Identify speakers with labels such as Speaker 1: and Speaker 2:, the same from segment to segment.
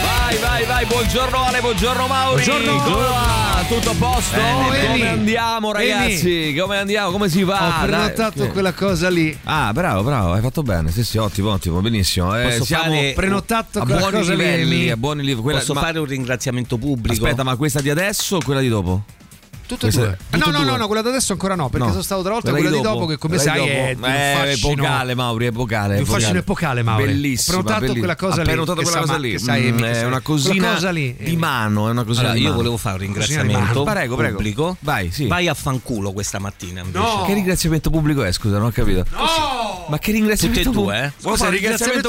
Speaker 1: Vai, vai, vai, buongiorno Ale, buongiorno Mauri.
Speaker 2: Buongiorno. Eh,
Speaker 1: Come va? Tutto a posto?
Speaker 2: Bene,
Speaker 1: come
Speaker 2: vieni.
Speaker 1: andiamo ragazzi? Come andiamo? Come si va?
Speaker 2: Ho
Speaker 1: Dai.
Speaker 2: prenotato
Speaker 1: Eh.
Speaker 2: quella cosa lì.
Speaker 1: Ah, bravo, bravo, hai fatto bene. Sì, sì, ottimo, ottimo, benissimo. Eh,
Speaker 3: Posso
Speaker 1: siamo
Speaker 3: fare-
Speaker 2: prenotato
Speaker 1: a
Speaker 2: quella
Speaker 1: buoni
Speaker 2: cosa lì,
Speaker 1: livelli,
Speaker 2: Emi.
Speaker 1: a buoni livelli. Quella-
Speaker 3: Posso
Speaker 1: ma-
Speaker 3: fare un ringraziamento pubblico?
Speaker 1: Aspetta, ma questa di adesso o quella di dopo?
Speaker 2: Tutte e
Speaker 1: Questa-
Speaker 2: due. Ah,
Speaker 1: tutte
Speaker 2: no,
Speaker 1: e
Speaker 2: no,
Speaker 1: due.
Speaker 2: no, no, quella di adesso ancora no, perché
Speaker 1: No.
Speaker 2: sono stato l'altra volta,
Speaker 1: Quella
Speaker 2: quella di dopo, che come
Speaker 1: Quella
Speaker 2: sai
Speaker 1: di
Speaker 2: è
Speaker 1: dopo.
Speaker 2: di un
Speaker 1: Eh,
Speaker 2: fascino-
Speaker 1: epocale, Mauri, epocale.
Speaker 2: di un fascino epocale, Mauri.
Speaker 1: Bellissimo.
Speaker 2: Ho prenotato quella cosa lì,
Speaker 1: prenotato
Speaker 2: che
Speaker 1: quella
Speaker 2: sa
Speaker 1: cosa
Speaker 2: ma-
Speaker 1: lì.
Speaker 2: che sai, Emi,
Speaker 1: Mm,
Speaker 2: che sai.
Speaker 1: è una
Speaker 2: Quella
Speaker 1: cosina
Speaker 2: cosa lì,
Speaker 1: di
Speaker 2: Emi.
Speaker 1: mano. È una cosina
Speaker 3: Allora,
Speaker 1: di
Speaker 3: io
Speaker 1: mano.
Speaker 3: volevo fare un
Speaker 2: Così
Speaker 3: ringraziamento
Speaker 2: rimando.
Speaker 1: Prego, prego.
Speaker 3: pubblico.
Speaker 1: Vai, sì.
Speaker 3: Vai a fanculo questa mattina. invece.
Speaker 2: No.
Speaker 1: Che ringraziamento pubblico è? Scusa, non ho capito. Ma che ringraziamento
Speaker 3: Tutte e
Speaker 1: pubblico?
Speaker 3: due, eh?
Speaker 1: Scusa,
Speaker 2: Scusa,
Speaker 1: ringraziamento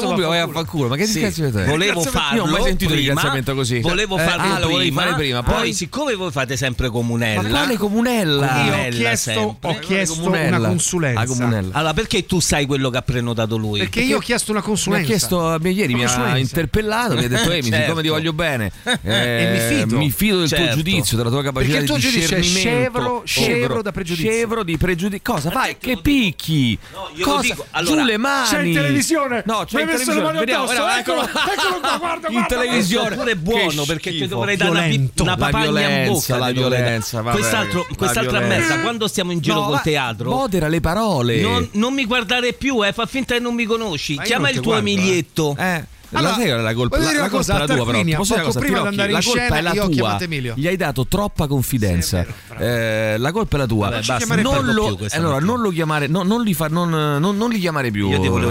Speaker 2: ringraziamento
Speaker 1: pubblico
Speaker 2: va
Speaker 1: vai
Speaker 2: a
Speaker 1: a
Speaker 2: fanculo.
Speaker 1: fanculo. Ma che
Speaker 3: Sì.
Speaker 1: ringraziamento è?
Speaker 3: Volevo
Speaker 1: Ringraziamento-
Speaker 3: farlo.
Speaker 1: Io non ho mai sentito
Speaker 3: prima,
Speaker 1: un ringraziamento così.
Speaker 3: Volevo
Speaker 1: Eh,
Speaker 3: farlo
Speaker 1: ah, lo volevi
Speaker 3: prima,
Speaker 1: fare prima, poi-
Speaker 3: siccome voi fate sempre
Speaker 1: Ma
Speaker 3: comunella.
Speaker 1: quale comunella?
Speaker 2: Io ho
Speaker 3: Bella
Speaker 2: chiesto,
Speaker 3: sempre.
Speaker 2: ho
Speaker 3: Quale
Speaker 2: chiesto
Speaker 1: Comunella.
Speaker 2: una consulenza.
Speaker 1: Ah, comunella.
Speaker 3: Allora, perché tu sai quello che ha prenotato lui?
Speaker 2: Perché io ho chiesto una
Speaker 1: Mi
Speaker 2: consulenza.
Speaker 1: ha chiesto, eh, mi- ieri mi ha
Speaker 2: Consulenza.
Speaker 1: interpellato, mi ha detto Emi,
Speaker 3: Certo.
Speaker 1: siccome ti voglio bene, Eh,
Speaker 2: E mi fido.
Speaker 1: mi fido del tuo
Speaker 3: Certo.
Speaker 1: giudizio, della tua capacità
Speaker 2: Perché il tuo
Speaker 1: di
Speaker 2: giudizio è
Speaker 1: discernimento.
Speaker 2: scevro-
Speaker 1: Povero.
Speaker 2: scevro da pregiudizio.
Speaker 1: Scevro di pregiudizio. Cosa? Vai,
Speaker 3: perché lo
Speaker 1: che
Speaker 3: dico?
Speaker 1: picchi!
Speaker 3: No, io lo
Speaker 1: Cosa?
Speaker 3: dico. Allora,
Speaker 1: Giù le mani!
Speaker 2: c'è in televisione.
Speaker 1: No, c'è
Speaker 2: Mi
Speaker 1: in
Speaker 2: hai messo le
Speaker 1: televisione.
Speaker 2: mani
Speaker 1: Vediamo,
Speaker 2: addosso,
Speaker 1: guarda,
Speaker 2: eccolo,
Speaker 1: guarda.
Speaker 2: eccolo qua, guarda,
Speaker 1: In
Speaker 2: guarda.
Speaker 1: televisione.
Speaker 3: Questo pure è buono
Speaker 1: Che
Speaker 3: perché ti
Speaker 1: schifo.
Speaker 3: dovrei dare una, pi-
Speaker 2: Violento.
Speaker 3: una
Speaker 1: La
Speaker 3: papagna in
Speaker 1: violenza,
Speaker 3: bocca.
Speaker 1: la
Speaker 3: ti dovrei dare.
Speaker 1: violenza, vabbè.
Speaker 3: Quest'altro-
Speaker 1: La
Speaker 3: quest'altra
Speaker 1: violenza.
Speaker 3: merda, quando stiamo in giro
Speaker 1: No,
Speaker 3: col
Speaker 1: va-
Speaker 3: teatro,
Speaker 1: Modera le parole.
Speaker 3: non, non mi guardare più, eh, fa finta che non mi conosci.
Speaker 2: Ma io
Speaker 3: Chiama
Speaker 2: non
Speaker 3: il
Speaker 2: ti
Speaker 3: tuo
Speaker 2: guardo, eh.
Speaker 3: Emilietto.
Speaker 1: Eh.
Speaker 2: Allora,
Speaker 1: la sai qual è la colpa,
Speaker 2: voglio
Speaker 1: la,
Speaker 2: dire una
Speaker 1: la colpa
Speaker 2: cosa,
Speaker 1: è la tua, però.
Speaker 2: Tarquinia,
Speaker 1: Posso dire
Speaker 2: poco
Speaker 1: una cosa,
Speaker 2: prima di
Speaker 1: Tirocchi?
Speaker 2: andare in
Speaker 1: la colpa
Speaker 2: scena,
Speaker 1: è la
Speaker 2: io ho
Speaker 1: tua.
Speaker 2: chiamato Emilio.
Speaker 1: Gli hai dato troppa confidenza.
Speaker 2: Sì, è vero,
Speaker 1: Eh, la colpa è la tua.
Speaker 3: Vabbè,
Speaker 1: Basta.
Speaker 3: basta, non
Speaker 1: non,
Speaker 3: parlo
Speaker 1: lo,
Speaker 3: più questa
Speaker 1: allora,
Speaker 3: mattina.
Speaker 1: non lo chiamare, no, non, li fa- non, eh, non- non li chiamare più.
Speaker 3: Io ti volevo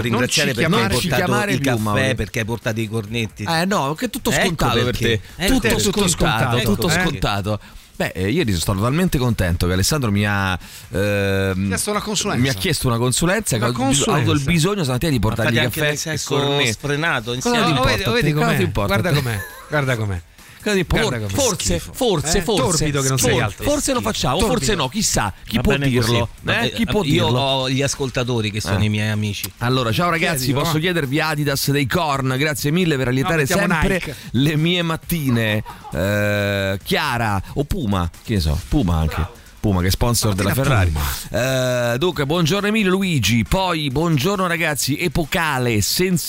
Speaker 2: ci
Speaker 3: ringraziare perché hai
Speaker 2: chiamare-
Speaker 3: portato
Speaker 1: ci chiamare
Speaker 3: i
Speaker 1: più,
Speaker 3: caffè,
Speaker 1: Mauri.
Speaker 3: perché hai portato i cornetti.
Speaker 1: Eh no, che è tutto
Speaker 3: Ecco
Speaker 1: scontato
Speaker 3: perché.
Speaker 1: per te.
Speaker 3: Ecco
Speaker 1: tutto,
Speaker 3: perché.
Speaker 1: tutto scontato,
Speaker 3: Ecco
Speaker 1: tutto
Speaker 3: perché.
Speaker 1: scontato. Beh, eh, ieri sono stato talmente contento che Alessandro mi ha ehm,
Speaker 2: Chiesto una consulenza.
Speaker 1: Mi ha chiesto una consulenza che
Speaker 2: Una
Speaker 1: ho, ho avuto il
Speaker 2: consulenza.
Speaker 1: bisogno stamattina di portargli
Speaker 3: Fate anche
Speaker 1: caffè
Speaker 3: del
Speaker 1: e
Speaker 3: sesso
Speaker 1: cornetti.
Speaker 3: sfrenato
Speaker 1: Cosa ti
Speaker 2: Oh,
Speaker 3: insieme.
Speaker 1: importa
Speaker 2: vedi,
Speaker 1: a te?
Speaker 2: vedi
Speaker 1: Cosa ti
Speaker 2: com'è?
Speaker 1: importa a
Speaker 2: Guarda
Speaker 1: te?
Speaker 2: com'è, guarda com'è.
Speaker 1: Cosa di-
Speaker 2: Guarda
Speaker 1: por-
Speaker 2: come-
Speaker 1: forse,
Speaker 2: schifo.
Speaker 1: forse,
Speaker 2: Eh,
Speaker 1: forse,
Speaker 2: torbido che non sei
Speaker 1: forse-
Speaker 2: altro.
Speaker 1: forse lo facciamo,
Speaker 2: Torbido.
Speaker 1: forse no, chissà, chi
Speaker 3: Va
Speaker 1: può
Speaker 3: bene
Speaker 1: dirlo?
Speaker 3: così.
Speaker 1: eh?
Speaker 3: Vabbè,
Speaker 1: Chi può
Speaker 3: Io
Speaker 1: dirlo? Eh.
Speaker 3: ho gli ascoltatori che sono i miei amici.
Speaker 1: Allora, ciao ragazzi,
Speaker 2: Chiedilo,
Speaker 1: posso
Speaker 2: eh.
Speaker 1: chiedervi Adidas dei Corn, grazie mille per
Speaker 2: No,
Speaker 1: allietare
Speaker 2: mettiamo
Speaker 1: sempre
Speaker 2: Nike.
Speaker 1: le mie mattine. Eh, Chiara o Puma, che ne so, Puma anche. Puma che è sponsor della Ferrari. Eh, dunque, buongiorno Emilio Luigi, poi buongiorno ragazzi, epocale,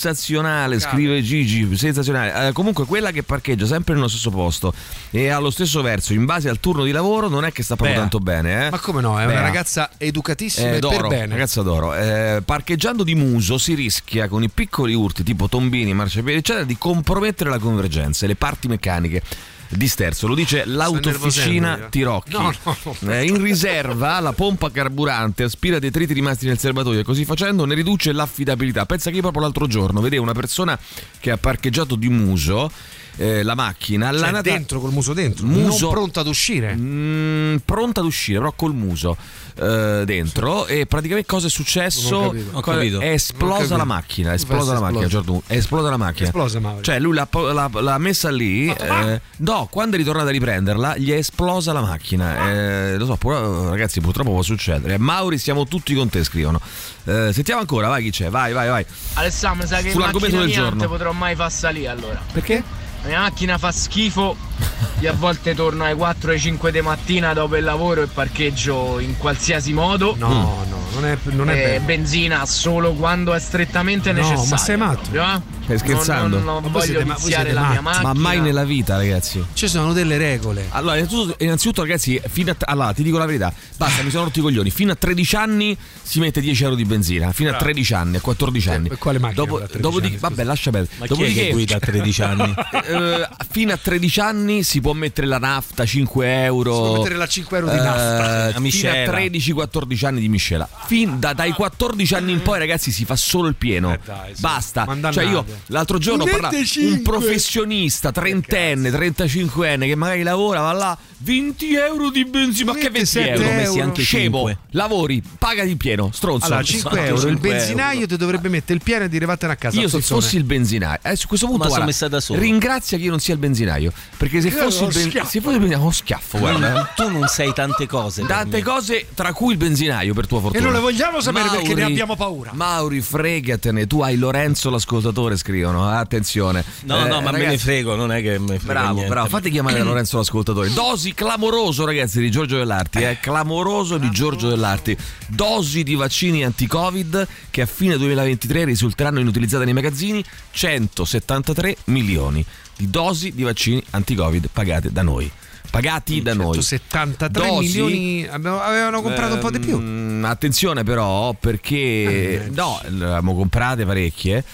Speaker 1: sensazionale, scrive Gigi, sensazionale. Eh, comunque quella che parcheggia sempre nello stesso posto e allo stesso verso, in base al turno di lavoro, non è che sta proprio
Speaker 3: Bea.
Speaker 1: tanto bene. Eh?
Speaker 2: Ma come no, è una
Speaker 1: Bea.
Speaker 2: ragazza educatissima
Speaker 1: Eh,
Speaker 2: e per
Speaker 1: d'oro,
Speaker 2: bene.
Speaker 1: ragazza d'oro. Eh, parcheggiando di muso si rischia con i piccoli urti tipo tombini, marciapiedi, eccetera, di compromettere la convergenza e le parti meccaniche. Di sterzo, lo dice l'autofficina
Speaker 2: innervosendo io.
Speaker 1: Tirocchi.
Speaker 2: No, no, no.
Speaker 1: Eh, in riserva la pompa carburante aspira detriti rimasti nel serbatoio e così facendo ne riduce l'affidabilità. Pensa che io proprio l'altro giorno vedevo una persona che ha parcheggiato di muso eh, la macchina,
Speaker 2: Cioè,
Speaker 1: la
Speaker 2: dentro, col muso dentro,
Speaker 1: Muso-
Speaker 2: non pronta ad uscire.
Speaker 1: Mm, pronta ad uscire, però col muso eh, dentro. E praticamente cosa è
Speaker 2: Non ho
Speaker 1: successo?
Speaker 2: capito.
Speaker 3: Ho
Speaker 1: Cosa-
Speaker 3: capito.
Speaker 1: È
Speaker 2: Non ho
Speaker 1: esplosa
Speaker 2: capito.
Speaker 1: la macchina. È
Speaker 2: Tu
Speaker 1: esplosa
Speaker 2: pensi
Speaker 1: la macchina.
Speaker 2: esplosa.
Speaker 1: Giordano, È esplosa la macchina.
Speaker 2: Esplosa, Mauro.
Speaker 1: Cioè, lui l'ha, po- l'ha- l'ha messa lì.
Speaker 2: Ah.
Speaker 1: eh, no, quando è ritornata a riprenderla, gli è esplosa la
Speaker 2: Ah.
Speaker 1: macchina. Eh, lo so, pur- ragazzi, purtroppo può succedere. Mauri, siamo tutti con te, scrivono. Eh, sentiamo ancora, vai chi c'è, vai, vai, vai.
Speaker 4: Alessandro, sai che in
Speaker 1: Sull'argomento
Speaker 4: macchina
Speaker 1: del
Speaker 4: mia non
Speaker 1: giorno.
Speaker 4: te potrò mai far salire allora.
Speaker 1: Perché?
Speaker 4: La mia macchina fa schifo. Io a volte torno alle 4 alle 5 di mattina dopo il lavoro e parcheggio in qualsiasi modo.
Speaker 1: Mm.
Speaker 2: No, no, non è, non è
Speaker 4: Eh,
Speaker 2: bello.
Speaker 4: benzina solo quando è strettamente
Speaker 2: No,
Speaker 4: necessario.
Speaker 2: ma sei matto?
Speaker 4: proprio, eh?
Speaker 1: Stai scherzando?
Speaker 4: Non, non-
Speaker 2: Ma
Speaker 4: non
Speaker 2: voi
Speaker 4: voglio
Speaker 2: siete- ma voi
Speaker 4: iniziare
Speaker 2: siete
Speaker 4: la mia
Speaker 2: matti?
Speaker 4: macchina.
Speaker 1: Ma mai nella vita, ragazzi.
Speaker 2: Ci sono delle regole.
Speaker 1: Allora, innanzitutto, innanzitutto, ragazzi, fino a, allora, ti dico la verità, basta, mi sono rotti i coglioni. Fino a 13 anni si mette 10 euro di benzina, fino a 13 anni, a 14 anni.
Speaker 2: Eh, E quale macchina
Speaker 1: Dopo,
Speaker 2: da 13
Speaker 1: dopodiché,
Speaker 2: anni, scusa?
Speaker 1: vabbè, lascia perdere.
Speaker 3: Ma chi è
Speaker 1: Dopodiché,
Speaker 3: che guida a 13 anni?
Speaker 1: eh, fino a 13 anni si può mettere la nafta 5 euro.
Speaker 2: Si può mettere la 5 euro di nafta.
Speaker 1: eh,
Speaker 3: La miscela.
Speaker 1: fino a 13-14 anni di miscela. Fin da- dai 14 anni in poi, ragazzi, si fa solo il
Speaker 3: Eh,
Speaker 1: pieno.
Speaker 2: dai, sì.
Speaker 1: Basta.
Speaker 2: Mandannate.
Speaker 1: Cioè, io l'altro giorno ho parlato un
Speaker 2: 25.
Speaker 1: professionista trentenne, 35enne che magari lavora, va là 20 euro di benzina. Ma che 20
Speaker 2: 27
Speaker 1: euro?
Speaker 2: euro?
Speaker 1: Messi anche Scemo,
Speaker 3: cinque.
Speaker 1: lavori, pagati il pieno, stronzo.
Speaker 2: Allora, 5 euro. Il
Speaker 3: 5
Speaker 2: benzinaio ti dovrebbe mettere il piano e dire vattene a casa.
Speaker 1: Io se
Speaker 2: Tozzone.
Speaker 1: fossi il benzinaio, eh, su questo punto
Speaker 3: Ma
Speaker 1: guarda,
Speaker 3: sono messa da solo.
Speaker 1: ringrazia che io non sia il benzinaio, perché se
Speaker 2: Io
Speaker 1: fossi
Speaker 2: lo
Speaker 1: il ben-
Speaker 2: schiaffo.
Speaker 1: se fossi il benzinaio, uno schiaffo, guarda. eh.
Speaker 3: Tu non sei tante cose. per
Speaker 1: Tante
Speaker 3: me.
Speaker 1: cose, tra cui il benzinaio, per tua
Speaker 2: E
Speaker 1: fortuna.
Speaker 2: non non le vogliamo sapere perché ne
Speaker 1: Mauri-
Speaker 2: abbiamo paura.
Speaker 1: Mauri, fregatene, tu hai Lorenzo l'ascoltatore, scrivono. Attenzione.
Speaker 3: No,
Speaker 1: Eh,
Speaker 3: no, ma me ne
Speaker 1: ragazzi-
Speaker 3: frego, non è che me frega
Speaker 1: Bravo,
Speaker 3: niente.
Speaker 1: bravo, fate chiamare Lorenzo l'ascoltatore. Dosi clamoroso, ragazzi, di Giorgio Dell'Arti, eh, clamoroso di Giorgio Dell'Arti. Dosi di vaccini anti-Covid che a fine 2023 risulteranno inutilizzate nei magazzini, 173 milioni di dosi di vaccini anti-Covid pagate da noi. Pagati da noi.
Speaker 2: 173
Speaker 1: Dosi?
Speaker 2: milioni abbiamo- avevano comprato un po' di più. Eh,
Speaker 1: Ehm, Attenzione però perché no, le abbiamo comprate parecchie.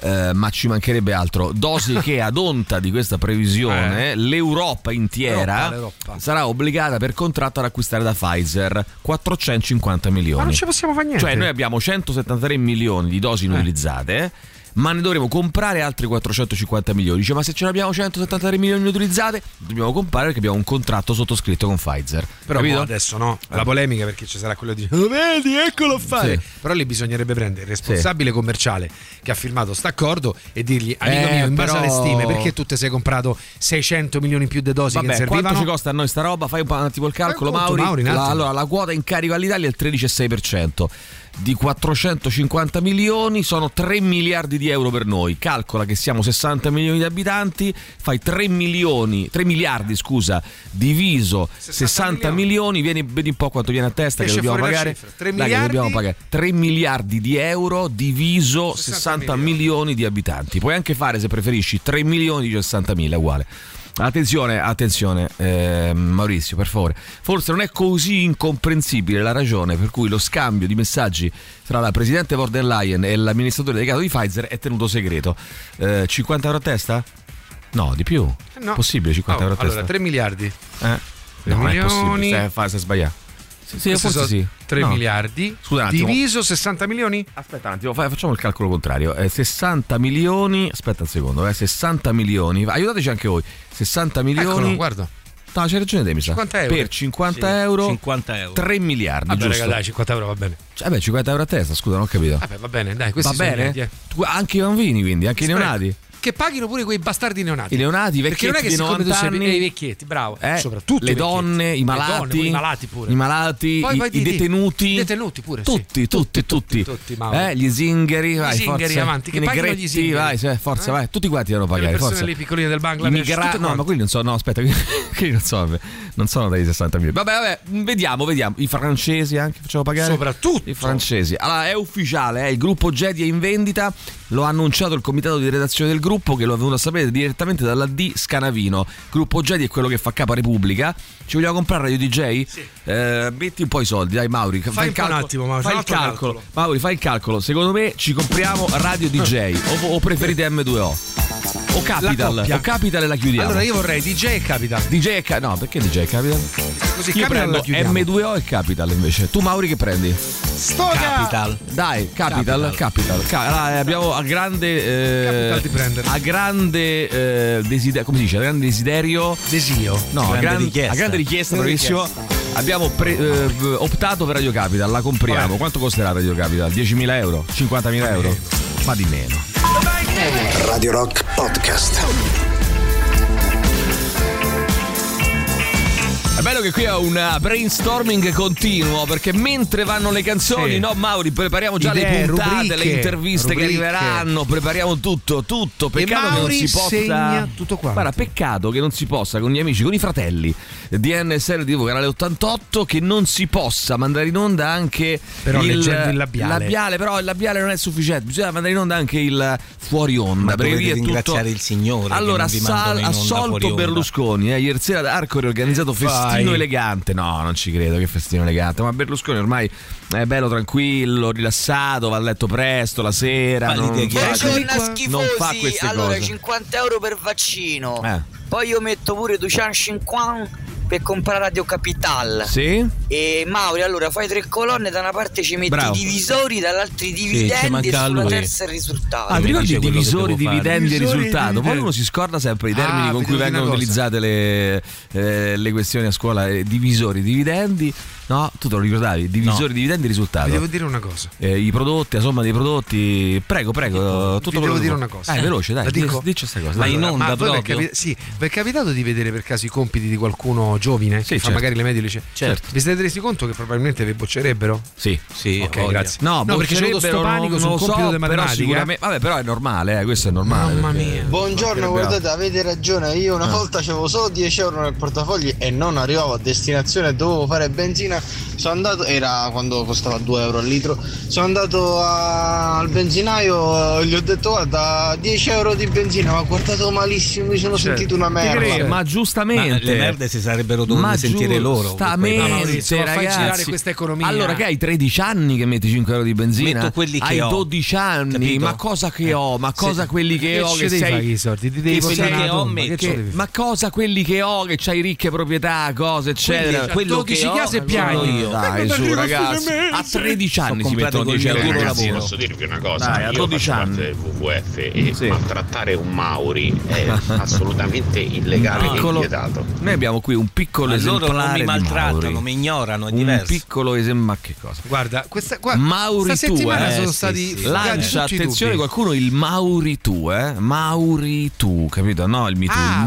Speaker 1: eh, ma ci mancherebbe altro dosi che ad onta di questa previsione l'Europa intiera
Speaker 2: Eh. L'Europa, l'Europa.
Speaker 1: sarà obbligata per contratto ad acquistare da Pfizer 450 milioni
Speaker 2: Ma non ci possiamo fare niente. Eh.
Speaker 1: cioè noi abbiamo 173 milioni di dosi inutilizzate ma ne dovremo comprare altri 450 milioni dice ma se ce ne abbiamo 173 milioni inutilizzate dobbiamo comprare perché abbiamo un contratto sottoscritto con Pfizer
Speaker 2: Però
Speaker 1: capito?
Speaker 2: boh, adesso no,
Speaker 1: Eh.
Speaker 2: la polemica perché ci sarà quello di "Lo vedi, eccolo a fare.
Speaker 1: Sì.
Speaker 2: Però lì bisognerebbe prendere il responsabile commerciale che ha firmato sta accordo e dirgli amico
Speaker 1: Eh,
Speaker 2: mio, in base
Speaker 1: però-
Speaker 2: alle stime, perché tu ti sei comprato 600 milioni in più di dosi che
Speaker 1: Vabbè,
Speaker 2: servivano?
Speaker 1: quanto ci costa a noi sta roba? Fai un po' un attimo il calcolo,
Speaker 2: Fai un
Speaker 1: Mauri.
Speaker 2: conto, Mauri, un
Speaker 1: la,
Speaker 2: attimo.
Speaker 1: allora, la quota in carico all'Italia è il 13,6%. Di 450 milioni sono 3 miliardi di euro per noi. Calcola che siamo 60 milioni di abitanti, fai 3 milioni, 3 miliardi, scusa, diviso 60,
Speaker 2: 60 milioni.
Speaker 1: milioni, vieni, vedi un po' quanto viene a testa che
Speaker 2: Esce
Speaker 1: dobbiamo
Speaker 2: fuori la
Speaker 1: pagare.
Speaker 2: cifra. Tre
Speaker 1: Dai, che
Speaker 2: miliardi?
Speaker 1: dobbiamo pagare 3 miliardi di euro diviso 60,
Speaker 2: 60
Speaker 1: milioni
Speaker 2: milioni.
Speaker 1: milioni di abitanti. Puoi anche fare, se preferisci, 3 milioni di 60.000 uguale. Attenzione, attenzione, eh, Maurizio, per favore. Forse non è così incomprensibile la ragione per cui lo scambio di messaggi tra la presidente von der Leyen e l'amministratore delegato di Pfizer è tenuto segreto. Eh, 50 euro a testa? No, di più.
Speaker 2: Eh, no.
Speaker 1: Possibile 50
Speaker 2: Oh,
Speaker 1: euro a
Speaker 2: Allora,
Speaker 1: testa?
Speaker 2: 3 miliardi.
Speaker 1: Eh? No, non è possibile.
Speaker 2: milioni.
Speaker 1: Stai, fa- stai sbagliando. Sì, sì,
Speaker 2: Questi
Speaker 1: forse
Speaker 2: sono
Speaker 1: sì.
Speaker 2: 3
Speaker 1: No.
Speaker 2: miliardi
Speaker 1: Scusa un attimo.
Speaker 2: diviso 60 milioni?
Speaker 1: Aspetta un attimo, fa- facciamo il calcolo contrario. Eh, 60 milioni. Aspetta un secondo, eh, 60 milioni. Aiutateci anche voi. 60 milioni.
Speaker 2: Eccolo, guarda.
Speaker 1: No, c'è ragione te, mi sa.
Speaker 2: 50 euro.
Speaker 1: Per 50
Speaker 3: Sì,
Speaker 1: euro.
Speaker 3: 50 euro.
Speaker 1: 3 miliardi,
Speaker 2: Vabbè,
Speaker 1: giusto?
Speaker 2: raga, dai, 50 euro va bene.
Speaker 1: Cioè, beh, 50 euro a testa, scusa, non ho capito.
Speaker 2: Vabbè, va bene, dai,
Speaker 1: Va
Speaker 2: questi sono
Speaker 1: bene?
Speaker 2: i soldi, eh.
Speaker 1: Tu- Anche i bambini, quindi, anche i
Speaker 2: Spreco.
Speaker 1: neonati.
Speaker 2: Che paghino pure quei bastardi neonati.
Speaker 1: I neonati, i
Speaker 2: Perché non è
Speaker 1: vecchietti
Speaker 2: che
Speaker 1: di
Speaker 2: siccome tu
Speaker 1: 90
Speaker 2: sei
Speaker 1: anni.
Speaker 2: i vecchietti, bravo,
Speaker 1: Eh,
Speaker 2: soprattutto
Speaker 1: le
Speaker 2: i vecchietti.
Speaker 1: donne, i
Speaker 2: Le donne,
Speaker 1: malati,
Speaker 2: pure i malati pure.
Speaker 1: i malati,
Speaker 2: Poi
Speaker 1: i-
Speaker 2: vai
Speaker 1: i
Speaker 2: di- di-
Speaker 1: detenuti,
Speaker 2: i detenuti pure, sì.
Speaker 1: tutti, tutti, tutti,
Speaker 2: tutti, Mauro.
Speaker 1: Eh, gli zingari, vai,
Speaker 2: zingari
Speaker 1: forza.
Speaker 2: avanti, che
Speaker 1: i
Speaker 2: paghino gli
Speaker 1: negretti,
Speaker 2: zingari.
Speaker 1: vai, se- forza,
Speaker 2: Eh?
Speaker 1: vai, tutti quanti devono
Speaker 2: Quelle
Speaker 1: pagare,
Speaker 2: persone
Speaker 1: forza.
Speaker 2: lì piccoline del
Speaker 1: I
Speaker 2: Bangladesh,
Speaker 1: migra-
Speaker 2: tutte
Speaker 1: no, ma
Speaker 2: quante.
Speaker 1: quelli non so, no, aspetta, quelli non so, non sono dai 60 milioni. Vabbè, vabbè, vediamo, vediamo. I francesi anche facciamo pagare.
Speaker 2: Soprattutto.
Speaker 1: I francesi. Allora, è ufficiale, eh, il gruppo Jedi è in vendita. Lo ha annunciato il comitato di redazione del gruppo che lo è venuto a sapere direttamente dalla D Scanavino. Gruppo Jedi è quello che fa capo a Repubblica. Ci vogliamo comprare Radio DJ? Sì. metti un po' i soldi, dai Mauri.
Speaker 2: un po' un attimo, Mauri,
Speaker 1: Fai
Speaker 2: un
Speaker 1: il
Speaker 2: altro
Speaker 1: calcolo.
Speaker 2: calcolo.
Speaker 1: Mauri, fai il calcolo. Secondo me ci compriamo Radio DJ o, o preferite M2O? O Capital,
Speaker 2: coppia.
Speaker 1: o Capital e la chiudiamo.
Speaker 2: Allora io vorrei DJ e Capital.
Speaker 1: DJ e Capital. No, perché DJ e Capital?
Speaker 2: Così
Speaker 1: Io
Speaker 2: Capital la
Speaker 1: prendo
Speaker 2: chiudiamo.
Speaker 1: M2O e Capital invece. Tu Mauri che prendi?
Speaker 3: Capital.
Speaker 1: Dai, Capital, Capital. Ca- allora, eh, abbiamo a grande eh,
Speaker 2: Capital di prendere.
Speaker 1: A grande desiderio, come si dice? A grande desiderio
Speaker 2: Desio.
Speaker 1: No, a
Speaker 3: Grande
Speaker 1: gran-
Speaker 3: richiesta.
Speaker 1: a grande richiesta,
Speaker 3: Grande
Speaker 1: bravissimo. Abbiamo pre- eh, v- optato per Radio Capital, la compriamo. Quanto costerà Radio Capital? 10.000 euro? 50.000 euro? Ma di meno.
Speaker 5: Radio Rock Podcast.
Speaker 1: È bello che qui è un eh, brainstorming continuo perché mentre vanno le canzoni,
Speaker 2: Sì.
Speaker 1: no Mauri, prepariamo già le
Speaker 2: Idee,
Speaker 1: puntate,
Speaker 2: rubriche,
Speaker 1: le interviste che
Speaker 2: rubriche.
Speaker 1: arriveranno, prepariamo tutto, tutto. Peccato che non
Speaker 2: Mauri
Speaker 1: si possa
Speaker 2: segna tutto quanto.
Speaker 1: Guarda, peccato che non si possa con gli amici, con i fratelli di NSR TV canale 88 che non si possa mandare in onda anche
Speaker 2: Però
Speaker 1: il
Speaker 2: leggendo il labiale.
Speaker 1: però il labiale non è sufficiente, bisogna mandare in onda anche il fuori onda,
Speaker 3: Ma
Speaker 1: perché
Speaker 3: dovete
Speaker 1: lì è tutto
Speaker 3: ringraziare il Signore che
Speaker 1: Allora,
Speaker 3: non vi mandano
Speaker 1: assal-
Speaker 3: in onda fuori
Speaker 1: assolto
Speaker 3: onda.
Speaker 1: Berlusconi, eh, ieri sera ad Arco ha organizzato festino
Speaker 3: Vai.
Speaker 1: elegante. No, non ci credo che festino elegante, ma Berlusconi ormai è bello tranquillo, rilassato, va a letto presto la sera,
Speaker 3: Ma
Speaker 1: non,
Speaker 3: l'idea che
Speaker 1: fa-
Speaker 3: ha-
Speaker 1: non
Speaker 6: Buongiorno schifosi.
Speaker 1: fa queste
Speaker 6: allora,
Speaker 1: cose.
Speaker 6: 50 euro per vaccino.
Speaker 1: Eh.
Speaker 6: Poi io metto pure 250 per comprare Radio Capital.
Speaker 1: Sì?
Speaker 6: E Mauri, allora fai tre colonne, da una parte ci metti
Speaker 1: Bravo.
Speaker 6: i divisori, dall'altra i
Speaker 3: ci
Speaker 6: dividendi
Speaker 3: manca
Speaker 6: e sulla
Speaker 3: lui.
Speaker 6: terza il risultato.
Speaker 1: Ah, ti
Speaker 3: mi
Speaker 1: ricordi
Speaker 3: dice
Speaker 1: i
Speaker 3: quello che
Speaker 1: divisori,
Speaker 3: devo fare.
Speaker 1: dividendi e
Speaker 2: Divisori,
Speaker 1: risultato? Poi
Speaker 2: dividendi.
Speaker 1: uno si scorda sempre i termini
Speaker 2: Ah,
Speaker 1: con
Speaker 2: vi devo
Speaker 1: cui
Speaker 2: dire
Speaker 1: vengono
Speaker 2: una cosa.
Speaker 1: utilizzate le, eh, le questioni a scuola. eh, Divisori, dividendi. No, tu te lo ricordavi? Divisori, dividendi, risultato.
Speaker 2: Vi devo dire una cosa.
Speaker 1: Eh, i prodotti, la somma dei prodotti. Prego, prego. Tutto
Speaker 2: Vi
Speaker 1: quello
Speaker 2: devo
Speaker 1: che
Speaker 2: dire
Speaker 1: vuoi.
Speaker 2: una cosa.
Speaker 1: Dai, veloce, dai.
Speaker 2: La dico?
Speaker 1: Dici questa cosa.
Speaker 3: Ma
Speaker 1: dai.
Speaker 3: in onda
Speaker 2: ma voi vi è
Speaker 3: proprio?
Speaker 2: capi- sì, vi è capitato di vedere per caso i compiti di qualcuno no, giovine, che fa
Speaker 1: certo.
Speaker 2: magari le medie dice,
Speaker 1: Certo.
Speaker 2: vi siete resi conto che probabilmente vi boccerebbero?
Speaker 1: Sì.
Speaker 3: Sì,
Speaker 2: ok,
Speaker 3: voglia.
Speaker 2: grazie.
Speaker 1: No,
Speaker 2: No, perché c'è avuto
Speaker 1: boccerebbero,
Speaker 2: sto panico
Speaker 1: non
Speaker 2: sul
Speaker 1: lo so,
Speaker 2: compito eh. di
Speaker 1: però
Speaker 2: matematica.
Speaker 1: sicuramente- Vabbè, però è normale, eh, questo è normale.
Speaker 2: Mamma
Speaker 1: perché-
Speaker 2: mia.
Speaker 7: Buongiorno, guardate, avete ragione. Io una volta avevo solo 10 euro nel portafogli e non arrivavo a destinazione, dovevo fare benzina. Sono andato, era quando costava 2 euro al litro. Sono andato a- al benzinaio, eh, gli ho detto guarda, 10 euro di benzina, mi ha guardato malissimo, mi sono sentito una
Speaker 2: credo.
Speaker 7: merda.
Speaker 1: Ma
Speaker 3: Ma
Speaker 1: giustamente.
Speaker 3: le merde si sarebbero dovute sentire loro. con quei
Speaker 1: giustamente,
Speaker 3: pazzi.
Speaker 2: Ma Maurizio, ma fai
Speaker 1: ragazzi.
Speaker 2: girare questa economia.
Speaker 1: Allora, che hai 13 anni che metti 5 euro di benzina?
Speaker 3: Metto quelli che
Speaker 1: hai
Speaker 3: ho.
Speaker 1: 12 anni,
Speaker 3: Capito? Eh,
Speaker 1: ma cosa che ho? Ma cosa quelli che,
Speaker 2: Che
Speaker 1: ho
Speaker 2: ci
Speaker 1: che
Speaker 2: devi
Speaker 1: sei
Speaker 2: fare con i soldi? Ti devi
Speaker 3: che
Speaker 2: portare
Speaker 3: sei
Speaker 2: una
Speaker 3: che ho,
Speaker 2: tomba,
Speaker 3: me-
Speaker 2: che
Speaker 3: che-
Speaker 2: ci devi fare?
Speaker 1: ma cosa quelli che ho che c'hai ricche proprietà, cose eccetera.
Speaker 3: Quindi, quello
Speaker 2: 12
Speaker 3: che ho,
Speaker 2: case e piani.
Speaker 3: quello io.
Speaker 1: Dai, su ragazzi, a 13 anni si
Speaker 3: comprate
Speaker 1: mettono
Speaker 3: col
Speaker 1: 10
Speaker 3: mio
Speaker 1: euro di
Speaker 3: duro
Speaker 1: lavoro.
Speaker 3: lavoro.
Speaker 8: Posso dirvi una cosa?
Speaker 1: Dai, a
Speaker 8: Io
Speaker 1: 12
Speaker 8: faccio
Speaker 1: anni.
Speaker 8: parte del WWF
Speaker 9: Mm,
Speaker 8: e
Speaker 1: Sì.
Speaker 8: maltrattare un Mauri è assolutamente illegale e
Speaker 1: Piccolo-
Speaker 8: vietato.
Speaker 1: Noi abbiamo qui un piccolo
Speaker 3: Ma loro non
Speaker 1: esemplare
Speaker 3: mi
Speaker 1: di
Speaker 3: maltrattano,
Speaker 1: Mauri.
Speaker 3: mi ignorano, è
Speaker 1: un
Speaker 3: diverso.
Speaker 1: piccolo esempio, ma che cosa?
Speaker 2: Guarda, questa qua
Speaker 1: Mauri
Speaker 2: questa
Speaker 1: tu,
Speaker 2: settimana
Speaker 1: eh,
Speaker 2: sono
Speaker 3: sì,
Speaker 2: stati
Speaker 3: sì.
Speaker 2: fugati
Speaker 1: Lancia
Speaker 2: tutti i
Speaker 1: attenzione
Speaker 2: dubbi.
Speaker 1: qualcuno il Mauri tu, eh? Mauri tu, capito? No, il mito.
Speaker 2: Ah,
Speaker 1: Mauri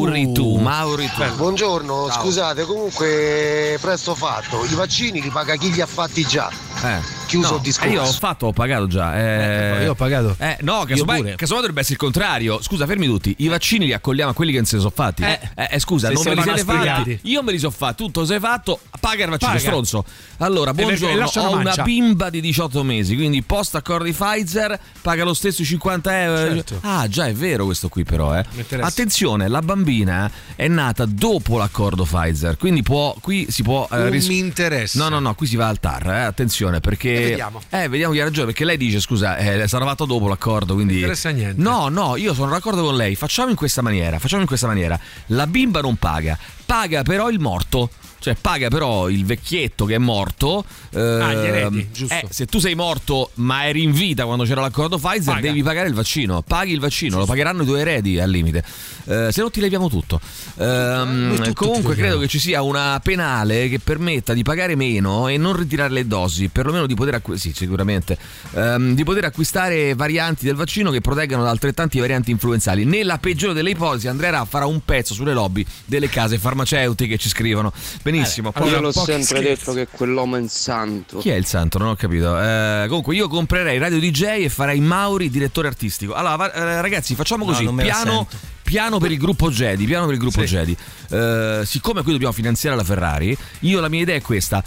Speaker 2: Mauri tu.
Speaker 1: tu, Mauri tu.
Speaker 7: Buongiorno, scusate, comunque presto fatto, i vaccini li paga chi li ha fatti già.
Speaker 1: Eh.
Speaker 7: Chiuso
Speaker 1: No,
Speaker 7: il discorso.
Speaker 1: eh, Io ho fatto, ho pagato già. Eh,
Speaker 2: ecco, Io ho pagato.
Speaker 1: Eh, no, casomai,
Speaker 3: pure.
Speaker 1: casomai dovrebbe essere il contrario. Scusa, fermi tutti. I vaccini li accogliamo a quelli che non se ne sono fatti. Eh, eh, scusa,
Speaker 3: se
Speaker 1: non me
Speaker 3: siamo
Speaker 1: li siete
Speaker 3: masticati.
Speaker 1: fatti. Io me li sono fatti. Tutto sei fatto. Paga il vaccino,
Speaker 2: Paga.
Speaker 1: stronzo. Allora,
Speaker 2: perché-
Speaker 1: buongiorno.
Speaker 2: lascia la
Speaker 1: Ho una
Speaker 2: mancia.
Speaker 1: bimba di 18 mesi. Quindi, post accordo di Pfizer, paga lo stesso i 50 euro.
Speaker 2: Certo.
Speaker 1: Ah, già è vero questo qui, però. Eh.
Speaker 2: Mi interessa.
Speaker 1: Attenzione, la bambina è nata dopo l'accordo Pfizer. Quindi, può, qui si può. eh,
Speaker 2: Non
Speaker 1: ris-
Speaker 2: mi interessa.
Speaker 1: No, no, no, qui si va al TAR, eh, attenzione perché...
Speaker 2: Eh, vediamo.
Speaker 1: Eh, vediamo chi ha ragione, perché lei dice, scusa, eh, sarà fatto dopo l'accordo, quindi...
Speaker 2: Non interessa niente.
Speaker 1: No, no, io sono d'accordo con lei, facciamo in questa maniera, facciamo in questa maniera. La bimba non paga, paga però il morto. Cioè paga però il vecchietto che è morto. ehm,
Speaker 2: Ah, gli eredi, giusto.
Speaker 1: eh, se tu sei morto ma eri in vita quando c'era l'accordo Pfizer,
Speaker 2: Paga.
Speaker 1: devi pagare il vaccino. Paghi il vaccino, lo pagheranno i tuoi eredi al limite. Eh, se no ti leviamo tutto. Ehm,
Speaker 2: Noi tutto
Speaker 1: comunque
Speaker 2: ti leviamo.
Speaker 1: credo che ci sia una penale che permetta di pagare meno e non ritirare le dosi, perlomeno di poter, acqui- sì, sicuramente, ehm, di poter acquistare varianti del vaccino che proteggano da altrettanti varianti influenzali. Nella peggiore delle ipotesi Andrea Ra farà un pezzo sulle lobby delle case farmaceutiche ci scrivono. Benissimo. poi-
Speaker 2: Eh, Allora, pochi scherzi.
Speaker 10: che quell'uomo è un santo.
Speaker 1: chi è il santo? Non ho capito. Eh, comunque, io comprerei Radio DJ e farei Mauri direttore artistico. Allora, va- eh, ragazzi, facciamo
Speaker 3: No,
Speaker 1: così:
Speaker 3: non me la
Speaker 1: piano,
Speaker 3: sento.
Speaker 1: piano per il gruppo Jedi. Piano per il gruppo Jedi. Eh, siccome qui dobbiamo finanziare la Ferrari, io la mia idea è questa.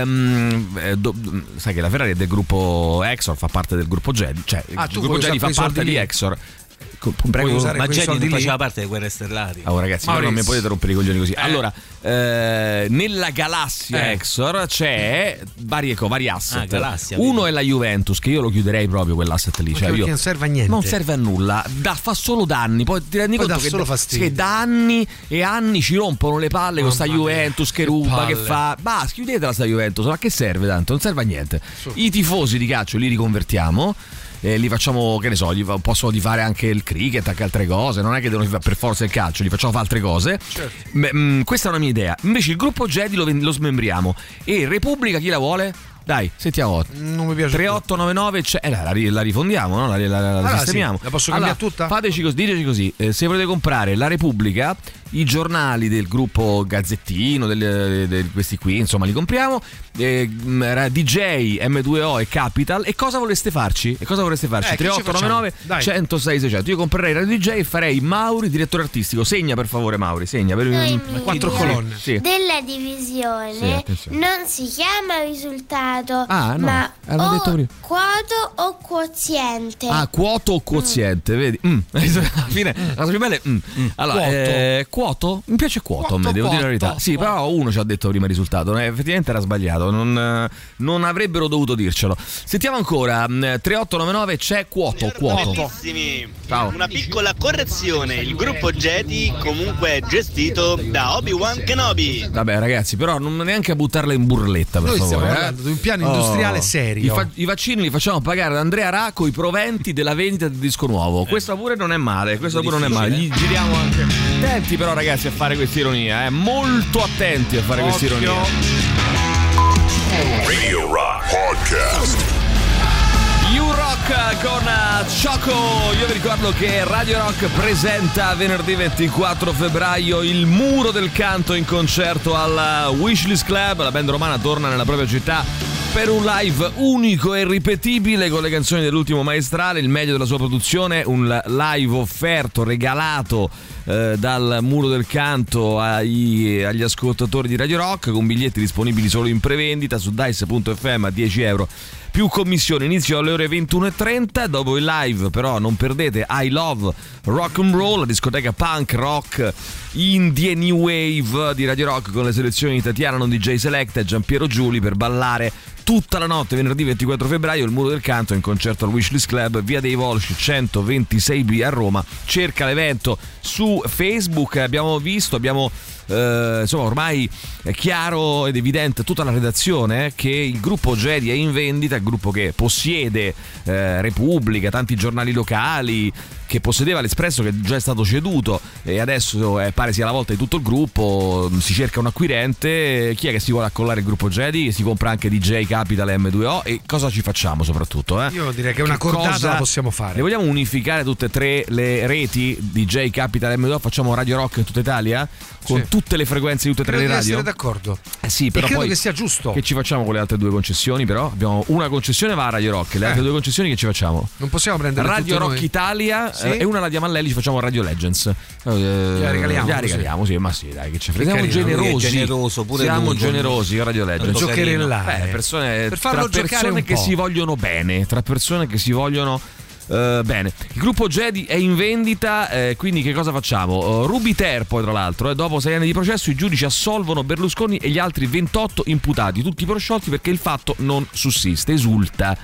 Speaker 1: Ehm, eh, do- sai che la Ferrari è del gruppo Exor, fa parte del gruppo Jedi. Cioè,
Speaker 2: Ah,
Speaker 1: il
Speaker 2: tu
Speaker 1: gruppo
Speaker 2: vuoi
Speaker 1: Jedi
Speaker 2: usare
Speaker 1: fa
Speaker 2: quei
Speaker 1: parte
Speaker 2: soldi
Speaker 1: di
Speaker 2: lì?
Speaker 1: Exor. Co- Prego,
Speaker 2: Vuoi usare
Speaker 3: Ma
Speaker 2: quei
Speaker 3: Jedi
Speaker 2: soldi
Speaker 3: non
Speaker 2: lì?
Speaker 3: faceva parte delle guerre stellari.
Speaker 1: Oh, ragazzi, però non mi
Speaker 2: Maurizio.
Speaker 1: potete rompere i coglioni così. Allora, eh, nella galassia
Speaker 2: Eh.
Speaker 1: Exor c'è vari, ecco, vari asset.
Speaker 3: Ah, galassia,
Speaker 1: Uno
Speaker 3: vedi.
Speaker 1: è la Juventus, che io lo chiuderei proprio quell'asset lì. Cioè,
Speaker 2: perché
Speaker 1: io-
Speaker 2: non serve a niente.
Speaker 1: Non serve a nulla, dà- fa solo danni. Poi ti rendi
Speaker 2: Poi
Speaker 1: conto
Speaker 2: dà
Speaker 1: che,
Speaker 2: solo fastidio.
Speaker 1: che da anni e anni ci rompono le palle con sta
Speaker 2: Mamma mia,
Speaker 1: Juventus che
Speaker 2: che
Speaker 1: ruba, che
Speaker 2: palle.
Speaker 1: fa. Basta, chiudetela sta Juventus, ma che serve tanto? Non serve a niente. I tifosi di calcio li riconvertiamo. eh, li facciamo, che ne so, gli fa- possono di fare anche il cricket, anche altre cose. Non è che devono fare per forza il calcio, li facciamo fare altre cose.
Speaker 2: Certo.
Speaker 1: M- mm, questa è una mia idea. Invece il gruppo Jedi lo, ven- lo smembriamo. E Repubblica chi la vuole? Dai, sentiamo.
Speaker 2: Non mi piace.
Speaker 1: 3899 c'è- eh, la, la ri- la rifondiamo, no? la, la- la- la
Speaker 2: Allora,
Speaker 1: sistemiamo.
Speaker 2: Ah, sì, la posso cambiare tutta?
Speaker 1: Fateci così, diteci così: eh, se volete comprare La Repubblica, i giornali del gruppo Gazzettino, del- del- questi qui, insomma, li compriamo. eh, mh, era DJ, M2O e Capital. E cosa voleste farci? E cosa vorreste farci?
Speaker 2: Eh, che ci
Speaker 1: 3899
Speaker 2: facciamo? Dai.
Speaker 1: 106 600. Io comprerei Radio DJ e farei Mauri, direttore artistico. Segna per favore, Mauri, segna.
Speaker 11: Eh,
Speaker 1: Per,
Speaker 2: quattro colonne.
Speaker 1: Sì.
Speaker 10: Della
Speaker 1: Sì,
Speaker 10: divisione
Speaker 1: attenzione.
Speaker 10: non si chiama risultato,
Speaker 1: Ah, no,
Speaker 10: ma
Speaker 1: avevano
Speaker 10: o
Speaker 1: detto prima.
Speaker 10: quoto o quoziente.
Speaker 1: Ah, quoto o quoziente, vedi? Mm. Alla fine, la cosa più bella è mm. Allora,
Speaker 2: Quoto.
Speaker 1: eh, quoto? Mi piace quoto, a me,
Speaker 2: Quoto,
Speaker 1: devo dire la
Speaker 2: quoto,
Speaker 1: verità. Sì, però uno ci ha detto prima il risultato, eh, effettivamente era sbagliato, non, eh, non avrebbero dovuto dircelo. Sentiamo ancora, mm, 3899 c'è quoto, quoto. Ciao.
Speaker 10: Una piccola correzione, il gruppo Jedi comunque è gestito da Obi-Wan Kenobi.
Speaker 1: Vabbè ragazzi, però non neanche a buttarla in burletta, per
Speaker 2: Noi stiamo
Speaker 1: favore.
Speaker 2: parlando
Speaker 1: eh.
Speaker 2: di un piano industriale
Speaker 1: I,
Speaker 2: serio.
Speaker 1: fa- i vaccini li facciamo pagare ad Andrea Racco i proventi della vendita del disco
Speaker 2: Eh.
Speaker 1: nuovo. Questo pure non è male, questo pure non è male. Gli giriamo anche. Attenti però ragazzi a fare questa ironia, eh. Molto attenti a fare questa ironia.
Speaker 12: Radio Rock Podcast.
Speaker 1: You Rock con eh, Choco. Io vi ricordo che Radio Rock presenta venerdì 24 febbraio il Muro del Canto in concerto al eh, Wishlist Club. La band romana torna nella propria città per un live unico e irripetibile con le canzoni dell'ultimo maestrale, il meglio della sua produzione, un live offerto, regalato eh, dal muro del canto ai- agli ascoltatori di Radio Rock con biglietti disponibili solo in prevendita su dice.fm a 10 euro. Più commissione, inizio alle ore 21.30, dopo il live però non perdete I Love Rock and Roll, la discoteca punk rock indie new wave di Radio Rock con le selezioni di Tatiana non DJ Select e Giampiero Giuli per ballare tutta la notte venerdì 24 febbraio il Muro del Canto in concerto al Wishlist Club via dei Volsci 126B a Roma cerca l'evento su Facebook abbiamo visto abbiamo eh, insomma ormai è chiaro ed evidente a tutta la redazione eh, che il gruppo Jedi è in vendita, il gruppo che possiede eh, Repubblica, tanti giornali locali, che possedeva l'Espresso che già è stato ceduto e adesso eh, pare sia la volta di tutto il gruppo, mh, si cerca un acquirente, chi è che si vuole accollare il gruppo Jedi? Si compra anche DJ Capital M2O e cosa ci facciamo soprattutto? eh?
Speaker 2: Io direi che una cordata
Speaker 1: cosa-
Speaker 2: la possiamo fare.
Speaker 1: Le vogliamo unificare tutte e tre le reti DJ Capital M2O? Facciamo Radio Rock in tutta Italia? Con
Speaker 2: Sì.
Speaker 1: tutte le frequenze di tutte e tre
Speaker 2: Credo
Speaker 1: le
Speaker 2: di
Speaker 1: radio?
Speaker 2: essere d'accordo.
Speaker 1: Eh sì, però
Speaker 2: e credo
Speaker 1: poi
Speaker 2: che sia giusto.
Speaker 1: Che ci facciamo con le altre due concessioni, però? Abbiamo una concessione va a Radio Rock,
Speaker 2: Eh.
Speaker 1: le altre due concessioni che ci facciamo?
Speaker 2: Non possiamo prendere
Speaker 1: Radio
Speaker 2: tutte
Speaker 1: Rock
Speaker 2: noi.
Speaker 1: Italia
Speaker 2: Sì.
Speaker 1: eh, e una la diamo a lei, ci facciamo Radio Legends. Eh,
Speaker 2: Gliela regaliamo,
Speaker 1: gliela
Speaker 2: così.
Speaker 1: regaliamo, sì, ma sì, dai, che ci frega. Siamo
Speaker 2: Che carino, lui è
Speaker 1: generosi.
Speaker 3: generoso, pure
Speaker 1: Siamo
Speaker 3: lungo.
Speaker 1: generosi, Radio Legends.
Speaker 3: Tanto carino.
Speaker 2: Giocherellare.
Speaker 1: Eh, persone,
Speaker 2: Per farlo
Speaker 1: tra
Speaker 2: giocare
Speaker 1: persone
Speaker 2: un
Speaker 1: che
Speaker 2: po'.
Speaker 1: si vogliono bene, tra persone che si vogliono eh, bene. Il gruppo Jedi è in vendita, eh, quindi che cosa facciamo? Eh, Rubiter poi tra l'altro, eh, dopo sei anni di processo i giudici assolvono Berlusconi e gli altri 28 imputati, tutti prosciolti perché il fatto non sussiste, esulta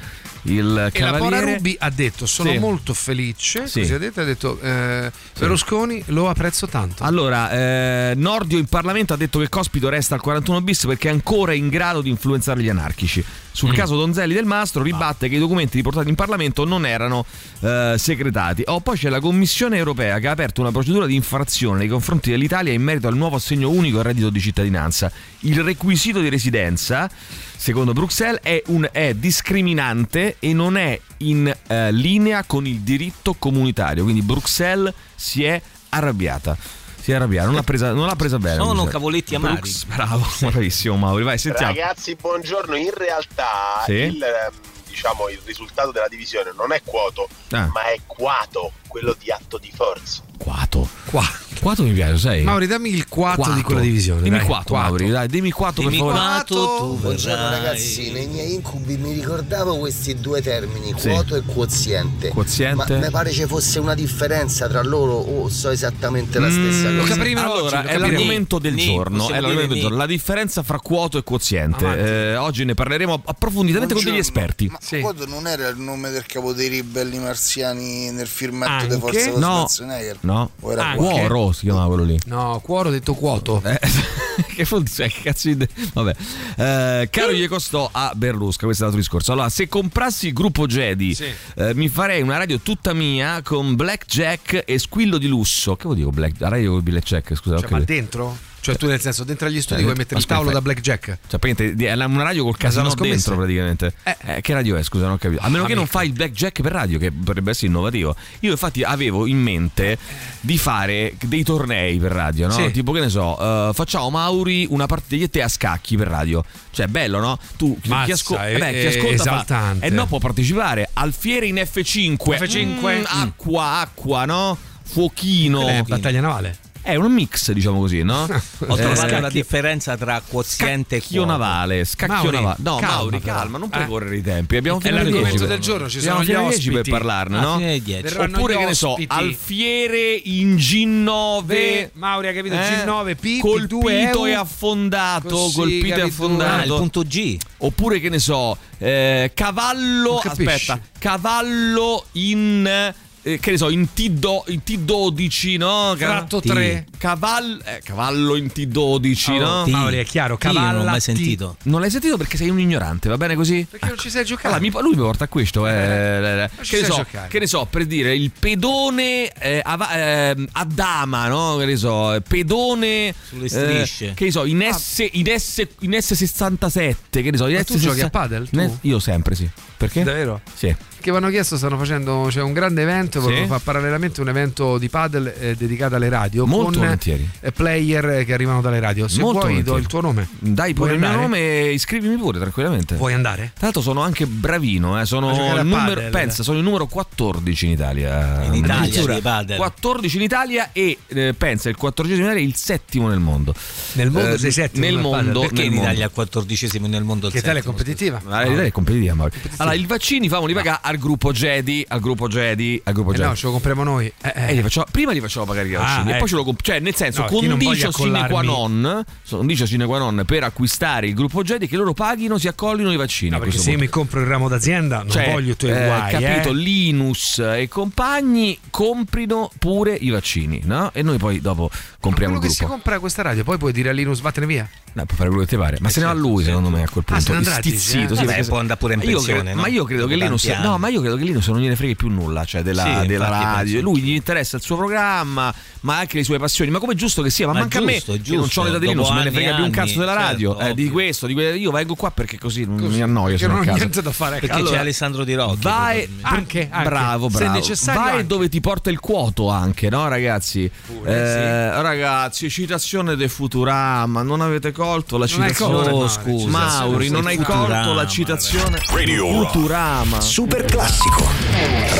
Speaker 1: il
Speaker 2: E la Pora
Speaker 1: cavaliere.
Speaker 2: Rubi ha detto: Sono
Speaker 1: Sì.
Speaker 2: molto felice.
Speaker 1: Sì.
Speaker 2: Così ha detto: ha detto eh, Berlusconi lo apprezzo tanto.
Speaker 1: Allora, eh, Nordio in Parlamento ha detto che Cospito resta al 41 bis perché è ancora in grado di influenzare gli anarchici. Sul caso Donzelli del Mastro ribatte che i documenti riportati in Parlamento non erano eh, segretati. Oh, poi c'è la Commissione europea che ha aperto una procedura di infrazione nei confronti dell'Italia in merito al nuovo assegno unico al reddito di cittadinanza. Il requisito di residenza, secondo Bruxelles, è, un, è discriminante e non è in eh, linea con il diritto comunitario. Quindi Bruxelles si è arrabbiata. Si è arrabbiata, non l'ha presa, non l'ha presa bene.
Speaker 3: Sono
Speaker 1: Lucia.
Speaker 3: cavoletti amari.
Speaker 1: Brooks, bravo, bravissimo Mauri. Vai, sentiamo.
Speaker 13: Ragazzi, buongiorno. In realtà
Speaker 1: Sì.
Speaker 13: il, ehm, diciamo, il risultato della divisione non è quoto,
Speaker 1: Ah.
Speaker 13: ma è quato, quello di atto di forza.
Speaker 1: Quato.
Speaker 2: Qua.
Speaker 1: Quato mi piace, sai?
Speaker 2: Mauri, dammi il quattro di quella divisione.
Speaker 1: Dimmi
Speaker 2: dai.
Speaker 1: quato, Mauri, dai, dimmi quato per
Speaker 3: Dimmi
Speaker 1: favore.
Speaker 3: quato, tu
Speaker 14: Buongiorno
Speaker 3: verrai.
Speaker 14: ragazzi, nei miei incubi mi ricordavo questi due termini,
Speaker 1: Sì.
Speaker 14: quoto e quoziente.
Speaker 1: Quoziente.
Speaker 14: Ma mi pare ci fosse una differenza tra loro o so esattamente la stessa
Speaker 1: Mm,
Speaker 14: cosa. Ah,
Speaker 1: allora, è l'argomento del
Speaker 3: Ni,
Speaker 1: giorno.
Speaker 3: possiamo
Speaker 1: È l'argomento
Speaker 3: dire
Speaker 1: del
Speaker 3: ni.
Speaker 1: giorno. La differenza fra quoto e quoziente.
Speaker 2: Avanti.
Speaker 1: Eh, oggi ne parleremo approfonditamente con degli esperti.
Speaker 15: Ma Quodo non era il nome del capo dei ribelli marziani nel filmetto
Speaker 2: Anche?
Speaker 15: di Forza con
Speaker 1: No,
Speaker 15: Schwarzenegger?
Speaker 1: no. Ah,
Speaker 15: O era
Speaker 2: Anche?
Speaker 15: Quodo?
Speaker 1: Cuoro si chiamava quello lì.
Speaker 2: No, cuoro ho detto quoto.
Speaker 1: Eh, che vuol dire? Che cazzo di- Vabbè. Eh, caro Ie Costò a Berlusca, questo è l'altro discorso. Allora, se comprassi il gruppo Jedi,
Speaker 2: Sì.
Speaker 1: eh, mi farei una radio tutta mia con Blackjack e Squillo di lusso. Che vuol dire Black? La radio con Blackjack, scusa. ho
Speaker 2: Cioè, ma
Speaker 1: capito.
Speaker 2: dentro? Cioè, tu nel senso, dentro agli studi
Speaker 1: Eh,
Speaker 2: vuoi mettere il
Speaker 1: aspetta,
Speaker 2: tavolo da
Speaker 1: aspetta.
Speaker 2: blackjack?
Speaker 1: Cioè, praticamente di- è la- una radio col casino
Speaker 2: sono scommesse.
Speaker 1: dentro, praticamente. Eh, che radio è? Scusa, non ho capito. A meno che non fai il blackjack per radio, che potrebbe essere innovativo. Io, infatti, avevo in mente di fare dei tornei per radio, no?
Speaker 2: Sì.
Speaker 1: Tipo, che ne so, eh, facciamo Mauri una partita io e te a scacchi per radio. Cioè, bello, no? Tu chi- chi,
Speaker 2: Mazza,
Speaker 1: asco-
Speaker 2: è-
Speaker 1: eh beh, chi
Speaker 2: è
Speaker 1: ascolta fa-
Speaker 2: esaltante.
Speaker 1: e no, può partecipare. Alfiere in F5.
Speaker 2: F5.
Speaker 1: Mm, acqua, acqua, no? Fuochino.
Speaker 2: Eh, battaglia navale.
Speaker 1: È un mix, diciamo così, no?
Speaker 3: Ho trovato
Speaker 1: Eh,
Speaker 3: la differenza tra quoziente e
Speaker 1: Scacchio
Speaker 3: quoto.
Speaker 1: navale, scacchio
Speaker 2: Mauri,
Speaker 1: navale. No,
Speaker 2: calma,
Speaker 1: Mauri,
Speaker 2: però.
Speaker 1: calma, non
Speaker 2: Eh.
Speaker 1: precorrere i tempi. Abbiamo
Speaker 2: È
Speaker 1: fino alle
Speaker 2: l'argomento
Speaker 1: 10 per-
Speaker 2: del giorno, ci
Speaker 1: abbiamo
Speaker 2: sono
Speaker 1: fino
Speaker 2: gli
Speaker 1: alle 10 per
Speaker 2: ospiti.
Speaker 1: parlarne,
Speaker 3: Ah,
Speaker 1: no?
Speaker 3: fino alle 10.
Speaker 2: Verranno
Speaker 1: Oppure
Speaker 2: gli
Speaker 1: che ne so,
Speaker 2: ospiti.
Speaker 1: alfiere in G9.
Speaker 2: Beh, Mauri, hai capito? G9, P, due
Speaker 1: colpito
Speaker 2: euro.
Speaker 1: e affondato,
Speaker 2: Così,
Speaker 1: colpito e
Speaker 2: capito?
Speaker 3: Ah, il
Speaker 1: affondato.
Speaker 3: punto G.
Speaker 1: Oppure che ne so, eh, cavallo,
Speaker 2: Non capisci.
Speaker 1: aspetta, cavallo in eh, che ne so, in, T12, in T12, no? Ca-
Speaker 2: Fratto tre.
Speaker 1: Cavallo, eh, cavallo in T12,
Speaker 2: Oh,
Speaker 1: no?
Speaker 2: T. Mauri, è chiaro,
Speaker 1: T, non l'ho
Speaker 2: cavalla
Speaker 1: mai
Speaker 2: T.
Speaker 1: sentito. Non l'hai sentito perché sei un ignorante, va bene così?
Speaker 2: Perché non ci sei giocato?
Speaker 1: Allora, mi- lui mi porta a questo, eh, eh, eh.
Speaker 2: ci
Speaker 1: Che, ne
Speaker 2: sai
Speaker 1: so,
Speaker 2: giocare.
Speaker 1: che ne so, per dire il pedone eh, ava- ehm, a dama, no? Che ne so, eh, pedone
Speaker 3: Sulle strisce.
Speaker 1: eh, che ne so, in, S, in, S, in S67, che ne so, in
Speaker 2: Ah. Ma tu
Speaker 1: S60
Speaker 2: giochi a padel, tu?
Speaker 1: Ne- Io sempre, sì. Perché?
Speaker 2: Davvero?
Speaker 1: Sì.
Speaker 2: Che mi hanno chiesto, stanno facendo c'è un grande evento,
Speaker 1: Sì.
Speaker 2: vogliono fare parallelamente un evento di padel eh, dedicato alle radio
Speaker 1: Molto
Speaker 2: con
Speaker 1: volentieri.
Speaker 2: eh, player che arrivano dalle radio. Se
Speaker 1: Molto
Speaker 2: vuoi do
Speaker 1: volentieri.
Speaker 2: il tuo nome.
Speaker 1: Dai pure
Speaker 2: Vuoi
Speaker 1: il mio
Speaker 2: andare?
Speaker 1: nome, iscrivimi pure tranquillamente.
Speaker 2: Puoi andare?
Speaker 1: Tra l'altro sono anche bravino, eh, sono,
Speaker 2: A giocare a
Speaker 1: il numero,
Speaker 2: padel.
Speaker 1: pensa, sono il numero 14 in Italia.
Speaker 3: In Italia,
Speaker 1: Addirittura
Speaker 3: di padel.
Speaker 1: 14 in Italia e eh, pensa, il 14 in Italia è il settimo nel mondo. Eh,
Speaker 3: Nel mondo sei settimo
Speaker 1: Nel
Speaker 3: nel padel?
Speaker 1: mondo,
Speaker 3: Perché
Speaker 1: nel
Speaker 3: in
Speaker 1: mondo.
Speaker 3: Italia il 14 nel mondo il
Speaker 2: Che tale è
Speaker 3: settimo?
Speaker 2: competitiva?
Speaker 1: Ah, l'Italia è competitiva, Mauro. Allora, i vaccini famoli pagare al gruppo Jedi, al gruppo Jedi, al gruppo
Speaker 2: Eh
Speaker 1: Jedi.
Speaker 2: no, ce lo compriamo noi. Eh, eh.
Speaker 1: Eh, li faccio- prima li facevamo pagare i
Speaker 2: Ah,
Speaker 1: vaccini e
Speaker 2: ecco.
Speaker 1: poi ce lo comp- cioè nel senso
Speaker 2: No, chi non
Speaker 1: condicio
Speaker 2: voglia
Speaker 1: sine qua
Speaker 2: collarmi-
Speaker 1: non condicio sine qua non per acquistare il gruppo Jedi che loro paghino si accollino i vaccini
Speaker 2: No,
Speaker 1: a
Speaker 2: perché se
Speaker 1: questo
Speaker 2: io mi compro il ramo d'azienda non
Speaker 1: Cioè,
Speaker 2: voglio i tuoi
Speaker 1: eh,
Speaker 2: guai.
Speaker 1: capito?
Speaker 2: eh.
Speaker 1: Linus e compagni comprino pure i vaccini, no? E noi poi dopo compriamo
Speaker 2: Quello che
Speaker 1: il
Speaker 2: si
Speaker 1: gruppo.
Speaker 2: compra questa radio, poi puoi dire a Linus vattene via.
Speaker 1: No, può fare quello che ti pare, ma se ne va lui, secondo me, a quel
Speaker 2: Ah, se
Speaker 1: punto.
Speaker 2: ne andrà, dici, eh?
Speaker 1: Stizzito, sì,
Speaker 2: Vabbè,
Speaker 1: perché se-
Speaker 3: può andare pure in
Speaker 1: Ma io
Speaker 3: pensione,
Speaker 1: credo-
Speaker 3: no?
Speaker 1: Ma io credo che
Speaker 3: Dopo
Speaker 1: Linus.
Speaker 3: tanti
Speaker 1: No,
Speaker 3: anni.
Speaker 1: ma io credo che Linus non gliene freghi più nulla, cioè della,
Speaker 3: Sì, infatti,
Speaker 1: della radio.
Speaker 3: penso.
Speaker 1: Lui gli interessa il suo programma, ma anche le sue passioni. Ma come è giusto che sia? Ma,
Speaker 3: Ma
Speaker 1: manca
Speaker 3: giusto,
Speaker 1: a me,
Speaker 3: è
Speaker 1: che non
Speaker 3: giusto.
Speaker 1: ho l'età di
Speaker 3: Dopo
Speaker 1: Linus, me ne
Speaker 3: anni,
Speaker 1: frega più un cazzo della
Speaker 3: anni,
Speaker 1: radio.
Speaker 3: certo,
Speaker 1: eh, di
Speaker 3: ovvio.
Speaker 1: questo, di quello. Io vengo qua perché così non mi annoio.
Speaker 2: Che
Speaker 1: sono
Speaker 2: non
Speaker 1: a
Speaker 2: ho
Speaker 1: casa.
Speaker 2: niente da fare.
Speaker 3: Perché
Speaker 2: Allora,
Speaker 3: c'è Alessandro Di Rocchi. Ah,
Speaker 1: Vai
Speaker 3: probabilmente.
Speaker 2: anche, anche.
Speaker 1: Bravo,
Speaker 2: Se
Speaker 1: bravo.
Speaker 2: necessario,
Speaker 1: Vai
Speaker 2: anche.
Speaker 1: dove ti porta il quoto anche, no ragazzi? Eh, Ragazzi, citazione de Futurama, non avete colto la
Speaker 2: Non hai colto,
Speaker 1: citazione. Oh,
Speaker 2: Mauri.
Speaker 1: scusa.
Speaker 2: Citazione
Speaker 1: Mauri,
Speaker 2: su
Speaker 1: non hai
Speaker 2: Futurama,
Speaker 1: colto la citazione
Speaker 12: Radio Rock.
Speaker 1: Futurama.
Speaker 5: Super classico.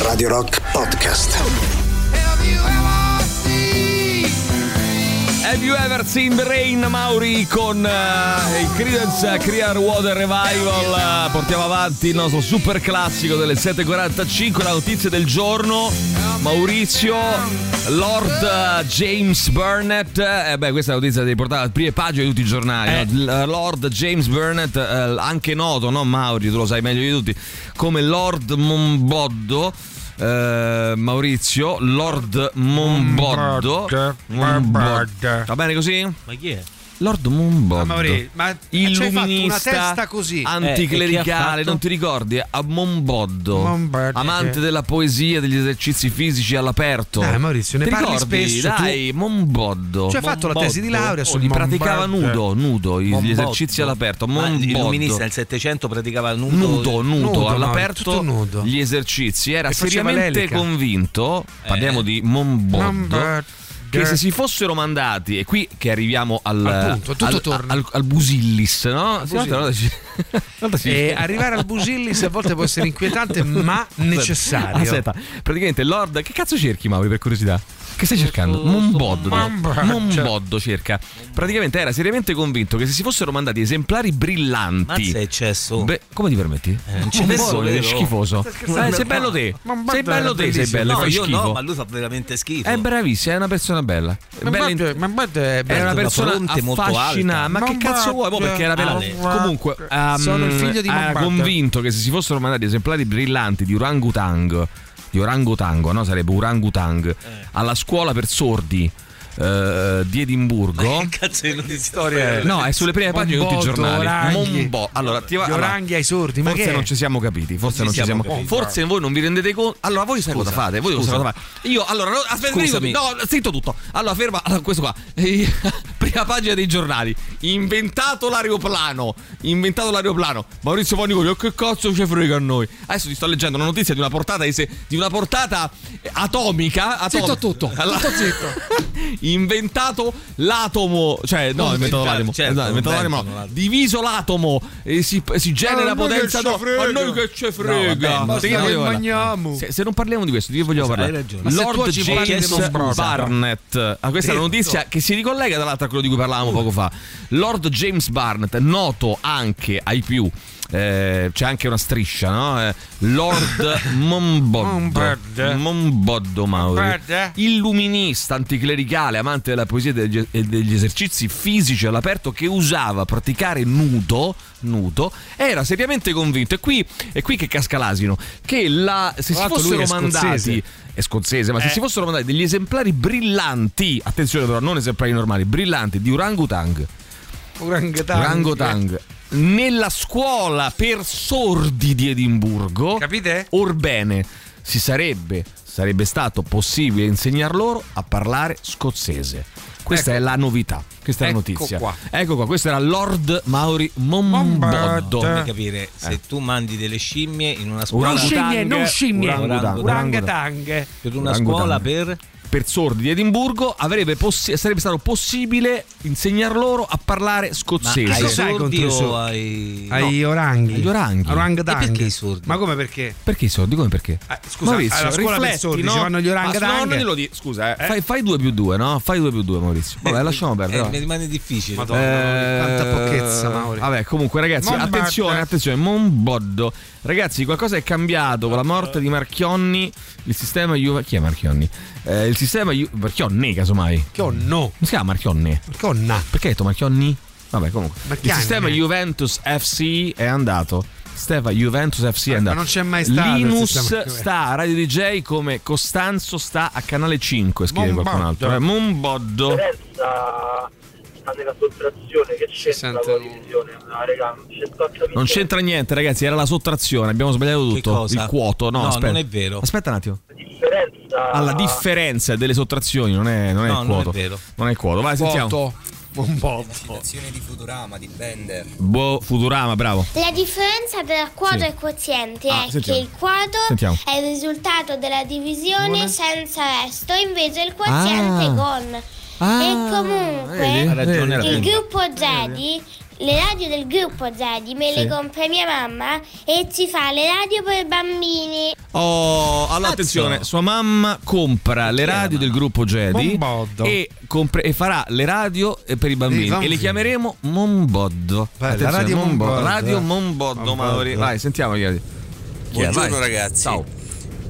Speaker 5: Radio Rock Podcast.
Speaker 1: Have you ever seen the rain, Mauri, con eh, il Credence Clear Water Revival? Eh, portiamo avanti il nostro super classico delle 7.45, la notizia del giorno. Maurizio, Lord eh, James Burnett, eh, beh questa è la notizia devi portare alle prime pagine di tutti i giornali. no? L- Lord James Burnett, eh, anche noto, no Mauri, tu lo sai meglio di tutti, come Lord Momboddo. eh, Maurizio, Lord Momboddo, Momboddo. Va bene così?
Speaker 3: Ma chi è?
Speaker 1: Lord Momboddo.
Speaker 2: Ma Mauri, ma ci hai fatto una
Speaker 1: illuminista
Speaker 2: testa così.
Speaker 3: Eh, e chi ha
Speaker 1: anticlericale,
Speaker 3: fatto?
Speaker 1: non ti ricordi? A Momboddo,
Speaker 2: Momboddo.
Speaker 1: amante della poesia, degli esercizi fisici all'aperto.
Speaker 2: Dai, Maurizio, ne
Speaker 1: ti
Speaker 2: parli
Speaker 1: ricordi?
Speaker 2: spesso,
Speaker 1: Dai, Momboddo.
Speaker 2: Ci Cioè, hai fatto la tesi di laurea Cioè,
Speaker 1: Oh,
Speaker 2: sul
Speaker 1: li praticava
Speaker 2: Momboddo.
Speaker 1: nudo, nudo, i- gli
Speaker 3: Momboddo.
Speaker 1: esercizi all'aperto.
Speaker 3: Ma
Speaker 1: Momboddo.
Speaker 3: l'illuminista nel Settecento praticava il nudo.
Speaker 1: Nudo, nudo,
Speaker 2: Nudo,
Speaker 1: all'aperto
Speaker 2: Mauro, tutto nudo.
Speaker 1: gli esercizi. Era
Speaker 2: E faceva
Speaker 1: seriamente
Speaker 2: l'elica. Eh.
Speaker 1: convinto, parliamo di Momboddo,
Speaker 2: Momboddo.
Speaker 1: che se si fossero mandati, e qui che arriviamo al,
Speaker 2: Al punto, tutto
Speaker 1: al,
Speaker 2: torna.
Speaker 1: al- al Busillis, no? Sì,
Speaker 2: Busillis.
Speaker 1: una volta ci- una volta ci-
Speaker 2: E arrivare al Busillis a volte può essere inquietante, ma necessario.
Speaker 1: Aspetta, praticamente Lord, che cazzo cerchi Mauri per curiosità? Che stai cercando? Momboddo.
Speaker 2: Momboddo.
Speaker 1: dai. Momboddo cerca. Praticamente era seriamente convinto che se si fossero mandati esemplari brillanti
Speaker 3: Mazza è eccesso. Eh,
Speaker 1: Beh, come ti permetti?
Speaker 3: non c'è
Speaker 1: Un
Speaker 3: nessuno,
Speaker 1: borone,
Speaker 3: vero?
Speaker 1: schifoso. Eh, sei bello te.
Speaker 2: Mamma
Speaker 1: Sei
Speaker 2: mia,
Speaker 1: bello te, sei
Speaker 2: bellissimo.
Speaker 1: bello,
Speaker 3: no,
Speaker 1: fai
Speaker 3: io
Speaker 1: schifo.
Speaker 3: no, ma lui fa veramente schifo.
Speaker 1: È bravissima, è una persona bella.
Speaker 2: Ma
Speaker 1: Bella
Speaker 2: guarda- ma guarda, è
Speaker 1: È
Speaker 2: bello.
Speaker 1: una
Speaker 3: una
Speaker 1: persona
Speaker 3: fronte molto
Speaker 1: affascinante.
Speaker 3: alta.
Speaker 1: Ma che
Speaker 2: Ma
Speaker 1: cazzo vuoi? Mo
Speaker 2: guarda,
Speaker 1: perché era pelata.
Speaker 2: guarda.
Speaker 1: Comunque, ehm,
Speaker 2: Sono il figlio di
Speaker 1: era
Speaker 2: Mambatta.
Speaker 1: convinto che se si fossero mandati esemplari brillanti di orangutang, di orangutango, no? Sarebbe orangutang, alla scuola per sordi eh, di Edimburgo.
Speaker 3: Che cazzo è di storia è?
Speaker 1: No, è sulle prime pagine di tutti i
Speaker 2: Mombotto,
Speaker 1: giornali.
Speaker 2: oranghi.
Speaker 1: Mombo. Allora, ti va-
Speaker 2: Gli
Speaker 1: allora,
Speaker 2: oranghi ai sordi, ma
Speaker 1: Forse
Speaker 2: che è?
Speaker 1: non ci siamo capiti. Forse non ci siamo capiti. Forse voi non vi rendete conto. Allora, voi sai cosa fate? Voi
Speaker 3: scusa.
Speaker 1: cosa fate? Io, allora, no, aspetta,
Speaker 3: Scusami.
Speaker 1: dico- no, zitto tutto. Allora, ferma allora, questo qua. Eh, Prima pagina dei giornali. Inventato l'aeroplano. Inventato l'aeroplano. Maurizio Fonico, che cazzo ci frega a noi? Adesso ti sto leggendo una notizia di una portata, di se- di una portata atomica. atomica.
Speaker 2: Zitto tutto, tutto
Speaker 1: zitto. inventato l'atomo. Cioè, no,
Speaker 3: Non
Speaker 1: inventato
Speaker 3: inventato,
Speaker 1: l'atomo.
Speaker 3: certo,
Speaker 1: No, inventato
Speaker 3: non
Speaker 1: l'atomo,
Speaker 3: inventano
Speaker 1: no.
Speaker 3: l'atomo.
Speaker 1: Diviso l'atomo eh, si, si genera
Speaker 2: A noi che
Speaker 1: potenza.
Speaker 2: ce
Speaker 1: no,
Speaker 2: frega.
Speaker 1: a noi che ce frega.
Speaker 3: vabbè, ma
Speaker 1: Di che
Speaker 2: stiamo
Speaker 1: vogliamo
Speaker 2: in
Speaker 1: parlare?
Speaker 2: bagniamo.
Speaker 1: Se, se non parliamo di questo, di che vogliamo
Speaker 3: hai
Speaker 1: parlare?
Speaker 3: ragione. Ma
Speaker 2: se
Speaker 1: Lord
Speaker 2: tu ci parli
Speaker 1: James
Speaker 2: di Mombrosa.
Speaker 1: Barnett. Ah, questa è una notizia che si ricollega dall'altra a quello di cui parlavamo poco fa. Lord James Barnett, noto anche ai più. eh, c'è anche una striscia, no? Eh, Lord Momboddo
Speaker 2: Momboddo.
Speaker 1: Momboddo Mauri
Speaker 2: Momboddo.
Speaker 1: illuminista anticlericale amante della poesia e degli, e degli esercizi fisici all'aperto che usava praticare nudo, nudo era seriamente convinto, e qui, è qui che casca l'asino, che la, se si
Speaker 2: Tra l'altro
Speaker 1: fossero
Speaker 2: lui è scozzese.
Speaker 1: mandati è scozzese, ma se
Speaker 2: Eh.
Speaker 1: si fossero mandati degli esemplari brillanti, attenzione però, non esemplari normali, brillanti di orangutang,
Speaker 2: Orangutang.
Speaker 1: orangutang nella scuola per sordi di Edimburgo, capite? Orbene, si sarebbe, sarebbe stato possibile insegnar loro a parlare scozzese. Questa
Speaker 2: Ecco.
Speaker 1: è la novità, questa è la
Speaker 3: Ecco
Speaker 1: notizia.
Speaker 3: qua.
Speaker 1: Ecco qua, questo era Lord Mauri Momboddo.
Speaker 3: Fammi capire, se
Speaker 2: Eh.
Speaker 3: tu mandi delle scimmie in una scuola...
Speaker 1: Non scimmie, non scimmie.
Speaker 3: Orangutang.
Speaker 1: Orangutang.
Speaker 3: Per una scuola per...
Speaker 1: per sordi di Edimburgo avrebbe possi- sarebbe stato possibile insegnar loro a parlare scozzese.
Speaker 2: Che cos'hai contro i sordi? Ai oranghi.
Speaker 1: Agli oranghi.
Speaker 2: Orangutang.
Speaker 1: E perché i
Speaker 2: sordi? Ma come perché?
Speaker 1: Perché i sordi? Come perché?
Speaker 2: Ah, scusa, alla scuola per sordi ci vanno gli orangutang?
Speaker 1: Ma no, non glielo di- Scusa, eh. fai, fai 2 più 2, no? Fai 2 più 2, Maurizio. Vabbè, lasciamo perdere.
Speaker 3: Eh,
Speaker 1: va.
Speaker 3: mi rimane difficile.
Speaker 1: Eh,
Speaker 3: quanta pochezza, Mauri.
Speaker 1: Vabbè, comunque, ragazzi,
Speaker 3: Mombard.
Speaker 1: attenzione, attenzione, Momboddo. Ragazzi, qualcosa è cambiato con la morte di Marchionni. Il sistema Juve. Chi è Marchionni? Eh, il sistema Ju- Marchionni, casomai. Chionno. Come si chiama Marchionni? Marchionna. Perché hai detto Marchionni? Vabbè, comunque. Il
Speaker 2: Marchianne.
Speaker 1: sistema Juventus FC è andato. Steva Juventus FC è andato.
Speaker 2: non c'è mai stato il sistema
Speaker 1: Linus
Speaker 2: Juve.
Speaker 1: sta a Radio DJ come Costanzo sta a canale 5, scrive qualcun altro. Eh, Momboddo.
Speaker 16: differenza sta nella sottrazione che c'entra con la divisione no raga non c'è sto a capire
Speaker 1: Non c'entra niente, ragazzi, era la sottrazione, abbiamo sbagliato tutto.
Speaker 3: cosa?
Speaker 1: Il quoto, no,
Speaker 3: No,
Speaker 1: aspetta.
Speaker 3: non è vero.
Speaker 1: Aspetta un attimo. Alla differenza delle sottrazioni, non è, non è
Speaker 3: No,
Speaker 1: il
Speaker 3: non è
Speaker 1: quoto.
Speaker 3: vero.
Speaker 1: Non è il quoto. Vai, sentiamo.
Speaker 17: La citazione di Futurama di Bender.
Speaker 1: Boh, Futurama, bravo.
Speaker 11: La differenza tra quadro e quoziente
Speaker 1: Ah,
Speaker 11: è
Speaker 1: sentiamo.
Speaker 11: che il quadro
Speaker 1: Sentiamo.
Speaker 11: è il risultato della divisione
Speaker 1: Buona.
Speaker 11: senza resto, invece il quoziente
Speaker 1: Ah.
Speaker 11: con.
Speaker 1: Ah,
Speaker 11: e comunque
Speaker 1: vedi? Ha ragione,
Speaker 11: il
Speaker 1: ragione.
Speaker 11: gruppo Zedi, le radio del gruppo Zedi me
Speaker 1: Sì.
Speaker 11: le compra mia mamma e ci fa le radio per bambini.
Speaker 1: Oh, allora attenzione, sua mamma compra le radio del gruppo Jedi
Speaker 2: Momboddo.
Speaker 1: e, compre- e farà le radio eh, per i bambini
Speaker 2: bambini.
Speaker 1: e le chiameremo Momboddo.
Speaker 2: Bella,
Speaker 1: Attenzione,
Speaker 2: Radio
Speaker 1: Momboddo.
Speaker 2: Momboddo.
Speaker 1: Radio Momboddo,
Speaker 2: Momboddo.
Speaker 1: Mauri. Vai, sentiamo chi è. Chi è?
Speaker 9: Buongiorno
Speaker 1: Vai.
Speaker 9: ragazzi.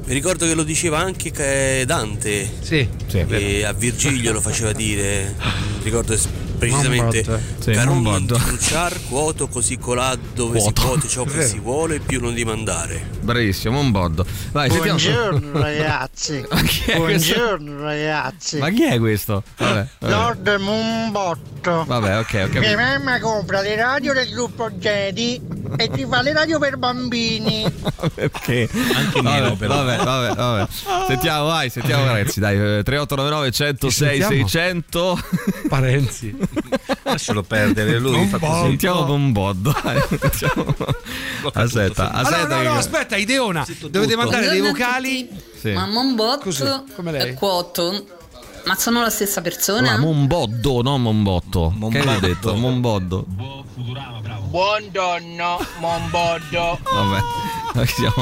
Speaker 9: Vi ricordo che lo diceva anche che Dante.
Speaker 2: Sì.
Speaker 9: E a Virgilio lo faceva dire. Ricordo es- precisamente.
Speaker 1: Mombotto, eh. Sì,
Speaker 9: Caron non
Speaker 1: Mombotto.
Speaker 9: truciar, quoto così colà dove
Speaker 1: Quoto.
Speaker 9: si vuole ciò
Speaker 1: È
Speaker 9: che
Speaker 1: vero.
Speaker 9: si vuole e più non dimandare.
Speaker 1: Bravissimo, Momboddo. Vai, sentiamo.
Speaker 18: Buongiorno ragazzi.
Speaker 1: è questo?
Speaker 18: Buongiorno ragazzi.
Speaker 1: Ma chi è questo? Vabbè, vabbè.
Speaker 18: Lord Mumbotto.
Speaker 1: Vabbè, ok, ho
Speaker 18: Mia
Speaker 1: capito.
Speaker 18: mamma compra le radio del gruppo Jedi e ti fa le radio per bambini.
Speaker 1: Perché? Anche
Speaker 3: meno,
Speaker 1: vabbè,
Speaker 3: però.
Speaker 1: Vabbè, vabbè, vabbè. Sentiamo, vai, sentiamo Renzi, dai, eh, 3899 106
Speaker 3: sentiamo?
Speaker 1: 600.
Speaker 2: Parenzi.
Speaker 3: Lascialo perdere, lui fa così.
Speaker 1: Sentiamo Bomboddo. dai. Sentiamo. Aspetta,
Speaker 2: Allora,
Speaker 1: aspetta.
Speaker 2: no,
Speaker 1: che-
Speaker 2: no, aspetta, Ideona. Dovete mandare dei
Speaker 19: Buongiorno a
Speaker 2: vocali.
Speaker 1: Sì.
Speaker 19: Ma Mombotto e Quoton, ma sono la stessa persona?
Speaker 1: Ma Momboddo, no Mombotto. Che hai detto? Momboddo.
Speaker 20: Buongiorno, Momboddo.
Speaker 1: Vabbè.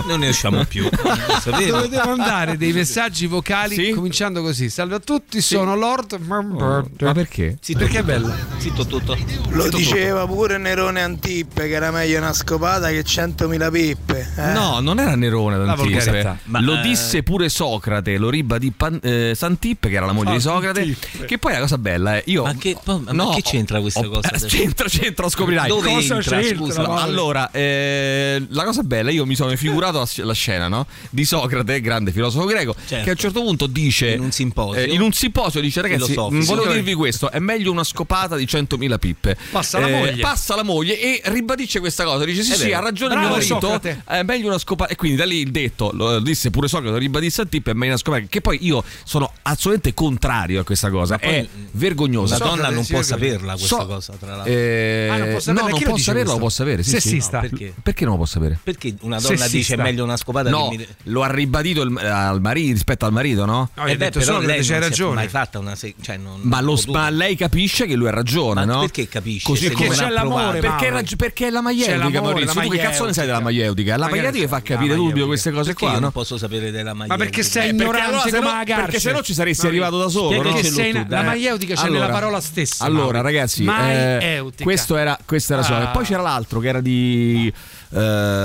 Speaker 3: Non ne usciamo più. Non sapevo.
Speaker 2: Dovete mandare dei messaggi vocali cominciando così. Salve a tutti, sono Lord
Speaker 3: Oh,
Speaker 2: Mumbotto.
Speaker 1: Ma perché?
Speaker 2: perché è bella.
Speaker 3: Zitto tutto.
Speaker 15: Lo diceva pure Nerone Antippe che era meglio una scopata che 100.000 peppe. eh.
Speaker 1: No, non era Nerone
Speaker 15: La
Speaker 1: Dantippe.
Speaker 15: volgarità. Ma,
Speaker 1: Lo
Speaker 15: eh,
Speaker 1: disse pure Socrate, lo ribadì Pan- eh, Santippe, che era la moglie di Socrate. Che poi la cosa bella è. Io, ma che,
Speaker 3: che c'entra questa cosa adesso?
Speaker 1: C'entra, c'entra, lo scoprirai.
Speaker 3: Dove Cosa entra, c'entra, scusa?
Speaker 1: No,
Speaker 3: Mauri?
Speaker 1: allora, eh, la cosa bella, io mi sono figurato la, sc- la scena, no? Di Socrate, grande filosofo greco, che a un certo punto dice. In un simposio. in un simposio dice, ragazzi,
Speaker 3: Filosofico.
Speaker 1: mh, volevo dirvi questo: è meglio una scopata di 100.000 pippe. Eh,
Speaker 3: Passa la moglie.
Speaker 1: Passa la moglie e ribadisce questa cosa. Dice, sì,
Speaker 3: È
Speaker 1: sì,
Speaker 3: vero.
Speaker 1: ha ragione
Speaker 3: Bravo,
Speaker 1: mio marito.
Speaker 3: Socrate.
Speaker 1: È meglio una scopata. E quindi da lì il detto, lo disse pure Socrate, lo ribadisse al tip, è meglio una scopata. Che poi io sono assolutamente contrario a questa cosa. È vergognosa.
Speaker 3: Eh, La donna non può saperla questa
Speaker 1: So-
Speaker 3: cosa, tra l'altro. Ah,
Speaker 1: Eh, no, non può saperlo, lo può sapere. Sì, sì.
Speaker 3: Sessista.
Speaker 1: No,
Speaker 3: perché?
Speaker 1: perché? perché non lo può sapere?
Speaker 3: Perché una donna dice è meglio una scopata
Speaker 1: No,
Speaker 3: che mi-
Speaker 1: lo ha ribadito il- al marito, rispetto al marito, no?
Speaker 3: Eh beh, però lei
Speaker 1: c'è
Speaker 3: non si è mai fatta una se- cioè non-
Speaker 1: Ma, lo-
Speaker 3: non può
Speaker 1: ma lei capisce che lui ha ragione, no?
Speaker 3: perché capisce?
Speaker 1: Così
Speaker 3: Se
Speaker 1: come
Speaker 3: non ha Perché c'è l'amore, provato.
Speaker 1: perché,
Speaker 3: Mauro.
Speaker 1: raggi- perché è la
Speaker 3: C'è
Speaker 1: maieutica,
Speaker 3: l'amore,
Speaker 1: Maurizio.
Speaker 3: la
Speaker 1: tu che cazzo ne sai della maieutica? La
Speaker 3: Ma che ne
Speaker 1: maieutica
Speaker 3: so,
Speaker 1: fa
Speaker 3: la
Speaker 1: capire dubbio
Speaker 3: maieutica.
Speaker 1: queste cose
Speaker 3: Perché
Speaker 1: qua,
Speaker 3: io
Speaker 1: no?
Speaker 3: non posso sapere della maieutica.
Speaker 2: perché sei
Speaker 1: Eh, perché
Speaker 2: ignorante
Speaker 1: allora, se
Speaker 2: come
Speaker 1: no-
Speaker 2: la Garce.
Speaker 1: Perché se no ci saresti
Speaker 2: Ma-
Speaker 1: arrivato da solo.
Speaker 2: Spiegacelo
Speaker 1: no?
Speaker 2: tu, Sei- la dai. maieutica c'è nella parola stessa,
Speaker 1: eh. Allora,
Speaker 2: Mauro.
Speaker 1: ragazzi, eh,
Speaker 2: Maieutica.
Speaker 1: questo era, questa era solo.
Speaker 2: Ah.
Speaker 1: E Poi c'era l'altro che era di.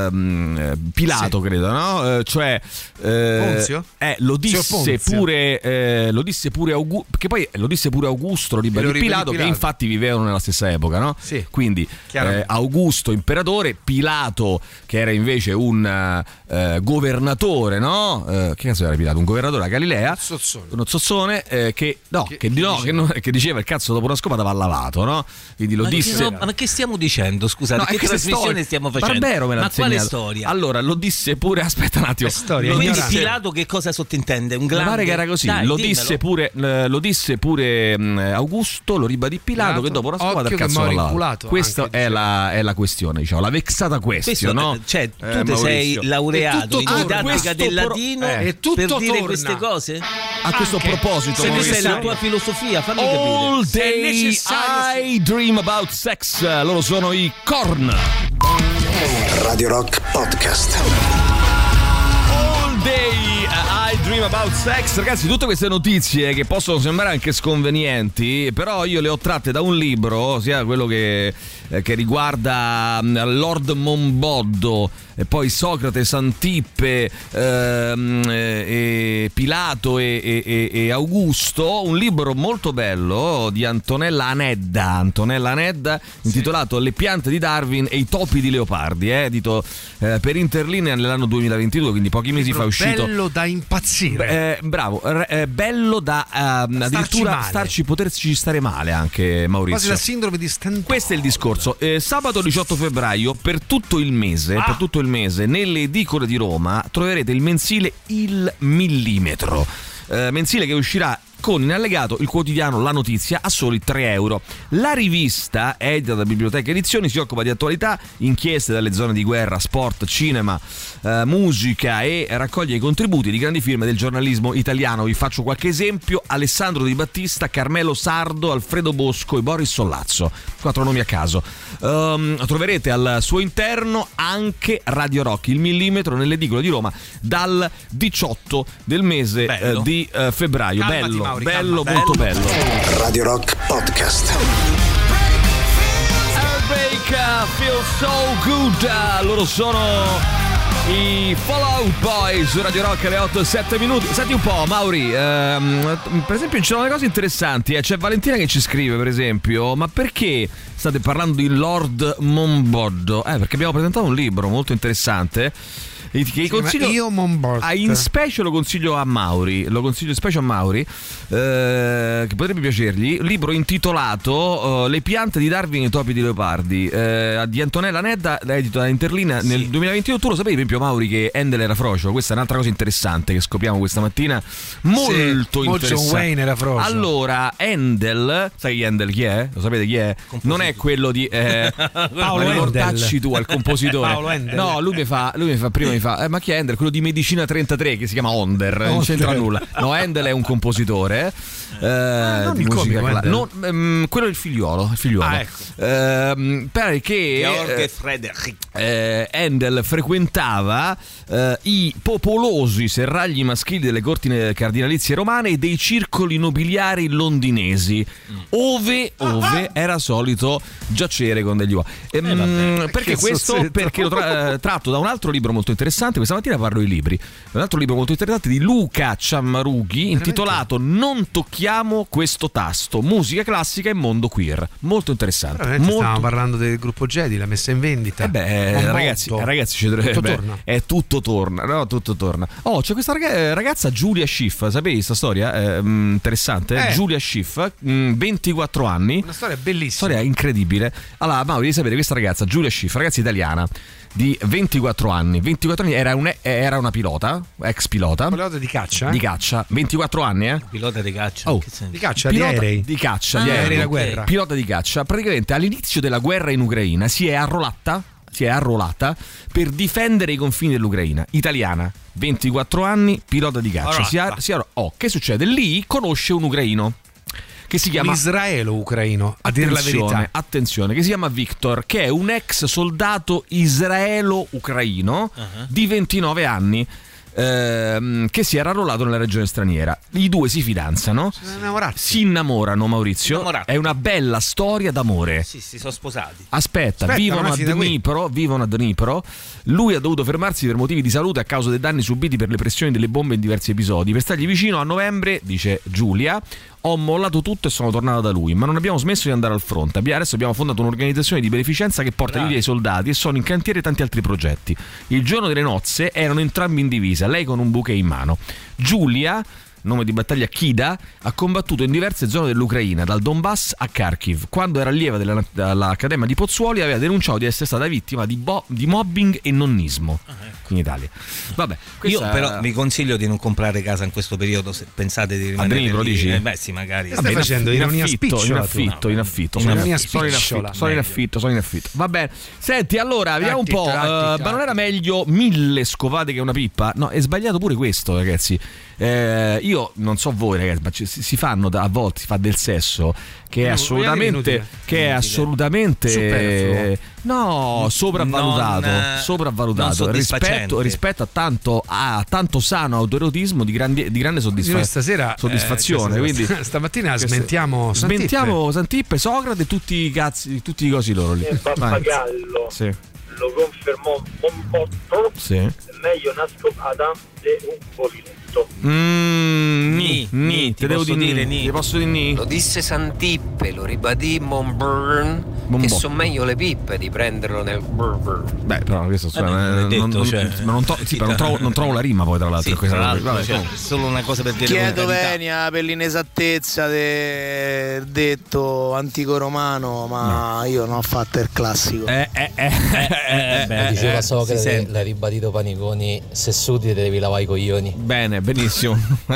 Speaker 1: ehm, Pilato, credo, no? Eh, cioè, eh,
Speaker 2: Ponzio?
Speaker 1: eh, lo
Speaker 2: Zio
Speaker 1: disse
Speaker 2: Ponzio.
Speaker 1: pure, eh, lo disse pure Augusto, che poi lo disse pure Augusto, lo
Speaker 2: E lo
Speaker 1: ribadì
Speaker 2: ribadì
Speaker 1: Pilato, che
Speaker 2: Pilato.
Speaker 1: infatti vivevano nella stessa epoca, no? Quindi
Speaker 2: chiaramente.
Speaker 1: eh, Augusto imperatore, Pilato che era invece un eh, governatore, no? Eh, che cazzo era Pilato? Un governatore a Galilea?
Speaker 2: Sozzone.
Speaker 1: uno zozzone eh, che, no, che, di- no, che non- che diceva il cazzo dopo una scopata va lavato, no? Quindi lo
Speaker 3: Ma che
Speaker 1: disse.
Speaker 3: roba- ma che stiamo dicendo? Scusate,
Speaker 1: No, è
Speaker 3: che
Speaker 1: che
Speaker 3: trasmissione
Speaker 1: storia-
Speaker 3: stiamo facendo?
Speaker 1: Barbero me l'ha
Speaker 3: ma quale
Speaker 1: insegnato.
Speaker 3: storia?
Speaker 1: Allora lo disse pure. Aspetta un attimo.
Speaker 3: Lo
Speaker 1: Lo
Speaker 3: Quindi
Speaker 1: disse-
Speaker 3: Pilato che cosa sottintende? Un
Speaker 1: mi
Speaker 3: glande?
Speaker 1: pare che era così.
Speaker 3: Dai,
Speaker 1: lo,
Speaker 3: dimmelo.
Speaker 1: disse pure, eh, lo disse pure mh, Augusto, lo ribadì Pilato,
Speaker 3: Pilato,
Speaker 1: che dopo una
Speaker 3: occhio
Speaker 1: scopata il
Speaker 3: che
Speaker 1: cazzo va
Speaker 3: muore
Speaker 1: lavato.
Speaker 3: inculato
Speaker 1: Questa
Speaker 3: anche,
Speaker 1: è la, è la questione, diciamo, la vexata
Speaker 3: Questo,
Speaker 1: question, no?
Speaker 3: eh, cioè, tu
Speaker 1: Eh,
Speaker 3: te sei
Speaker 1: Maurizio.
Speaker 3: laureato in
Speaker 1: torna.
Speaker 3: didattica
Speaker 1: Questo
Speaker 3: del
Speaker 1: pro-
Speaker 3: latino
Speaker 1: eh.
Speaker 3: e tutto per dire queste cose?
Speaker 1: A questo proposito,
Speaker 3: se questa è
Speaker 1: Maurizio-
Speaker 3: la tua filosofia, fammi
Speaker 1: All
Speaker 3: capire. Se è
Speaker 1: day
Speaker 3: necessario-
Speaker 1: I dream about sex. eh, Loro sono i Korn.
Speaker 5: Radio Rock Podcast.
Speaker 1: All day eh, I dream about sex. Ragazzi, tutte queste notizie che possono sembrare anche sconvenienti, però io le ho tratte da un libro, sia quello che, eh, che riguarda mm, Lord Momboddo, e poi Socrate, Santippe, ehm, eh, e Pilato e, e- e- e Augusto, un libro molto bello di Antonella Anedda, Antonella Anedda intitolato Le piante di Darwin e i topi di Leopardi, eh, edito eh, per Interlinea nell'anno 2022, quindi pochi mesi fa è uscito.
Speaker 2: Bello da impazzire.
Speaker 1: Eh, bravo, r- eh, bello da ehm, addirittura
Speaker 2: male.
Speaker 1: starci, poterci stare male anche
Speaker 2: Quasi
Speaker 1: Maurizio.
Speaker 2: la sindrome di Stanton.
Speaker 1: Questo è il discorso. Eh, sabato 18 febbraio, per tutto il mese,
Speaker 2: Ah.
Speaker 1: per tutto il mese, nelle edicole di Roma troverete il mensile Il Millimetro. Eh, mensile che uscirà con in allegato il quotidiano La Notizia a soli 3 euro. La rivista, edita da Biblioteca Edizioni, si occupa di attualità, inchieste dalle zone di guerra, sport, cinema, eh, musica e raccoglie i contributi di grandi firme del giornalismo italiano. Vi faccio qualche esempio: Alessandro Di Battista, Carmelo Sardo, Alfredo Bosco e Boris Sollazzo. Quattro nomi a caso. Ehm, troverete al suo interno anche Radio Rock, il millimetro nell'edicola di Roma dal 18 del mese eh,
Speaker 5: Bello.
Speaker 1: di eh, febbraio.
Speaker 5: Calmati,
Speaker 1: bello,
Speaker 5: Mauri,
Speaker 1: bello,
Speaker 5: calma.
Speaker 1: molto
Speaker 5: Bello.
Speaker 1: bello.
Speaker 5: Radio Rock Podcast.
Speaker 1: Heartbreak uh, Feel So Good uh, loro sono i Fallout Boys su Radio Rock alle 8 e 7 minuti senti un po' Mauri ehm, per esempio ci sono delle cose interessanti eh. c'è Valentina che ci scrive per esempio ma perché state parlando di Lord Momboddo eh perché abbiamo presentato un libro molto interessante eh, che consiglio
Speaker 2: Io Mombord.
Speaker 1: Ah, in specie lo consiglio a Mauri, lo consiglio in specie a Mauri, eh, che potrebbe piacergli, un libro intitolato eh, Le piante di Darwin e i topi di Leopardi, eh, di Antonella Nedda, da edito da Interlina nel 2022. Tu lo sapevi, per esempio, Mauri, che Endel era frocio? Questa è un'altra cosa interessante che scopriamo questa mattina, molto
Speaker 2: Sì, molto John
Speaker 1: interessante.
Speaker 2: Wayne era frocio.
Speaker 1: Allora, Endel, sai chi Endel chi è? Lo sapete chi è? Non è quello di... Eh,
Speaker 2: Paolo
Speaker 1: ma
Speaker 2: Endel.
Speaker 1: ricordacci tu al compositore.
Speaker 2: Paolo Endel.
Speaker 1: No, lui mi fa, lui mi fa prima mi fa, eh, ma chi è Ender? Quello di Medicina 33 che si chiama Onder, non
Speaker 2: Onder.
Speaker 1: c'entra nulla. No, Endel è un compositore eh,
Speaker 2: non
Speaker 1: di
Speaker 2: il comico,
Speaker 1: musica cla-
Speaker 2: Endel.
Speaker 1: non- ehm, quello è il figliolo, il figliolo.
Speaker 3: Ah, ecco.
Speaker 1: Ehm, perché
Speaker 3: George
Speaker 1: eh,
Speaker 3: Frederick.
Speaker 1: eh, Handel frequentava eh, i popolosi serragli maschili delle corti ne- cardinalizie romane e dei circoli nobiliari londinesi, ove, ove era solito giacere con degli uomini. Ehm, perché
Speaker 2: che
Speaker 1: questo?
Speaker 2: sozzetto.
Speaker 1: Perché lo tra- eh, tratto da un altro libro molto interessante, questa mattina parlo di libri, un altro libro molto interessante di Luca Ciammarughi intitolato Non tocchiamo questo tasto, musica classica e mondo queer. Molto interessante.
Speaker 2: Veramente
Speaker 1: Molto
Speaker 2: Stavamo parlando del gruppo Jedi, la messa in vendita.
Speaker 1: eh,
Speaker 2: Con
Speaker 1: ragazzi,
Speaker 2: Botto.
Speaker 1: ragazzi, ci dovrebbe.
Speaker 2: Tutto torna.
Speaker 1: È tutto torna, no? Tutto torna. Oh, c'è questa raga- ragazza Giulia Schiff, sapevi questa storia? Eh, mh, interessante.
Speaker 2: Eh.
Speaker 1: Giulia Schiff, mh, 24 anni. Una
Speaker 2: storia bellissima.
Speaker 1: Storia incredibile. Allora, Mauro, devi sapere, questa ragazza, Giulia Schiff, ragazza italiana di 24 anni. 24 anni era, un- era una pilota, ex pilota. Pilota
Speaker 2: di caccia? eh?
Speaker 1: Di caccia, 24 anni, eh?
Speaker 3: Pilota di caccia.
Speaker 1: Oh.
Speaker 2: Di caccia,
Speaker 1: pilota,
Speaker 2: di aerei.
Speaker 1: Di caccia,
Speaker 2: Ah,
Speaker 1: di aerei.
Speaker 2: aerei da
Speaker 1: Ok.
Speaker 2: guerra.
Speaker 1: Pilota di caccia. Praticamente all'inizio della guerra in Ucraina si è arruolata, si è arruolata per difendere i confini dell'Ucraina. Italiana, 24 anni, pilota di caccia.
Speaker 2: Arruolata.
Speaker 1: Si ar- si arru- oh, che succede? Lì conosce un ucraino che si chiama
Speaker 2: Un israelo-ucraino, a dire la
Speaker 1: Attenzione,
Speaker 2: verità.
Speaker 1: Attenzione, che si chiama Victor, che è
Speaker 2: Ah.
Speaker 1: un ex soldato israelo-ucraino di 29 anni. ehm, che si era arruolato nella regione straniera. I due si fidanzano, si innamorano Maurizio, è una bella storia d'amore.
Speaker 3: Sì, si sono sposati.
Speaker 1: Aspetta,
Speaker 3: Aspetta, non
Speaker 1: vivono
Speaker 3: è
Speaker 1: a,
Speaker 3: finita qui.
Speaker 1: Dnipro, vivono a Dnipro. Lui ha dovuto fermarsi per motivi di salute a causa dei danni subiti per le pressioni delle bombe in diversi episodi. Per stargli vicino a novembre, dice Giulia, ho mollato tutto e sono tornata da lui, ma non abbiamo smesso di andare al fronte. Abbiamo- Adesso abbiamo fondato un'organizzazione di beneficenza che porta lì via i soldati e sono in cantiere tanti altri progetti. Il giorno delle nozze erano entrambi in divisa, lei con un bouquet in mano. Giulia nome di battaglia Kida, ha combattuto in diverse zone dell'Ucraina, dal Donbass a Kharkiv. Quando era allieva della- dell'Accademia di Pozzuoli aveva denunciato di essere stata vittima di, bo- di mobbing e nonnismo in Italia. Vabbè, questa-
Speaker 3: Io però vi consiglio di non comprare casa in questo periodo se pensate di rimanere
Speaker 1: Adriano, lo
Speaker 3: lì.
Speaker 1: dici?
Speaker 3: Eh, beh sì, magari.
Speaker 1: Vabbè, in aff- in affitto, in affitto, in affitto, sono in
Speaker 3: Ironia
Speaker 1: affitto, sono in affitto,
Speaker 3: spicciola,
Speaker 1: sono in affitto, sono in affitto. Va bene. Senti, allora, vediamo un
Speaker 3: Tatti,
Speaker 1: po',
Speaker 3: tratti,
Speaker 1: eh, ma non era meglio mille scopate che una pippa? No, è sbagliato pure questo, ragazzi. Eh, io non so voi, ragazzi, ma ci- si, si fanno da- a volte si fa del sesso che è
Speaker 3: No, vogliamo dire
Speaker 1: assolutamente
Speaker 3: inutile.
Speaker 1: che è
Speaker 3: Inutile.
Speaker 1: Superfluo.
Speaker 3: Superfluo.
Speaker 1: no, sopravvalutato,
Speaker 3: Non, eh,
Speaker 1: sopravvalutato
Speaker 3: non soddisfacente.
Speaker 1: rispetto, rispetto a tanto a tanto sano autoerotismo di, grandi- di grande soddisfa-
Speaker 2: Noi stasera, eh,
Speaker 1: soddisfazione,
Speaker 3: cioè,
Speaker 2: questa-
Speaker 1: quindi
Speaker 2: stamattina
Speaker 1: queste-
Speaker 2: smentiamo Santippe.
Speaker 1: smentiamo Santippe, Socrate e tutti i cazzi, tutti i cosi loro lì.
Speaker 16: Eh,
Speaker 1: Vai.
Speaker 16: Pappagallo.
Speaker 1: Sì,
Speaker 16: Lo confermò un botto.
Speaker 1: sì.
Speaker 16: Meglio una scopata che un bolinetto.
Speaker 1: Mm, ni,
Speaker 21: Ni,
Speaker 1: ni,
Speaker 21: ni,
Speaker 1: te
Speaker 21: ti
Speaker 1: devo
Speaker 21: posso
Speaker 1: dire
Speaker 21: dire
Speaker 1: ni.
Speaker 21: ni.
Speaker 1: Ti posso
Speaker 14: Eh,
Speaker 1: dire ni?
Speaker 21: Lo disse Santippe, lo ribadì Monburn,
Speaker 1: Monbotto.
Speaker 21: che sono meglio le pippe di prenderlo nel brr.
Speaker 1: Beh, però questo scusa,
Speaker 21: non è
Speaker 1: eh, non,
Speaker 21: detto,
Speaker 1: non-
Speaker 21: cioè.
Speaker 1: ma non, to- sì, però non trovo, non trovo la rima poi tra l'altro.
Speaker 3: Sì,
Speaker 1: questa
Speaker 3: tra
Speaker 1: cosa qui.
Speaker 3: l'altro,
Speaker 1: Vabbè,
Speaker 3: cioè,
Speaker 1: comunque.
Speaker 3: solo una cosa per dire
Speaker 15: Chiedo
Speaker 3: una verità.
Speaker 15: venia Ah, per l'inesattezza del detto antico romano, ma io non ho fatto il classico.
Speaker 1: Eh, eh, eh,
Speaker 22: Beh,
Speaker 3: eh,
Speaker 22: diceva Socrate, l'ha ribadito Paniconi, se sudi te devi lavare i coglioni.
Speaker 1: Bene, benissimo,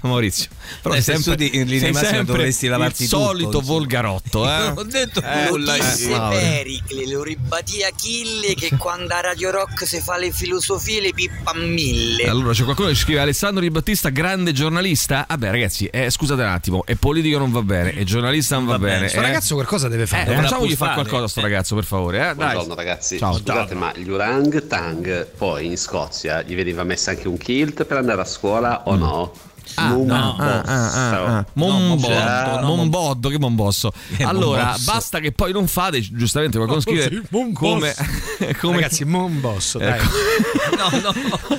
Speaker 1: Maurizio. Però
Speaker 3: Eh, se
Speaker 1: sempre,
Speaker 3: studi in linea
Speaker 1: sei
Speaker 3: di massima
Speaker 1: sempre
Speaker 3: dovresti lavarti
Speaker 1: il
Speaker 3: tutto,
Speaker 1: solito
Speaker 3: insomma.
Speaker 1: volgarotto, eh?
Speaker 3: Non ho detto
Speaker 1: nulla,
Speaker 6: Lo disse
Speaker 1: eh, Mauro.
Speaker 6: Pericle, lo ribadì Achille che quando a Radio Rock si fa le filosofie le pippa a mille.
Speaker 1: Allora c'è qualcuno che scrive Alessandro Di Battista, grande giornalista. Vabbè, ragazzi, eh, scusate un attimo, è politico non va bene, è giornalista non va, bene.
Speaker 2: Sto
Speaker 1: eh.
Speaker 2: ragazzo qualcosa deve
Speaker 1: Eh,
Speaker 2: fare.
Speaker 1: facciamogli fare qualcosa a sto ragazzo, per favore. Eh? Dai.
Speaker 8: Buongiorno ragazzi,
Speaker 1: Ciao.
Speaker 8: scusate ma gli orang tang poi in Scozia gli veniva messo anche un kilt per andare a scuola
Speaker 1: Mm.
Speaker 8: o no? non
Speaker 1: no,
Speaker 8: posso.
Speaker 1: ah, ah, ah, ah.
Speaker 8: Cioè,
Speaker 1: Mombotto, Mombotto, che Mombosso.
Speaker 8: Eh,
Speaker 1: Allora,
Speaker 8: Mombosso.
Speaker 1: basta che poi non fate, giustamente qualcuno
Speaker 2: Mombosso,
Speaker 1: scrive come,
Speaker 2: Mombosso.
Speaker 1: Eh, come
Speaker 2: Ragazzi, mon boss, dai.
Speaker 1: Ecco.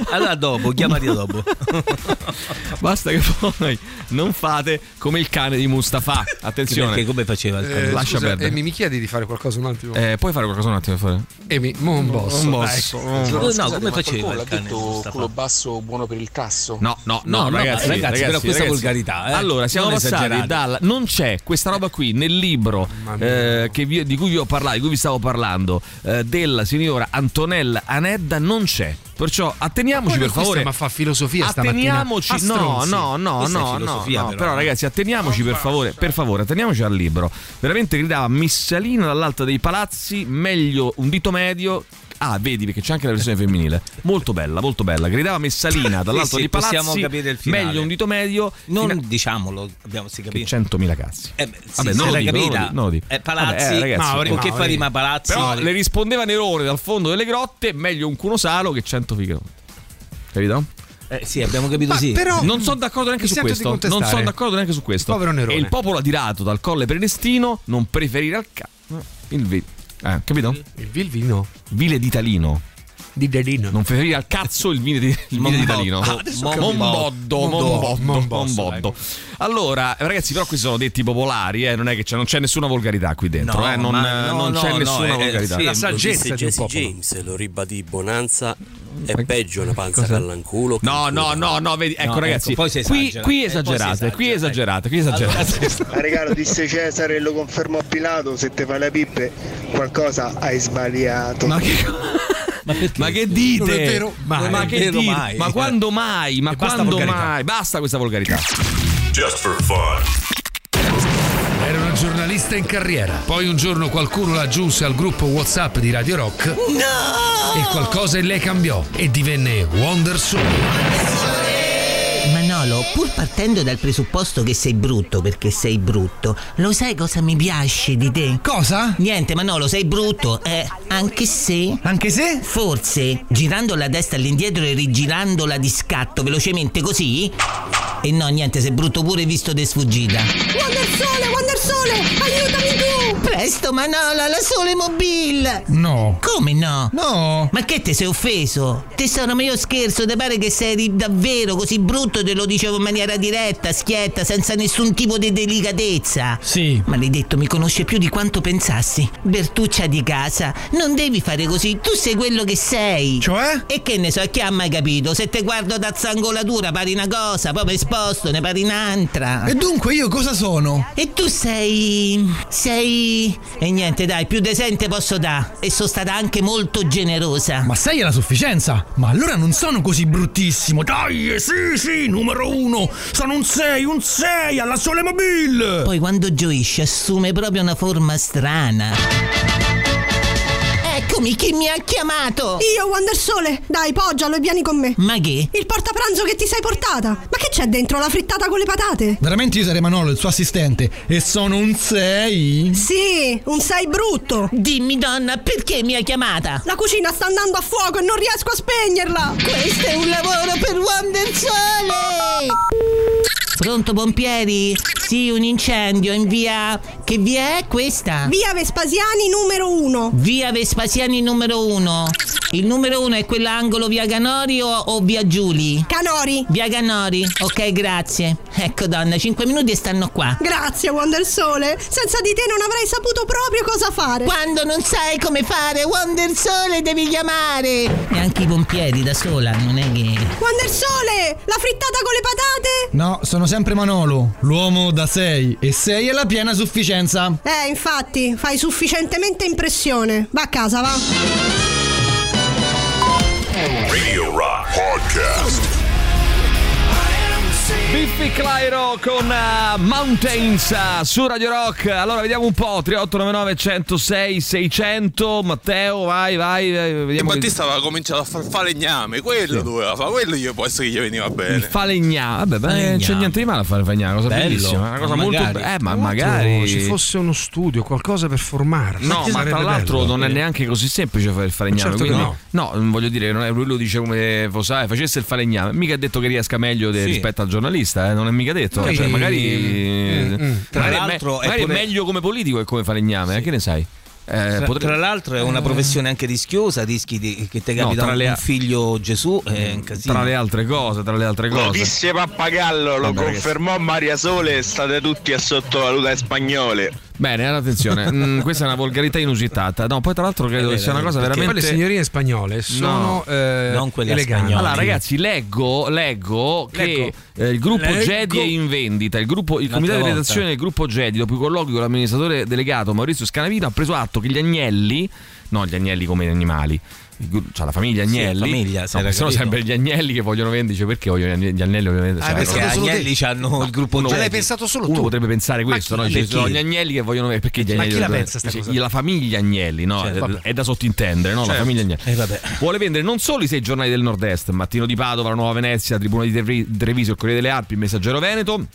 Speaker 3: Allora dopo, chiamati dopo.
Speaker 1: Basta che poi non fate come il cane di Mustafa. Attenzione.
Speaker 3: Perché come faceva il cane?
Speaker 2: Eh,
Speaker 1: Lascia
Speaker 2: scusa,
Speaker 1: perdere.
Speaker 2: Emi, mi chiedi di fare qualcosa un attimo?
Speaker 1: Eh, puoi fare qualcosa un attimo? per favore?
Speaker 2: Emi, mon boss.
Speaker 1: Eh,
Speaker 2: dai.
Speaker 1: Un boss, un boss.
Speaker 2: Scusate,
Speaker 1: No,
Speaker 2: ma qualcuno
Speaker 1: come faceva il
Speaker 2: l'ha
Speaker 1: cane
Speaker 2: detto
Speaker 1: Mustafa?
Speaker 2: culo
Speaker 22: basso buono per il casso?
Speaker 1: No, no, no,
Speaker 3: No, no,
Speaker 1: ragazzi,
Speaker 3: ragazzi, però questa volgarità, eh.
Speaker 1: Allora, siamo
Speaker 3: Non
Speaker 1: passati
Speaker 3: esagerate.
Speaker 1: dalla. Non c'è questa roba qui nel libro eh, che vi- di cui vi ho parlato, di cui vi stavo parlando, eh, della signora Antonella Anedda, non c'è. Perciò atteniamoci per favore.
Speaker 2: Ma fa filosofia
Speaker 1: Atteniamoci,
Speaker 2: stamattina.
Speaker 1: no,
Speaker 2: A stronzi.
Speaker 1: no, no,
Speaker 2: Questa è
Speaker 1: no, no,
Speaker 2: filosofia,
Speaker 1: no,
Speaker 2: però,
Speaker 1: però
Speaker 2: eh.
Speaker 1: ragazzi atteniamoci per favore, per favore, atteniamoci al libro. Veramente gridava Missalino dall'alta dei palazzi, meglio un dito medio. Ah, vedi perché c'è anche la versione femminile. Molto bella, molto bella. Gridava Messalina dall'alto
Speaker 3: Sì, sì,
Speaker 1: dei palazzi.
Speaker 3: possiamo capire il finale.
Speaker 1: meglio un dito medio.
Speaker 3: Non
Speaker 1: fino a-
Speaker 3: diciamolo, abbiamo si capito.
Speaker 1: 100.000 cazzi.
Speaker 3: Eh, beh, sì,
Speaker 1: Vabbè,
Speaker 3: se
Speaker 1: non lo,
Speaker 3: l'hai
Speaker 1: dico, non lo
Speaker 3: capita.
Speaker 1: dico, non lo dico.
Speaker 3: Eh, Palazzi,
Speaker 1: Vabbè, eh, ragazzi,
Speaker 3: Mauri,
Speaker 1: eh.
Speaker 3: Mauri. che fa rima Palazzi?
Speaker 1: Però
Speaker 3: Mauri.
Speaker 1: le rispondeva Nerone dal fondo delle grotte, meglio un cuno salo che 100 figaro. Capito?
Speaker 3: Eh, sì, abbiamo capito
Speaker 1: Ma
Speaker 3: sì.
Speaker 1: però- Non sono d'accordo neanche
Speaker 3: Mi
Speaker 1: su
Speaker 3: sento di
Speaker 1: questo.
Speaker 3: contestare.
Speaker 1: Non sono d'accordo neanche su questo.
Speaker 3: Il povero Nerone.
Speaker 1: E il popolo adirato dal colle predestino non preferirà il ca- il vi- eh, capito? Il vil vino. Vile d'italino. Di Non preferire al cazzo il vino, di, il vino
Speaker 3: Mombotto.
Speaker 1: italino.
Speaker 3: Ah, adesso ho capito.
Speaker 1: Momboddo,
Speaker 3: Mombotto,
Speaker 1: momboddo,
Speaker 3: Mombotto,
Speaker 1: momboddo. Allora, ragazzi, però questi sono detti popolari, eh, non è che c'è, non c'è nessuna volgarità qui dentro,
Speaker 9: No,
Speaker 1: eh, non,
Speaker 9: ma- no,
Speaker 1: non
Speaker 9: no,
Speaker 1: c'è
Speaker 9: no,
Speaker 1: nessuna
Speaker 9: eh,
Speaker 1: volgarità.
Speaker 9: sì, lo disse Jesse James lo ribadì Bonanza è peggio una panza
Speaker 1: Cosa?
Speaker 9: callanculo che
Speaker 1: No,
Speaker 9: un
Speaker 1: no,
Speaker 9: culo.
Speaker 1: no, no, vedi, ecco ragazzi, qui, qui esagerate, qui esagerate, qui esagerate.
Speaker 23: Ah, regà, lo disse Cesare e lo confermò Pilato, se te fai le pippe qualcosa hai sbagliato.
Speaker 1: Ma che, ma che dite?
Speaker 23: Non è vero mai.
Speaker 1: ma
Speaker 23: Non è
Speaker 1: che
Speaker 23: vero
Speaker 1: dite?
Speaker 23: mai.
Speaker 1: Ma quando mai? Ma
Speaker 23: E basta
Speaker 1: quando
Speaker 23: volgarità.
Speaker 1: mai? Basta questa volgarità.
Speaker 12: Just for fun.
Speaker 2: Era una giornalista in carriera. Poi un giorno qualcuno la aggiunse al gruppo WhatsApp di Radio Rock. E qualcosa in lei cambiò e divenne Wonder Soul.
Speaker 24: Ma no,
Speaker 3: Spagnolo, pur partendo dal presupposto che sei brutto perché sei brutto, lo sai cosa mi piace di te?
Speaker 7: Cosa?
Speaker 3: Niente, Manolo, sei brutto, eh, anche se...
Speaker 7: Anche se?
Speaker 3: Forse, girando la testa all'indietro e rigirandola di scatto velocemente così... E no, niente, sei brutto pure visto de sfuggita.
Speaker 4: Wonder Sole, Wonder Sole, aiutami tu!
Speaker 3: Presto, Manola, la Sole Mobile!
Speaker 7: No.
Speaker 3: Come no?
Speaker 7: No.
Speaker 3: Ma che te sei offeso? Tesoro, ma io scherzo, ti pare che sei di- davvero così brutto? Te lo dicevo in maniera diretta, schietta, senza nessun tipo di delicatezza.
Speaker 7: Sì.
Speaker 3: Maledetto, mi conosce più di quanto pensassi. Bertuccia di casa, non devi fare così, tu sei quello che sei.
Speaker 7: Cioè?
Speaker 3: E che ne so, chi ha mai capito? Se te guardo da zangolatura pari una cosa, poi per sposto ne pari un'altra.
Speaker 7: E dunque io cosa sono?
Speaker 3: E tu sei. sei. E niente, dai, più decente posso dare. E sono stata anche molto generosa.
Speaker 7: Ma sei alla sufficienza? Ma allora non sono così bruttissimo. Dai, sì, sì, numero uno. Sono un 6, un 6 alla Sole Mobile.
Speaker 3: Poi quando gioisce assume proprio una forma strana. Eccomi, chi mi ha chiamato?
Speaker 4: Io, Wonder Sole! Dai, poggialo e vieni con me!
Speaker 3: Ma che?
Speaker 4: Il portapranzo che ti sei portata! Ma che c'è dentro la frittata con le patate?
Speaker 7: Veramente io sarei Manolo, il suo assistente. E sono un 6?
Speaker 4: Sì, un sei brutto!
Speaker 3: Dimmi, donna, perché mi ha chiamata?
Speaker 4: La cucina sta andando a fuoco e non riesco a spegnerla!
Speaker 3: Questo è un lavoro per Wonder Sole! Pronto, pompieri? Sì, un incendio in via. Che via è questa?
Speaker 4: Via Vespasiani numero 1.
Speaker 3: Via Vespasiani numero 1. Il numero 1 è quell'angolo via Canori o, o via Giuli?
Speaker 4: Canori.
Speaker 3: Via Canori. Ok, grazie. Ecco, donna, 5 minuti e stanno qua.
Speaker 4: Grazie, Wonder Sole. Senza di te non avrei saputo proprio cosa fare.
Speaker 3: Quando non sai come fare, Wonder Sole devi chiamare. Neanche i pompieri da sola, non è che.
Speaker 4: Wonder Sole, la frittata con le patate?
Speaker 7: No, sono sempre Manolo, l'uomo da 6 e 6 è la piena sufficienza.
Speaker 4: Eh, infatti, fai sufficientemente impressione. Va a casa, va.
Speaker 12: Radio Rock Podcast.
Speaker 1: Biffi Clyro con eh, Mountains eh, su Radio Rock. Allora vediamo un po': 3899 106 600. Matteo, vai, vai. vai,
Speaker 25: E
Speaker 1: Vediamo che-
Speaker 25: Battista aveva cominciato a far falegname, quello doveva fare, quello io può essere che gli veniva
Speaker 1: Il
Speaker 25: bene.
Speaker 1: falegname. Vabbè, beh, non c'è niente di male a fare il falegname, una cosa
Speaker 25: Bello.
Speaker 1: bellissima, una cosa
Speaker 25: Ma
Speaker 1: molto
Speaker 25: magari.
Speaker 1: be- Eh, ma
Speaker 2: Tra l'altro,
Speaker 1: magari
Speaker 2: ci fosse uno studio, qualcosa per formarlo.
Speaker 1: No, ma
Speaker 2: Sarebbe
Speaker 1: tra l'altro
Speaker 2: bello.
Speaker 1: non è neanche così semplice fare il falegname.
Speaker 2: Certo che
Speaker 1: quindi- no. non voglio dire, non è, lui lo dice come fosse, "Ah, facesse il falegname. Mica ha detto che riesca meglio de-
Speaker 25: Sì.
Speaker 1: rispetto al giornalista, eh, non è mica detto.
Speaker 25: Poi-
Speaker 1: Cioè, magari
Speaker 25: Mm, mm. Tra
Speaker 1: magari, è,
Speaker 25: l'altro è
Speaker 1: magari è
Speaker 25: pure-
Speaker 1: meglio come politico e come falegname, eh, che ne sai? Eh,
Speaker 25: Tra,
Speaker 1: potre-
Speaker 25: tra l'altro è una
Speaker 1: Eh.
Speaker 25: professione anche rischiosa, rischi di- che ti
Speaker 1: No,
Speaker 25: capita
Speaker 1: tra le-
Speaker 25: un figlio Gesù, eh, è un casino.
Speaker 1: Tra le altre cose, tra le altre
Speaker 25: Lo
Speaker 1: cose.
Speaker 25: disse
Speaker 24: Pappagallo, lo
Speaker 1: Vabbè,
Speaker 24: confermò Maria Sole, state tutti a sottovalutare spagnole.
Speaker 1: Bene, allora attenzione, mm, questa è una volgarità inusitata. No, poi tra l'altro credo che sia una cosa
Speaker 2: Perché poi
Speaker 1: veramente.
Speaker 2: le signorine spagnole sono eh,
Speaker 25: non quelle a
Speaker 2: eleganti.
Speaker 1: Allora, ragazzi, leggo, leggo che eh, il gruppo
Speaker 2: Leggo.
Speaker 1: Jedi è in vendita. Il, gruppo, il
Speaker 25: Un'altra
Speaker 1: comitato di
Speaker 25: volta.
Speaker 1: redazione del gruppo Jedi, dopo i colloqui con l'amministratore delegato Maurizio Scanavino, ha preso atto che gli agnelli, no, gli agnelli come animali. il gru- Cioè, la famiglia
Speaker 25: Sì,
Speaker 1: agnelli,
Speaker 25: famiglia, se
Speaker 1: no,
Speaker 25: era
Speaker 1: sono
Speaker 25: capito.
Speaker 1: sempre gli agnelli che vogliono vendere. cioè, perché vogliono gli agne- gli agnelli? Ovviamente,
Speaker 25: Ah, perché
Speaker 1: no,
Speaker 25: gli agnelli hanno il gruppo
Speaker 1: uno-
Speaker 25: Jedi.
Speaker 1: uno potrebbe pensare questo, no?
Speaker 25: chi-
Speaker 1: Dice,
Speaker 25: perché?
Speaker 1: sono gli agnelli che vogliono vendere. Perché gli
Speaker 25: Ma
Speaker 1: agnelli
Speaker 25: chi la
Speaker 1: vogliono-
Speaker 25: pensa sta
Speaker 1: dice,
Speaker 25: cosa?
Speaker 1: La famiglia agnelli, no?
Speaker 25: Cioè,
Speaker 1: È-
Speaker 25: vabbè.
Speaker 1: è da sottintendere, no? La
Speaker 25: Certo.
Speaker 1: famiglia agnelli.
Speaker 25: Eh, vabbè.
Speaker 1: Vuole vendere non solo i sei giornali del Nord-Est, Mattino di Padova, La Nuova Venezia, Tribuna di Trevi- Treviso, il Corriere delle Alpi, il Messaggero Veneto.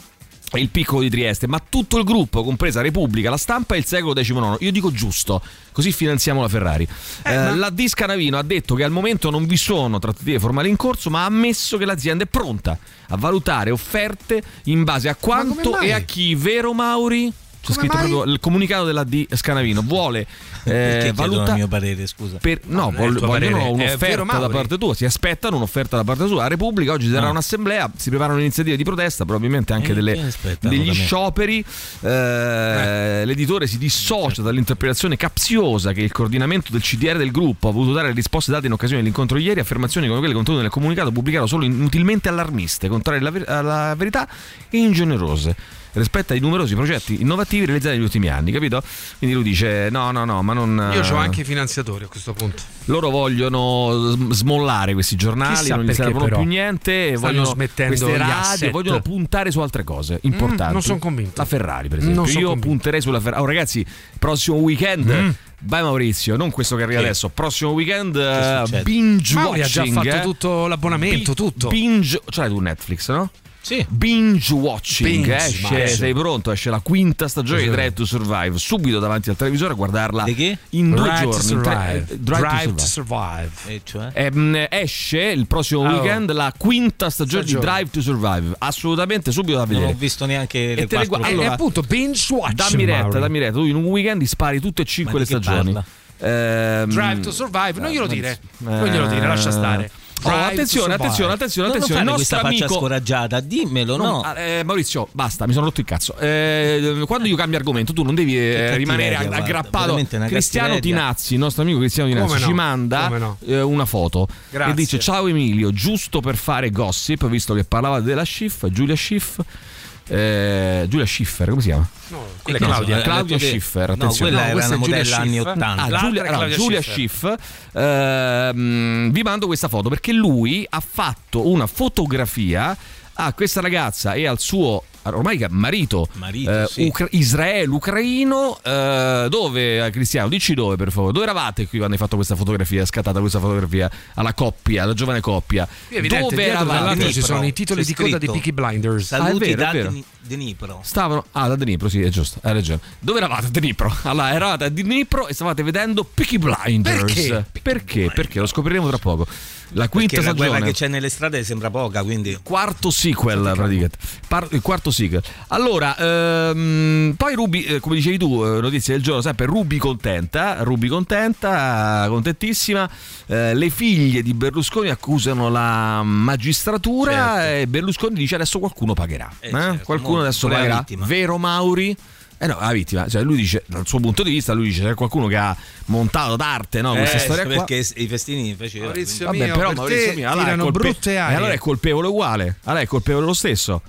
Speaker 1: e Il piccolo di Trieste, ma tutto il gruppo, compresa Repubblica, la stampa e il secolo XIX. Io dico giusto, così finanziamo la Ferrari. Eh, La Disca Navino ha detto che al momento non vi sono trattative formali in corso, ma ha ammesso che l'azienda è pronta a valutare offerte in base a quanto
Speaker 25: mai?
Speaker 1: e a chi, vero Mauri? C'è
Speaker 25: Come
Speaker 1: scritto
Speaker 25: mai?
Speaker 1: proprio il comunicato della D Scanavino. Vuole
Speaker 25: Perché
Speaker 1: eh,
Speaker 25: chiedono il
Speaker 1: valutare
Speaker 25: mio parere, scusa.
Speaker 1: per- no,
Speaker 25: Ah, non è il
Speaker 1: vol-
Speaker 25: tuo
Speaker 1: vogliono
Speaker 25: parere, è
Speaker 1: un'offerta
Speaker 25: vero,
Speaker 1: da
Speaker 25: Mauri.
Speaker 1: parte tua, si aspettano un'offerta da parte sua. La Repubblica oggi ci sarà
Speaker 25: Ah.
Speaker 1: un'assemblea, si preparano iniziative di protesta, probabilmente anche
Speaker 25: Eh,
Speaker 1: delle-
Speaker 25: che aspettano
Speaker 1: degli
Speaker 25: da me? Eh.
Speaker 1: scioperi. Eh, L'editore si dissocia dall'interpretazione capziosa che il coordinamento del CDR del gruppo ha voluto dare alle risposte date in occasione dell'incontro ieri, affermazioni come quelle contenute nel comunicato pubblicato solo inutilmente allarmiste, contrarie alla, ver- alla verità e ingenerose rispetto ai numerosi progetti innovativi realizzati negli ultimi anni, capito? Quindi lui dice no, no, no, ma non...
Speaker 2: Io ho anche i finanziatori a questo punto.
Speaker 1: Loro vogliono sm- smollare questi giornali,
Speaker 2: Chissà
Speaker 1: non gli
Speaker 2: perché,
Speaker 1: servono
Speaker 2: però.
Speaker 1: più niente,
Speaker 2: Stanno
Speaker 1: vogliono
Speaker 2: smettendo
Speaker 1: queste
Speaker 2: gli
Speaker 1: radio,
Speaker 2: asset. Mm,
Speaker 1: vogliono puntare su altre cose importanti.
Speaker 2: non son convinto.
Speaker 1: La Ferrari, per
Speaker 2: Non
Speaker 1: esempio. Io
Speaker 2: son convinto. Mm.
Speaker 1: punterei sulla Ferrari. Oh, ragazzi, prossimo weekend. Vai Maurizio, non questo che arriva
Speaker 2: Sì.
Speaker 1: adesso, prossimo weekend eh,
Speaker 2: succede?
Speaker 1: binge
Speaker 2: Mauri ha già
Speaker 1: watching,
Speaker 2: fatto
Speaker 1: eh.
Speaker 2: tutto l'abbonamento, tutto.
Speaker 1: Binge, ce l'hai tu Netflix, no? Sì. Binge watching. eh,
Speaker 3: Binge,
Speaker 1: esce,
Speaker 3: ma-
Speaker 1: sei pronto? Esce la quinta stagione di
Speaker 3: Sì.
Speaker 1: Drive to Survive. Subito davanti al televisore a guardarla
Speaker 3: Di che?
Speaker 1: in due
Speaker 3: Drive to
Speaker 1: giorni. in tre-
Speaker 3: Survive.
Speaker 1: eh, Drive,
Speaker 3: Drive
Speaker 1: to
Speaker 3: to
Speaker 1: Survive.
Speaker 3: E cioè?
Speaker 1: Ehm, esce il prossimo
Speaker 3: Oh.
Speaker 1: weekend la quinta stagione, di
Speaker 3: Stagione.
Speaker 1: Drive to Survive. Assolutamente subito da
Speaker 3: Non
Speaker 1: vedere.
Speaker 3: ho visto neanche le
Speaker 1: E te le
Speaker 3: quattro
Speaker 1: gua-
Speaker 3: prove.
Speaker 1: eh, appunto,
Speaker 26: binge watch.
Speaker 1: Dammi retta,
Speaker 26: Mauro.
Speaker 1: dammi retta. Tu in un weekend spari tutte e cinque
Speaker 26: Ma
Speaker 1: le
Speaker 26: di che
Speaker 1: stagioni.
Speaker 26: parla?
Speaker 1: Ehm,
Speaker 26: Drive to Survive, non glielo
Speaker 1: eh,
Speaker 26: dire.
Speaker 1: ma-
Speaker 26: Non glielo dire,
Speaker 3: Eh.
Speaker 26: lascia stare.
Speaker 1: Oh,
Speaker 26: Drive to
Speaker 1: attenzione,
Speaker 26: Survive.
Speaker 1: attenzione, attenzione,
Speaker 26: No, non
Speaker 1: attenzione.
Speaker 26: fare
Speaker 1: Il
Speaker 26: questa
Speaker 1: nostro
Speaker 26: faccia
Speaker 1: amico
Speaker 3: scoraggiata, dimmelo, no.
Speaker 1: ah, eh, Maurizio, basta, mi sono rotto il cazzo. Eh, quando io cambio argomento, tu non devi eh,
Speaker 3: cattiveria,
Speaker 1: rimanere
Speaker 3: guarda,
Speaker 1: aggrappato.
Speaker 3: veramente una
Speaker 1: Cristiano
Speaker 3: cattiveria.
Speaker 1: Tinazzi, il nostro amico Cristiano
Speaker 3: Come
Speaker 1: Tinazzi, ci
Speaker 3: no,
Speaker 1: manda
Speaker 3: come no.
Speaker 1: eh, una foto
Speaker 3: Grazie.
Speaker 1: e dice: Ciao Emilio, giusto per fare gossip, visto che parlavate della Schiff, Giulia Schiff. eh, Giulia Schiffer, come si chiama?
Speaker 3: No,
Speaker 1: quella è
Speaker 3: quella è
Speaker 1: Claudia,
Speaker 3: Claudia.
Speaker 1: Eh, Claudia
Speaker 3: Ha detto che-
Speaker 1: Schiffer.
Speaker 3: no,
Speaker 1: Attenzione.
Speaker 3: quella No, era questa una è Giulia modella Schiff. anni
Speaker 1: Ah,
Speaker 3: 80. L'altra
Speaker 1: Giulia,
Speaker 3: è
Speaker 1: allora,
Speaker 3: Claudia
Speaker 1: Giulia
Speaker 3: Schiffer.
Speaker 1: Schiff, ehm, vi mando questa foto perché lui ha fatto una fotografia a questa ragazza e al suo ormai marito, eh,
Speaker 3: sì.
Speaker 1: Ucra- Israel-Ucraino, eh, dove eh, Cristiano, dici dove per favore, dove eravate qui quando hai fatto questa fotografia, scattata questa fotografia alla coppia, alla giovane coppia?
Speaker 26: Qui è evidente,
Speaker 1: dove
Speaker 26: dietro, tra l'altro,
Speaker 1: eravate?
Speaker 26: ci sono i titoli
Speaker 1: C'è
Speaker 26: di coda di
Speaker 1: scritto.
Speaker 26: Peaky Blinders.
Speaker 1: Ah, è vero, è vero.
Speaker 3: Dnipro.
Speaker 1: Stavano ah, da Dnipro, sì, è giusto, hai ragione. Dove eravate a Dnipro? Allora, eravate a Dnipro e stavate vedendo Peaky Blinders.
Speaker 3: Perché?
Speaker 1: Perché? Perché? Lo scopriremo tra poco. La quinta
Speaker 3: Perché la guerra
Speaker 1: stagione.
Speaker 3: che c'è nelle strade sembra poca, quindi
Speaker 1: Quarto sequel, praticamente. Par- il quarto sequel. Allora, ehm, poi Ruby, eh, come dicevi tu, eh, notizie del giorno, sempre Ruby contenta, Ruby contenta, contentissima. Eh, le figlie di Berlusconi accusano la magistratura
Speaker 3: Certo.
Speaker 1: e Berlusconi dice adesso qualcuno pagherà. eh? qualcuno
Speaker 3: molto,
Speaker 1: adesso
Speaker 3: pure la
Speaker 1: pagherà.
Speaker 3: vittima.
Speaker 1: Vero Mauri? Eh no, la vittima, cioè lui dice, dal suo punto di vista, lui dice c'è qualcuno che ha montato d'arte no, questa
Speaker 3: Eh,
Speaker 1: storia qua.
Speaker 3: perché s- i festini facevano.
Speaker 26: Maurizio
Speaker 1: Vabbè, però Maurizio mio, allora è, colpe- eh, allora è colpevole uguale. Allora è colpevole lo stesso.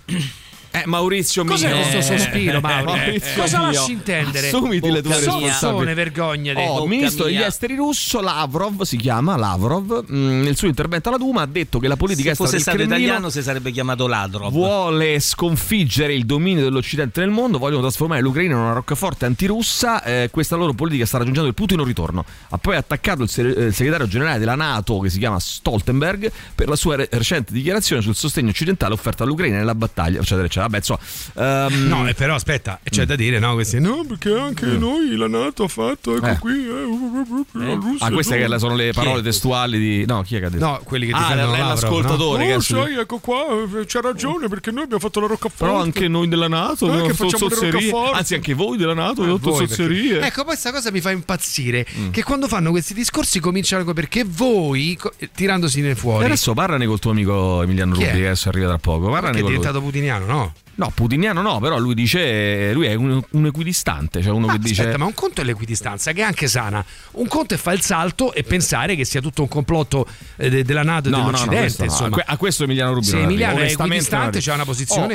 Speaker 1: Eh, Maurizio Eh. mio.
Speaker 26: Cos'è questo sospiro, Mauro?
Speaker 3: eh.
Speaker 1: Maurizio
Speaker 26: Cosa
Speaker 1: mio,
Speaker 26: lasci intendere?
Speaker 1: Assumiti le tue
Speaker 26: Bocca mia.
Speaker 1: responsabilità.
Speaker 26: Sozzone, vergognati.
Speaker 1: Oh, il
Speaker 26: Bocca
Speaker 1: ministro degli
Speaker 26: mia.
Speaker 1: esteri russo Lavrov si chiama Lavrov. mm, nel suo intervento alla Duma ha detto che la politica
Speaker 3: Se fosse
Speaker 1: estera
Speaker 3: stato
Speaker 1: del Cremlino
Speaker 3: italiano si sarebbe chiamato ladro.
Speaker 1: vuole sconfiggere il dominio dell'Occidente nel mondo, vogliono trasformare l'Ucraina in una roccaforte antirussa, eh, questa loro politica sta raggiungendo il punto di non ritorno. Ha poi attaccato il, se- eh, il segretario generale della Nato, che si chiama Stoltenberg, per la sua re- recente dichiarazione sul sostegno occidentale offerto all'Ucraina nella battaglia, eccetera, eccetera. Vabbè, insomma, ehm,
Speaker 26: No, eh, però aspetta, c'è da dire, no? Questi, no, perché anche
Speaker 1: Mm.
Speaker 26: noi la Nato ha fatto, ecco
Speaker 1: Eh.
Speaker 26: qui. Eh, la Russia,
Speaker 1: Ah, queste che sono le
Speaker 26: Chi è?
Speaker 1: parole testuali di. No, chi è che ha detto?
Speaker 26: No, quelli che
Speaker 1: Ah,
Speaker 26: difendono
Speaker 1: è
Speaker 26: Lavrov,
Speaker 1: l'ascoltatore.
Speaker 26: no?
Speaker 1: che
Speaker 26: Oh,
Speaker 1: ha-
Speaker 26: sai, ecco qua, eh, c'ha ragione, perché noi abbiamo fatto la roccaforte.
Speaker 1: Però anche noi della Nato,
Speaker 26: Eh,
Speaker 1: abbiamo
Speaker 26: che
Speaker 1: fatto
Speaker 26: facciamo le
Speaker 1: sozzerie.
Speaker 26: roccaforti.
Speaker 1: Anzi, anche Eh, voi della Nato, avete fatto
Speaker 26: Eh, Voi, perché-
Speaker 1: sozzerie. Mm.
Speaker 26: Ecco, poi sta cosa mi fa impazzire. Che quando fanno questi discorsi cominciano co- perché voi, co- tirandosi ne
Speaker 1: E
Speaker 26: fuori,
Speaker 1: adesso parlane col tuo amico Emiliano
Speaker 26: Chi
Speaker 1: Rubi,
Speaker 26: è?
Speaker 1: che adesso arriva tra poco.
Speaker 26: che
Speaker 1: Parlane
Speaker 26: è
Speaker 1: con lui.
Speaker 26: diventato putiniano, no?
Speaker 1: No, Putiniano no, però lui dice. eh, Lui è un, un equidistante, cioè uno
Speaker 26: Ma
Speaker 1: che dice.
Speaker 26: aspetta, ma un conto è l'equidistanza, che è anche sana. Un conto è fare il salto e pensare che sia tutto un complotto eh, de- della NATO e
Speaker 1: No, no, no, questo
Speaker 26: dell'Occidente.
Speaker 1: no.
Speaker 26: insomma.
Speaker 1: A que- ah, a questo Emiliano Rubi
Speaker 26: Se
Speaker 1: non arriva,
Speaker 26: Emiliano è
Speaker 1: onestamente non
Speaker 26: equidistante,
Speaker 1: arriva.
Speaker 26: c'ha una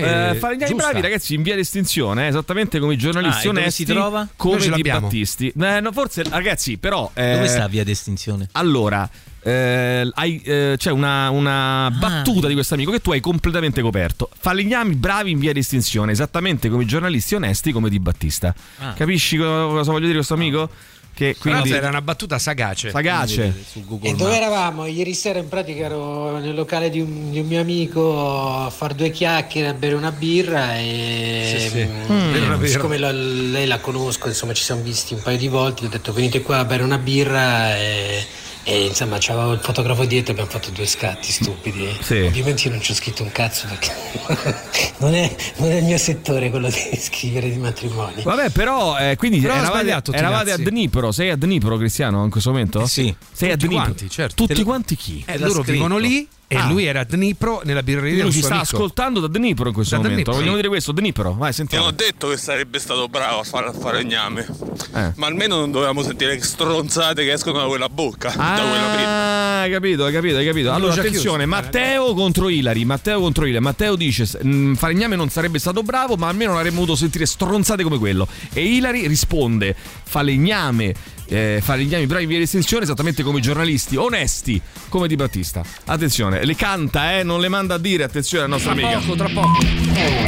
Speaker 26: posizione.
Speaker 1: Oh, eh,
Speaker 26: eh,
Speaker 1: Falegnani
Speaker 26: giusta.
Speaker 1: Bravi, ragazzi, in via di estinzione, eh, esattamente come i giornalisti
Speaker 3: Ah, e dove
Speaker 1: onesti.
Speaker 3: si trova?
Speaker 1: Come
Speaker 3: Noi ce
Speaker 1: di
Speaker 3: l'abbiamo.
Speaker 1: Battisti. Eh, no, forse, ragazzi, però. eh,
Speaker 3: Dove sta via d'estinzione?
Speaker 1: Allora, eh, hai- eh, c'è una,
Speaker 3: Ah.
Speaker 1: una battuta di questo amico che tu hai completamente coperto. Falegnami bravi in via di estinzione, esattamente come i giornalisti onesti come Di Battista.
Speaker 26: Ah.
Speaker 1: Capisci co- cosa voglio dire questo amico? Che quindi
Speaker 26: Però era una battuta sagace.
Speaker 1: Sagace.
Speaker 26: Su
Speaker 14: E
Speaker 26: Google
Speaker 14: dove
Speaker 26: Maps.
Speaker 14: eravamo? Ieri sera in pratica ero nel locale di un, di un mio amico a fare due chiacchiere, a bere una birra e
Speaker 26: Sì, sì.
Speaker 14: mm,
Speaker 26: Vero, vero.
Speaker 14: siccome la- lei la conosco, insomma ci siamo visti un paio di volte, ho detto venite qua a bere una birra e, e, insomma c'avevo il fotografo dietro e abbiamo fatto due scatti stupidi. eh."
Speaker 1: Sì.
Speaker 14: Ovviamente io non ci ho scritto un cazzo perché non, è, non è il mio settore quello di scrivere di matrimoni.
Speaker 1: Vabbè, però, eh, quindi
Speaker 14: Però ho
Speaker 1: eravate,
Speaker 14: sbagliato,
Speaker 1: eravate a
Speaker 14: Tinazzi.
Speaker 1: Dnipro. Sei a Dnipro, Cristiano, in questo momento? Sì. Sei a
Speaker 26: Tutti
Speaker 1: Dnipro.
Speaker 26: quanti, certo.
Speaker 1: Tutti
Speaker 26: Te lo-
Speaker 1: quanti chi?
Speaker 26: Eh, loro vivono lì e
Speaker 1: Ah.
Speaker 26: lui era a Dnipro nella birreria
Speaker 1: Lui
Speaker 26: del
Speaker 1: ci
Speaker 26: suo
Speaker 1: sta
Speaker 26: amico.
Speaker 1: ascoltando da Dnipro in questo
Speaker 26: Da
Speaker 1: momento.
Speaker 26: Dnipro,
Speaker 1: Vogliamo
Speaker 26: sì.
Speaker 1: dire questo, Dnipro. Vai,
Speaker 24: Non
Speaker 1: sentiamo.
Speaker 24: ho detto che sarebbe stato bravo a fare falegname,
Speaker 1: Eh.
Speaker 24: ma almeno non dovevamo sentire stronzate che escono da quella bocca, da quella prima.
Speaker 1: Ah, hai capito, hai capito, hai capito. Allora,
Speaker 24: già
Speaker 1: attenzione,
Speaker 24: chiuso.
Speaker 1: Matteo contro Ilari. Matteo contro Ilari. Matteo dice: "S- mh, Falegname non sarebbe stato bravo, ma almeno non avremmo dovuto sentire stronzate come quello. E Ilari risponde: Falegname. Eh, falegnami bravi in via di estinzione esattamente come i giornalisti onesti come Di Battista attenzione le canta eh non le manda a dire attenzione al nostro amico
Speaker 26: tra poco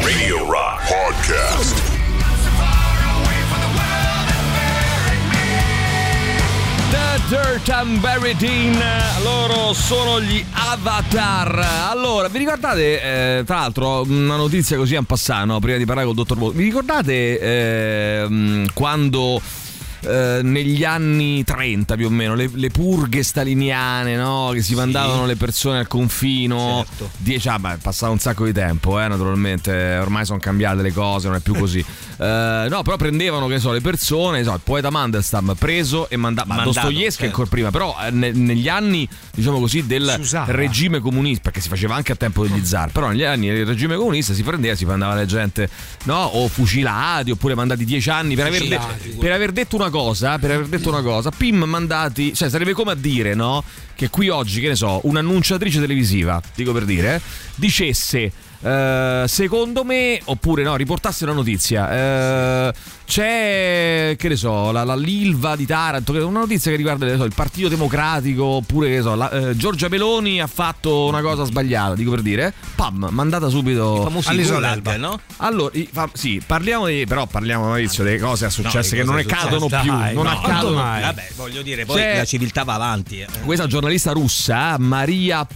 Speaker 12: Radio Rock Podcast.
Speaker 1: Da, Certain Barry Dean, loro sono gli Avatar. Allora, vi ricordate, eh, tra l'altro, una notizia così a passano, prima di parlare col dottor Bo. Vi ricordate eh, quando eh, negli anni 30 più o meno le, le purghe staliniane no? che si mandavano le persone al confino dieci ah, beh, passava un sacco di tempo eh, naturalmente ormai sono cambiate le cose non è più così Eh, no però prendevano che so le persone che so, il poeta Mandelstam preso e manda- ma
Speaker 3: Mandato,
Speaker 1: Dostoevsky
Speaker 3: certo.
Speaker 1: ancora prima però eh, ne- negli anni diciamo così del
Speaker 3: Si usava.
Speaker 1: regime comunista perché si faceva anche a tempo
Speaker 3: Mm.
Speaker 1: degli zar però negli anni del regime comunista si prendeva si mandava la gente no? o fucilati oppure mandati dieci anni per aver, de-
Speaker 3: Fucilati,
Speaker 1: per aver detto una cosa, per aver detto una cosa, Pim mandati, cioè sarebbe come a dire, no? Che qui oggi, che ne so, un'annunciatrice televisiva, dico per dire, eh, dicesse eh, secondo me, oppure no, riportasse una notizia. eh, c'è, che ne so, la, la Lilva di Taranto, che- una notizia che riguarda che ne so, il Partito Democratico, oppure che ne so, la- eh, Giorgia Meloni ha fatto una cosa sbagliata, dico per dire. eh, Pam, mandata subito
Speaker 3: famosi
Speaker 1: all'isola
Speaker 3: gulag,
Speaker 1: d'Alba.
Speaker 3: no?
Speaker 1: Allora, i- fa- sì, parliamo di, però parliamo Maurizio delle cose successe
Speaker 3: No,
Speaker 1: che non
Speaker 3: cosa è
Speaker 1: accadono
Speaker 3: successo?
Speaker 1: più,
Speaker 3: Dai,
Speaker 1: non
Speaker 3: no,
Speaker 1: accadono
Speaker 3: quando
Speaker 1: mai.
Speaker 3: Vabbè, voglio dire, poi
Speaker 1: Cioè-
Speaker 3: la civiltà va avanti. eh.
Speaker 1: Questa giornalista russa, Maria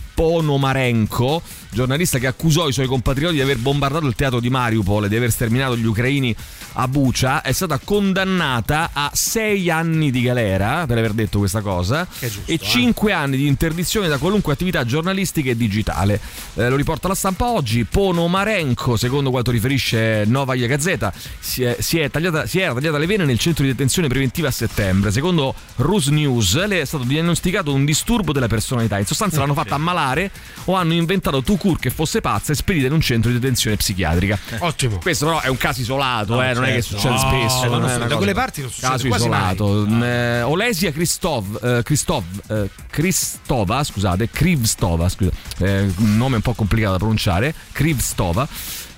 Speaker 1: Ponomarenko, giornalista che accusò i suoi compatrioti di aver bombardato il teatro di Mariupol e di aver sterminato gli ucraini a Bucia, è stata condannata a sei anni di galera per aver detto questa cosa e cinque anni di interdizione da qualunque attività giornalistica e digitale. Eh, lo riporta la stampa oggi. Ponomarenko, secondo quanto riferisce Novaya Gazzetta, si, è- si è tagliata- si era tagliata le vene nel centro di detenzione preventiva a settembre. Secondo Rus News le è stato diagnosticato un disturbo della personalità. In sostanza l'hanno fatta ammalare o hanno inventato Tukur che fosse pazza e spedita in un centro di detenzione psichiatrica.
Speaker 26: Ottimo.
Speaker 1: Ecco. Questo però è un caso isolato,
Speaker 26: No,
Speaker 1: eh, non è che
Speaker 26: certo.
Speaker 1: succede
Speaker 26: No,
Speaker 1: spesso. eh,
Speaker 26: ma
Speaker 1: non
Speaker 26: non
Speaker 1: è
Speaker 26: so-
Speaker 1: una
Speaker 26: da
Speaker 1: cosa-
Speaker 26: quelle parti non succede
Speaker 1: Caso
Speaker 26: quasi mai.
Speaker 1: isolato. Mm, eh, Olesia Kristov, eh, Kristov- eh, Kristova, scusate, Krivstova, scusa, eh, un nome un po' complicato da pronunciare, Krivstova,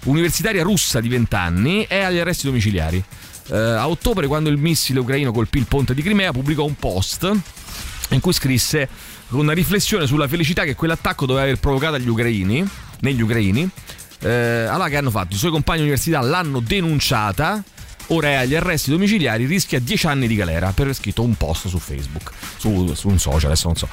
Speaker 1: universitaria russa di 20 anni, è agli arresti domiciliari. Eh, a ottobre, quando il missile ucraino colpì il ponte di Crimea, pubblicò un post in cui scrisse una riflessione sulla felicità che quell'attacco doveva aver provocato agli ucraini, negli ucraini. Eh, allora che hanno fatto? I suoi compagni di università l'hanno denunciata, ora è agli arresti domiciliari, rischia 10 anni di galera per aver scritto un post su Facebook, su, su un social, adesso non so.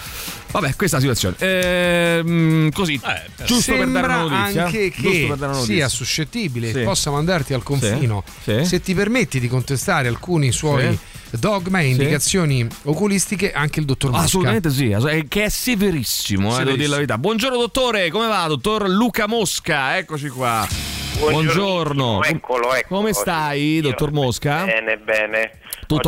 Speaker 1: Vabbè, questa è la situazione. Ehm, così, giusto per
Speaker 26: Sembra
Speaker 1: dare una notizia.
Speaker 26: anche
Speaker 1: giusto
Speaker 26: che
Speaker 1: per dare una notizia.
Speaker 26: sia suscettibile
Speaker 1: Sì.
Speaker 26: e possa mandarti al confino
Speaker 1: Sì. Sì.
Speaker 26: se ti permetti di contestare alcuni suoi dogma e
Speaker 1: Sì.
Speaker 26: indicazioni oculistiche anche il dottor Masca.
Speaker 1: Assolutamente sì, ass- eh, che è severissimo, eh, devo
Speaker 26: Severissimo.
Speaker 1: dire la verità. Buongiorno dottore, come va? Dottor Luca Mosca, eccoci qua. Buongiorno.
Speaker 17: Eccolo, eccolo.
Speaker 1: Come stai, dottor Mosca?
Speaker 17: Bene, bene.
Speaker 1: Tutto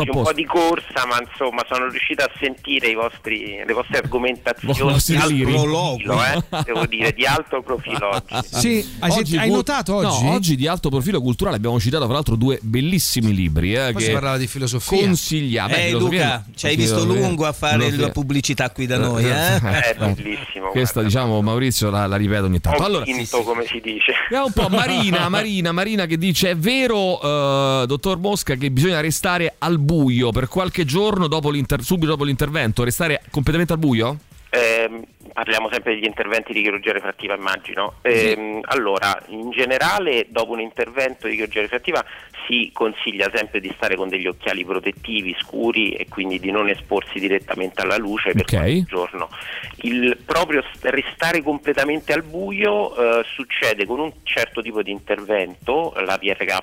Speaker 17: Oggi
Speaker 1: a
Speaker 17: un po'
Speaker 1: posto.
Speaker 17: di corsa, ma insomma sono riuscito a sentire i vostri, le vostre argomentazioni
Speaker 1: Vostri
Speaker 17: di alto
Speaker 1: deliri.
Speaker 17: profilo, eh, devo dire, di alto profilo oggi.
Speaker 26: Sì, hai senti- hai
Speaker 1: cu-
Speaker 26: notato
Speaker 1: no,
Speaker 26: oggi?
Speaker 1: oggi di alto profilo culturale abbiamo citato fra l'altro due bellissimi libri. Eh,
Speaker 26: Poi
Speaker 1: che
Speaker 26: si parlava di filosofia.
Speaker 1: Consigliamo.
Speaker 26: Eh,
Speaker 1: filosofia-
Speaker 26: Luca, ci hai
Speaker 3: visto
Speaker 1: filosofia-
Speaker 3: lungo a fare
Speaker 1: filosofia.
Speaker 3: la pubblicità qui da noi, eh?
Speaker 17: È bellissimo.
Speaker 1: Questa, diciamo, Maurizio la, la ripeto ogni tanto.
Speaker 17: guarda.
Speaker 1: Allora,
Speaker 17: Ochinto, come si dice.
Speaker 1: Vediamo un po', Marina, Marina, Marina che dice: È vero, eh, dottor Mosca, che bisogna restare al buio per qualche giorno dopo l'inter- subito dopo l'intervento? Restare completamente al buio?
Speaker 17: Ehm, parliamo sempre degli interventi di chirurgia refrattiva, immagino. Ehm, Allora, in generale, dopo un intervento di chirurgia refrattiva si consiglia sempre di stare con degli occhiali protettivi scuri e quindi di non esporsi direttamente alla luce per
Speaker 1: Ok.
Speaker 17: qualche giorno. Il proprio st- restare completamente al buio eh, succede con un certo tipo di intervento, la PRK,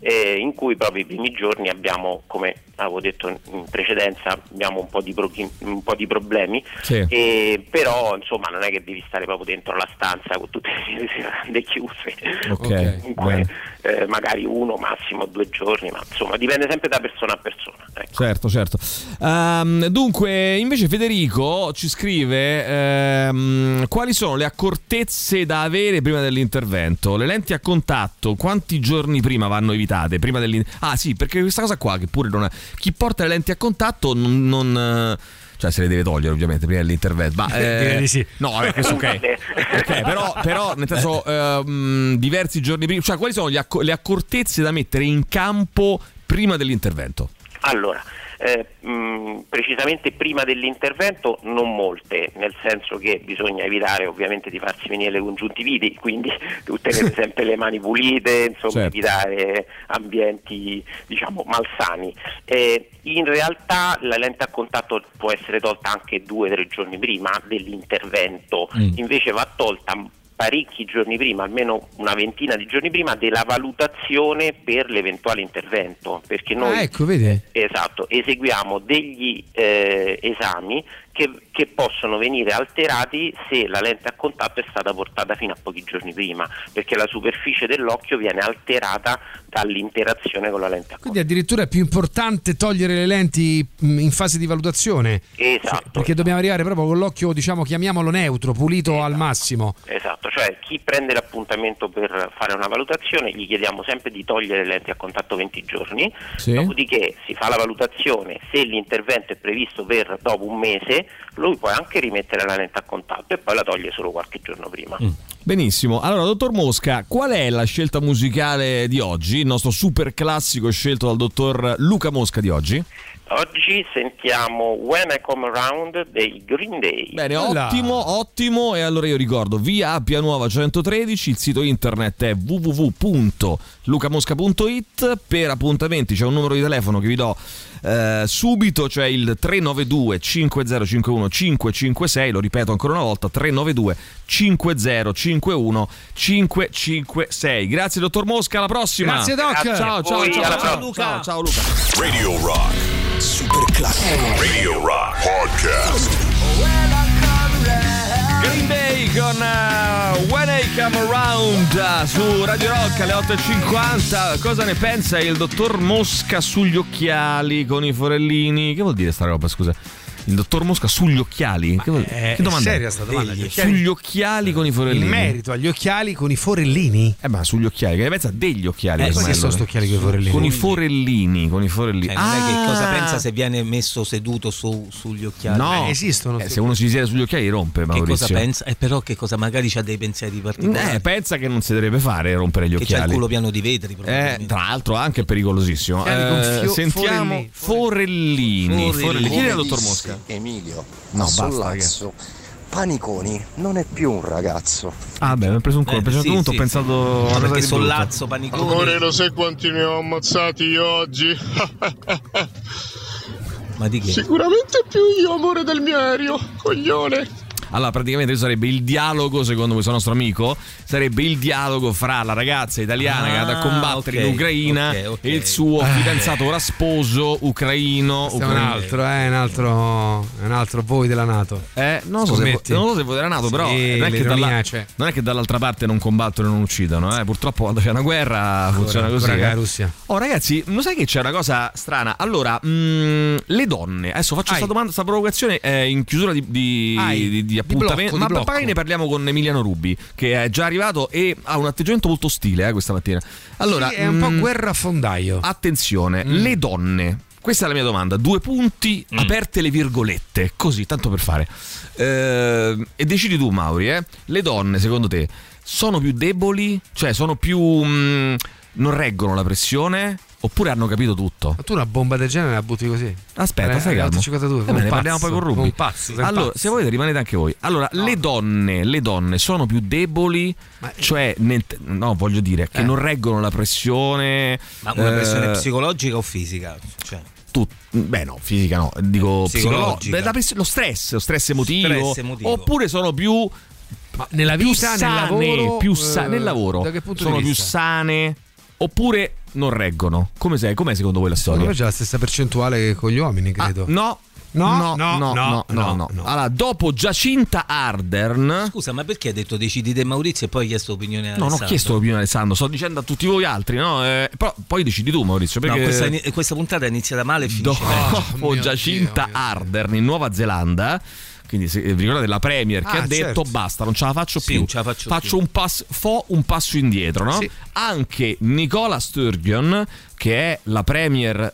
Speaker 17: eh, in cui proprio i primi giorni abbiamo, come avevo detto in precedenza, abbiamo un po' di, pro- un po' di problemi
Speaker 1: Sì.
Speaker 17: e però insomma non è che devi stare proprio dentro la stanza con tutte le serrande chiuse.
Speaker 1: Ok.
Speaker 17: Comunque, eh, magari uno, massimo due giorni, ma insomma dipende sempre da persona a persona. ecco.
Speaker 1: Certo, certo. Ehm, dunque, invece Federico ci scrive ehm, quali sono le accortezze da avere prima dell'intervento? Le lenti a contatto, quanti giorni prima vanno evitate? Prima dell'in- ah sì, perché questa cosa qua che pure non è... Chi porta le lenti a contatto non... non, eh, cioè se le deve togliere ovviamente prima dell'intervento. Ma, eh,
Speaker 26: Direi di sì.
Speaker 1: No, vabbè, questo ok. Ok, però, però, nel senso, ehm, diversi giorni prima, cioè quali sono gli acco- le accortezze da mettere in campo prima dell'intervento?
Speaker 17: Allora, eh, mh, precisamente prima dell'intervento non molte, nel senso che bisogna evitare ovviamente di farsi venire le congiuntiviti, quindi tenere sempre le mani pulite, insomma,
Speaker 5: Certo.
Speaker 17: evitare ambienti diciamo malsani. Eh, in realtà la lente a contatto può essere tolta anche due o tre giorni prima dell'intervento,
Speaker 11: Mm.
Speaker 17: invece va tolta parecchi giorni prima, almeno una ventina di giorni prima, della valutazione per l'eventuale intervento, perché noi
Speaker 18: Ah, ecco, vedi?
Speaker 17: Esatto, eseguiamo degli eh, esami che, che possono venire alterati se la lente a contatto è stata portata fino a pochi giorni prima, perché la superficie dell'occhio viene alterata dall'interazione con la lente a contatto.
Speaker 26: Quindi addirittura è più importante togliere le lenti mh, in fase di valutazione.
Speaker 17: Esatto.
Speaker 26: Perché dobbiamo arrivare proprio con l'occhio, diciamo, chiamiamolo neutro, pulito al massimo.
Speaker 17: Esatto, cioè chi prende l'appuntamento per fare una valutazione gli chiediamo sempre di togliere le lenti a contatto 20 giorni,
Speaker 18: Sì.
Speaker 17: dopodiché si fa la valutazione, se l'intervento è previsto per dopo un mese, lui può anche rimettere la lente a contatto e poi la toglie solo qualche giorno prima.
Speaker 1: Benissimo, allora dottor Mosca, qual è la scelta musicale di oggi? Il nostro super classico scelto dal dottor Luca Mosca di oggi?
Speaker 17: Oggi sentiamo When I Come Around dei Green Day.
Speaker 1: Bene, ottimo, ottimo. E allora io ricordo via Appia Nuova 113, il sito internet è www.lucamosca.it. Per appuntamenti c'è un numero di telefono che vi do eh, subito, cioè il 392 5051 556, lo ripeto ancora una volta, 392 5051 556. Grazie dottor Mosca, alla prossima.
Speaker 26: Grazie, Doc.
Speaker 1: Ciao, ciao, ciao,
Speaker 26: Grazie a voi, alla
Speaker 1: ciao,
Speaker 26: prossima.
Speaker 1: ciao, ciao Luca.
Speaker 12: Radio Rock. Super classico. Radio Rock Podcast.
Speaker 1: Green Day con eh, When I Come Around eh, su Radio Rock alle 8.50. Cosa ne pensa il dottor Mosca sugli occhiali con i forellini? Che vuol dire sta roba, scusa? Il dottor Mosca sugli occhiali? Che, vuol-
Speaker 26: è-
Speaker 1: che domanda?
Speaker 26: Eh, è seria sta domanda, gli occhiali-
Speaker 1: Sugli occhiali con i forellini?
Speaker 26: In merito agli occhiali con i forellini.
Speaker 1: Eh, ma sugli occhiali, che ne pensa degli occhiali?
Speaker 26: Eh,
Speaker 1: casomai,
Speaker 26: che sono
Speaker 1: allora?
Speaker 26: sti occhiali con i forellini?
Speaker 1: Con i forellini, con i forellini.
Speaker 3: Cioè, non è che cosa
Speaker 1: Ah!
Speaker 3: pensa se viene messo seduto su- sugli occhiali?
Speaker 1: No, Eh, se uno si siede sugli occhiali rompe,
Speaker 3: Che
Speaker 1: Maurizio.
Speaker 3: cosa pensa? Eh, però che cosa magari ha dei pensieri particolari?
Speaker 1: Eh, pensa che non si dovrebbe fare rompere gli
Speaker 3: che c'ha il
Speaker 1: occhiali.
Speaker 3: culo piano di vetri.
Speaker 1: Eh, tra l'altro anche pericolosissimo.
Speaker 3: Chiari con
Speaker 1: Eh,
Speaker 3: fio-
Speaker 1: sentiamo Forellini. Forellini. Chiedi al dottor
Speaker 19: Come
Speaker 1: Mosca.
Speaker 19: disse Emilio
Speaker 1: No,
Speaker 19: no,
Speaker 1: basta,
Speaker 19: Sollazzo, Paniconi non è più un ragazzo.
Speaker 1: Ah, beh, mi ha preso un colpo.
Speaker 19: Eh,
Speaker 1: a un certo
Speaker 19: sì,
Speaker 1: punto
Speaker 19: sì,
Speaker 1: ho pensato.
Speaker 19: sì.
Speaker 1: a una
Speaker 19: Ma perché
Speaker 1: cosa di brutto.
Speaker 19: Sollazzo,
Speaker 13: Amore, lo sai quanti ne ho ammazzati io oggi? Ah,
Speaker 3: Ma di che?
Speaker 13: Sicuramente più io, amore del mio aereo, coglione.
Speaker 1: Allora, praticamente questo sarebbe il dialogo, secondo questo nostro amico, sarebbe il dialogo fra la ragazza italiana che è andata a
Speaker 3: Ah,
Speaker 1: combattere
Speaker 3: ok,
Speaker 1: in Ucraina
Speaker 3: ok, Eh. ok.
Speaker 1: e il suo
Speaker 26: Ah.
Speaker 1: fidanzato, ora sposo, ucraino.
Speaker 26: Questo è un
Speaker 1: ucraino.
Speaker 26: altro, eh, un altro, è un altro voi della Nato.
Speaker 1: Eh, non, so se,
Speaker 26: Scommetti?
Speaker 1: non lo so se voterà nato, però
Speaker 26: Sì,
Speaker 1: non, è che
Speaker 26: l'ironia cioè,
Speaker 1: dalla-
Speaker 26: c'è.
Speaker 1: non è che dall'altra parte non combattono e non uccidono. eh. Purtroppo quando c'è una guerra funziona
Speaker 26: ancora
Speaker 1: così.
Speaker 26: che
Speaker 1: eh.
Speaker 26: la Russia.
Speaker 1: Oh, ragazzi, lo sai che c'è una cosa strana? Allora, mh, le donne. Adesso faccio questa domanda, questa provocazione eh, in chiusura di, di,
Speaker 26: Ai.
Speaker 1: di- di
Speaker 26: Di blocco,
Speaker 1: appuntamento.
Speaker 26: di
Speaker 1: ma
Speaker 26: blocco.
Speaker 1: poi ne parliamo con Emiliano Rubi, che è già arrivato e ha un atteggiamento molto stile eh, questa mattina. Allora,
Speaker 26: Sì, è un po'
Speaker 1: mh,
Speaker 26: guerra a fondaio. Mm.
Speaker 1: Attenzione, le donne. Questa è la mia domanda. Due punti, aperte le virgolette, così, tanto per fare. Eh, e decidi tu, Mauri, eh? le donne, secondo te, sono più deboli? Cioè, sono più... mh, non reggono la pressione? Oppure hanno capito tutto?
Speaker 26: Ma tu una bomba del genere la butti così?
Speaker 1: Aspetta,
Speaker 26: Eh,
Speaker 1: stai calmo.
Speaker 26: 52,
Speaker 1: Eh bene,
Speaker 26: un
Speaker 1: parliamo
Speaker 26: pazzo,
Speaker 1: poi con Rubi.
Speaker 26: un pazzo, sei un
Speaker 1: allora,
Speaker 26: pazzo.
Speaker 1: se volete rimanete anche voi. Allora, le donne, le donne sono più deboli, cioè
Speaker 26: eh.
Speaker 1: nel- no, voglio dire che non reggono la pressione.
Speaker 3: Ma una pressione
Speaker 1: eh,
Speaker 3: psicologica o fisica? Cioè,
Speaker 1: tu- beh no, fisica no,
Speaker 26: Eh,
Speaker 1: dico
Speaker 3: Psicologica.
Speaker 1: psicologica. Beh, la press- lo stress, lo stress emotivo,
Speaker 3: Stress emotivo.
Speaker 1: Oppure sono più
Speaker 26: nella
Speaker 1: più
Speaker 26: vita, nel
Speaker 1: sane,
Speaker 26: lavoro,
Speaker 1: più sa-
Speaker 26: eh,
Speaker 1: nel lavoro.
Speaker 26: da che punto
Speaker 1: sono
Speaker 26: di
Speaker 1: più
Speaker 26: vista?
Speaker 1: sane oppure non reggono. Come sei? Com'è secondo voi la storia?
Speaker 26: Secondo me c'è la stessa percentuale che con gli uomini,
Speaker 1: Ah,
Speaker 26: credo.
Speaker 1: no.
Speaker 26: No,
Speaker 1: no, no, no, no, no. Allora, dopo Giacinta
Speaker 3: Eh,
Speaker 1: Ardern.
Speaker 3: Scusa, ma perché hai detto decidi te Maurizio e poi hai chiesto opinione
Speaker 1: No,
Speaker 3: a
Speaker 1: non ho
Speaker 3: Alessandro?
Speaker 1: chiesto l'opinione Alessandro, sto dicendo a tutti voi altri, no? Eh, però poi decidi tu, Maurizio.
Speaker 3: No,
Speaker 1: Perché
Speaker 3: questa, ini- questa puntata è iniziata male e finisce male.
Speaker 1: dopo Giacinta Ardern in Nuova Zelanda. Quindi se, eh, vi ricordate la Premier che
Speaker 3: Ah,
Speaker 1: ha detto
Speaker 3: certo.
Speaker 1: basta, non ce la faccio più.
Speaker 3: non ce la faccio più."
Speaker 1: un passo fo un passo indietro, no?
Speaker 3: Sì.
Speaker 1: Anche Nicola Sturgeon che è la premier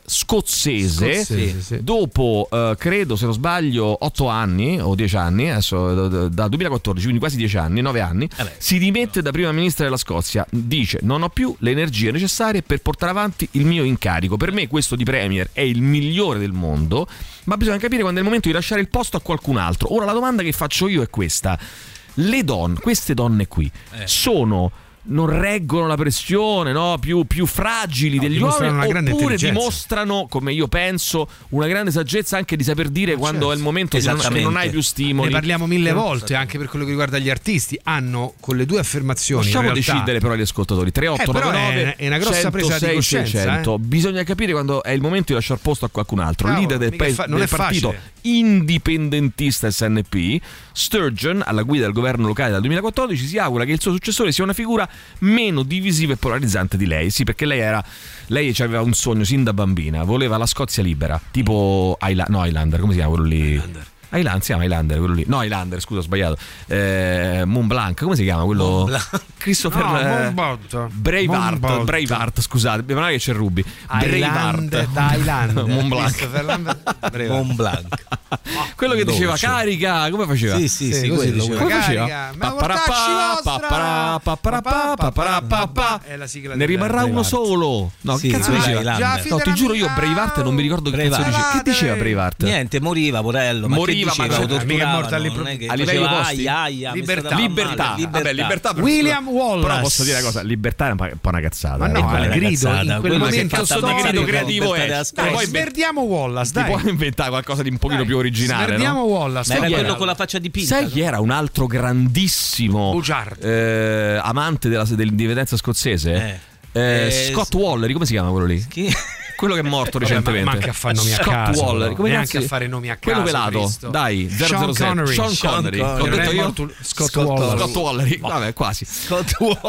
Speaker 1: scozzese,
Speaker 5: Scozzese, sì.
Speaker 1: dopo eh, credo se non sbaglio 8 anni o 10 anni, adesso eh, da 2014, quindi quasi 10 anni, 9 anni,
Speaker 26: Eh
Speaker 1: si dimette da prima ministra della Scozia, dice non ho più le energie necessarie per portare avanti il mio incarico, per me questo di premier è il migliore del mondo, ma bisogna capire quando è il momento di lasciare il posto a qualcun altro. Ora la domanda che faccio io è questa, le donne, queste donne qui,
Speaker 26: Eh.
Speaker 1: sono... Non reggono la pressione, no? più, più fragili degli
Speaker 26: dimostrano
Speaker 1: uomini,
Speaker 26: una grande
Speaker 1: oppure
Speaker 26: intelligenza.
Speaker 1: dimostrano, come io penso, una grande saggezza anche di saper dire quando
Speaker 26: certo.
Speaker 1: è il momento che non, che non hai più stimoli.
Speaker 26: Ne parliamo mille
Speaker 1: Certo.
Speaker 26: volte anche per quello che riguarda gli artisti. Hanno con le due affermazioni.
Speaker 1: Lasciamo
Speaker 26: in realtà-
Speaker 1: decidere però gli ascoltatori. 38
Speaker 26: Eh, però è- è una grossa presa di coscienza, eh.
Speaker 1: Bisogna capire quando è il momento di lasciar posto a qualcun altro. Il
Speaker 26: Cavolo,
Speaker 1: leader del,
Speaker 26: mica è
Speaker 1: paese-
Speaker 26: fa- non
Speaker 1: del
Speaker 26: è facile.
Speaker 1: partito indipendentista SNP, Sturgeon, alla guida del governo locale dal 2014, si augura che il suo successore sia una figura meno divisiva e polarizzante di lei. Sì, perché lei era lei ci aveva un sogno sin da bambina, voleva la Scozia libera, tipo Isla- no, Highlander, come si chiama quello lì? Highlander. si chiama Highlander, quello lì. No, Highlander, scusa, ho sbagliato. Eh, Mont Blanc, come si chiama quello? Christopher
Speaker 26: No,
Speaker 1: eh,
Speaker 26: Monbot.
Speaker 1: Braveheart,
Speaker 26: Monbot.
Speaker 1: Braveheart, scusate, non è che c'è Ruby.
Speaker 26: Island,
Speaker 1: Braveheart,
Speaker 26: Thailand.
Speaker 1: Mont Blanc.
Speaker 26: Christopher Lambert. Breve.
Speaker 3: Mont Blanc.
Speaker 1: Quello che diceva
Speaker 3: Dolce.
Speaker 1: carica, come faceva?
Speaker 3: Sì, sì, sì,
Speaker 1: così
Speaker 3: quello,
Speaker 1: diceva.
Speaker 3: quello.
Speaker 1: Come
Speaker 3: Carica,
Speaker 1: faceva?
Speaker 3: ma
Speaker 1: Papparappa,
Speaker 3: portacci vostra!
Speaker 1: papparappa, papparappa, papparappa.
Speaker 26: È la sigla
Speaker 1: Ne
Speaker 26: del-
Speaker 1: rimarrà uno solo. No,
Speaker 3: Sì,
Speaker 1: che cazzo
Speaker 3: ah,
Speaker 1: diceva?
Speaker 3: Highlander. Già,
Speaker 1: No, ti
Speaker 3: fidela
Speaker 1: giuro
Speaker 26: Ah,
Speaker 1: io Braveheart non mi ricordo che cazzo diceva. Che diceva Braveheart?
Speaker 3: Niente, moriva, Porello. Ma
Speaker 1: Moriva,
Speaker 3: che
Speaker 1: ma
Speaker 3: diceva?
Speaker 1: no,
Speaker 3: Lo
Speaker 1: mica è morto
Speaker 3: torturavano,
Speaker 1: all'impro-
Speaker 3: non è che
Speaker 1: a livelli
Speaker 3: faceva,
Speaker 1: posti.
Speaker 3: "Aia, aia, mi
Speaker 26: Libertà,
Speaker 3: state male,
Speaker 26: libertà,
Speaker 1: Vabbè, libertà per-
Speaker 26: William Wallace.
Speaker 1: Però posso dire una cosa, libertà è un po' un po' una cazzata.
Speaker 26: Ma
Speaker 1: eh,
Speaker 26: no,
Speaker 1: perché-
Speaker 26: il grido in quel
Speaker 1: Quello che
Speaker 26: momento
Speaker 1: cazzo di grido
Speaker 26: storico,
Speaker 1: creativo
Speaker 26: Roberta
Speaker 1: è.
Speaker 26: della Scozia.
Speaker 1: Poi
Speaker 26: smerdiamo Wallace,
Speaker 1: Ti
Speaker 26: dai.
Speaker 1: puoi inventare qualcosa di un pochino più originale.
Speaker 26: smerdiamo
Speaker 1: no?
Speaker 26: Wallace, Ma era
Speaker 1: Sai chi
Speaker 26: quello
Speaker 3: con la faccia dipinta,
Speaker 1: Sai
Speaker 3: no?
Speaker 1: chi era un altro grandissimo eh, amante della, dell'indipendenza scozzese? Eh,
Speaker 3: Eh,
Speaker 1: Scott Wallery, come si chiama quello lì? Quello che è morto
Speaker 26: Vabbè, ma-
Speaker 1: recentemente.
Speaker 26: ma anche a fare nomi a
Speaker 1: Scott
Speaker 26: caso,
Speaker 1: Wallery,
Speaker 26: no?
Speaker 1: come
Speaker 26: Neanche
Speaker 1: cazzo-
Speaker 26: a fare nomi a
Speaker 1: Quello
Speaker 26: caso,
Speaker 1: pelato,
Speaker 26: Cristo.
Speaker 1: dai,
Speaker 26: Sean
Speaker 1: 007.
Speaker 26: Connery.
Speaker 1: Sean
Speaker 26: Sean
Speaker 1: Connery.
Speaker 26: Connery.
Speaker 1: Ho
Speaker 26: Non è
Speaker 1: detto io?
Speaker 26: morto Scott Wallery.
Speaker 1: Scott Wallery. Vabbè, quasi.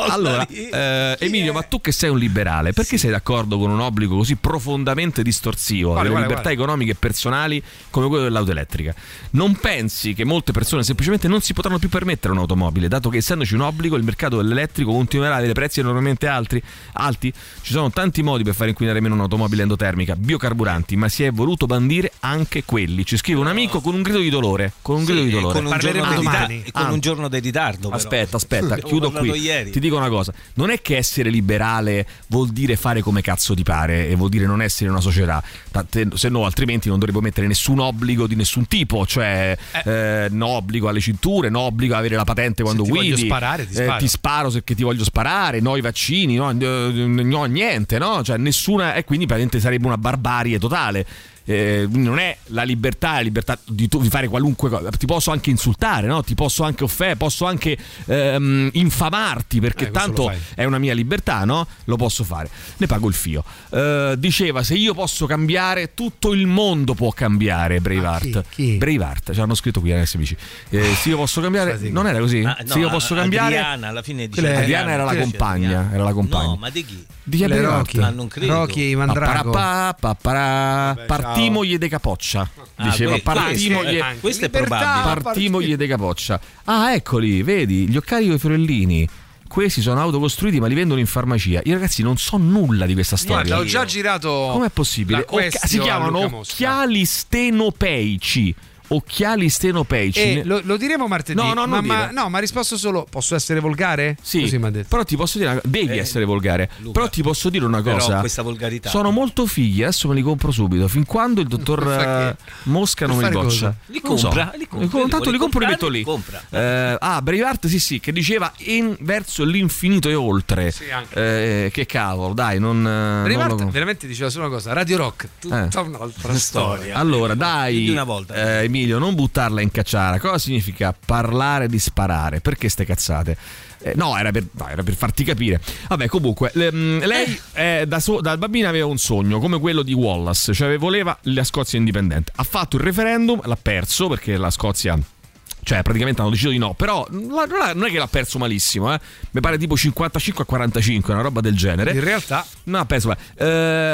Speaker 1: Allora, eh, Emilio, ma tu che sei un liberale, perché sei d'accordo con un obbligo così profondamente distorsivo
Speaker 26: Guarda,
Speaker 1: delle
Speaker 26: guarda,
Speaker 1: libertà economiche e personali come quello dell'auto elettrica? Non pensi che molte persone semplicemente non si potranno più permettere un'automobile, dato che essendoci un obbligo il mercato dell'elettrico continuerà a avere prezzi enormemente altri- alti? Ci sono tanti modi per far inquinare meno un'automobile endotermica, biocarburanti, ma si è voluto bandire anche quelli. Ci scrive un amico con un grido di dolore. Con un grido di dolore.
Speaker 3: Con un, giorno di,
Speaker 1: domani.
Speaker 3: rita- con
Speaker 26: Ah.
Speaker 3: un giorno di ritardo. però.
Speaker 1: Aspetta, aspetta,
Speaker 3: Abbiamo
Speaker 1: chiudo
Speaker 3: parlato
Speaker 1: qui.
Speaker 3: ieri.
Speaker 1: Ti dico una cosa: non è che essere liberale vuol dire fare come cazzo ti pare e vuol dire non essere in una società, Tant'è- se no, altrimenti non dovrebbe mettere nessun obbligo di nessun tipo, cioè eh, no obbligo alle cinture, no obbligo ad avere la patente quando
Speaker 26: ti voglio
Speaker 1: guidi.
Speaker 26: sparare, ti
Speaker 1: eh,
Speaker 26: sparo.
Speaker 1: sparo perché ti voglio sparare, no i vaccini, no, eh, no, niente, no? Cioè nessuna. E quindi praticamente sarebbe una barbarie totale. Eh, non è la libertà, la libertà di, tu- di fare qualunque cosa. Ti posso anche insultare, no? ti posso anche offendere, posso anche ehm, infamarti perché
Speaker 26: Eh, questo lo
Speaker 1: tanto
Speaker 26: fai.
Speaker 1: è una mia libertà, no? Lo posso fare, ne pago il fio. Eh, diceva: Se io posso cambiare, tutto il mondo può cambiare. Braveheart,
Speaker 26: Ah,
Speaker 1: Braveheart, ci hanno scritto qui, ragazzi. amici. Eh, se io posso cambiare, non era così?
Speaker 3: Ah, no,
Speaker 1: se io posso
Speaker 3: a-
Speaker 1: cambiare,
Speaker 3: Adriana, alla fine dice
Speaker 1: Quella è-
Speaker 3: Adriana,
Speaker 1: Adriana era la
Speaker 3: dice
Speaker 1: compagna. Era la compagna.
Speaker 3: No, ma di chi?
Speaker 1: Di chi è
Speaker 3: Le
Speaker 1: Braveheart?
Speaker 3: Rocky. Ma non credo. Rocky, Mandrago.
Speaker 1: Papparapà, papparà, Partimoglie de capoccia.
Speaker 3: Ah,
Speaker 1: Diceva
Speaker 3: que- questo è-
Speaker 1: partimoglie.
Speaker 3: anche. Questo è Libertà, probabile.
Speaker 1: Partimoglie de capoccia. Ah, eccoli, vedi, gli occhiali con i fiorellini. Questi sono autocostruiti ma li vendono in farmacia. Io ragazzi non so nulla di questa storia.
Speaker 26: Guarda, ho già girato.
Speaker 1: Com'è possibile?
Speaker 26: la
Speaker 1: Occhia- si
Speaker 26: question a
Speaker 1: chiamano
Speaker 26: Luca Mosca.
Speaker 1: occhiali stenopeici. Occhiali stenopeici.
Speaker 26: E
Speaker 3: Eh,
Speaker 1: Ne-
Speaker 26: Eh, lo, lo diremo martedì.
Speaker 1: No, no,
Speaker 26: ma,
Speaker 1: non
Speaker 26: ma-
Speaker 1: dire.
Speaker 26: no, ma ha risposto solo: posso essere volgare?
Speaker 1: Sì, però ti posso dire, una- devi essere volgare. Però ti posso dire una
Speaker 3: Però
Speaker 1: cosa:
Speaker 3: questa volgarità.
Speaker 1: sono molto fighi. Adesso me li compro subito. Fin quando il dottor eh, Mosca non
Speaker 3: Per
Speaker 1: mi
Speaker 3: fare
Speaker 1: goccia,
Speaker 3: cosa? Li
Speaker 1: Non lo
Speaker 3: compra,
Speaker 1: so. Eh,
Speaker 3: li compra, li
Speaker 1: Tanto
Speaker 3: vuole
Speaker 1: li compro e li
Speaker 3: comprare,
Speaker 1: metto
Speaker 3: li
Speaker 1: lì.
Speaker 3: compra.
Speaker 1: Eh, ah, Braveheart, sì, sì, che diceva in- verso l'infinito e oltre. Eh, che cavolo, dai, non. eh, non lo
Speaker 26: Rivart
Speaker 1: compro.
Speaker 26: veramente diceva solo una cosa: Radio Rock, tutta
Speaker 1: Eh.
Speaker 26: un'altra storia.
Speaker 1: Allora, dai,
Speaker 26: Di una volta.
Speaker 1: eh, Emilio, non buttarla in cacciara. Cosa significa parlare di sparare? Perché ste cazzate? Eh, no, era per, no, era per farti capire. Vabbè, comunque, le- mm, lei eh, da, so- da bambina aveva un sogno come quello di Wallace, cioè voleva la Scozia indipendente. Ha fatto il referendum, l'ha perso perché la Scozia. cioè praticamente hanno deciso di no, però la- non è- non è che l'ha perso malissimo, eh. mi pare tipo 55 a 45, una roba del genere.
Speaker 26: In realtà
Speaker 1: no, ha perso male. Eh,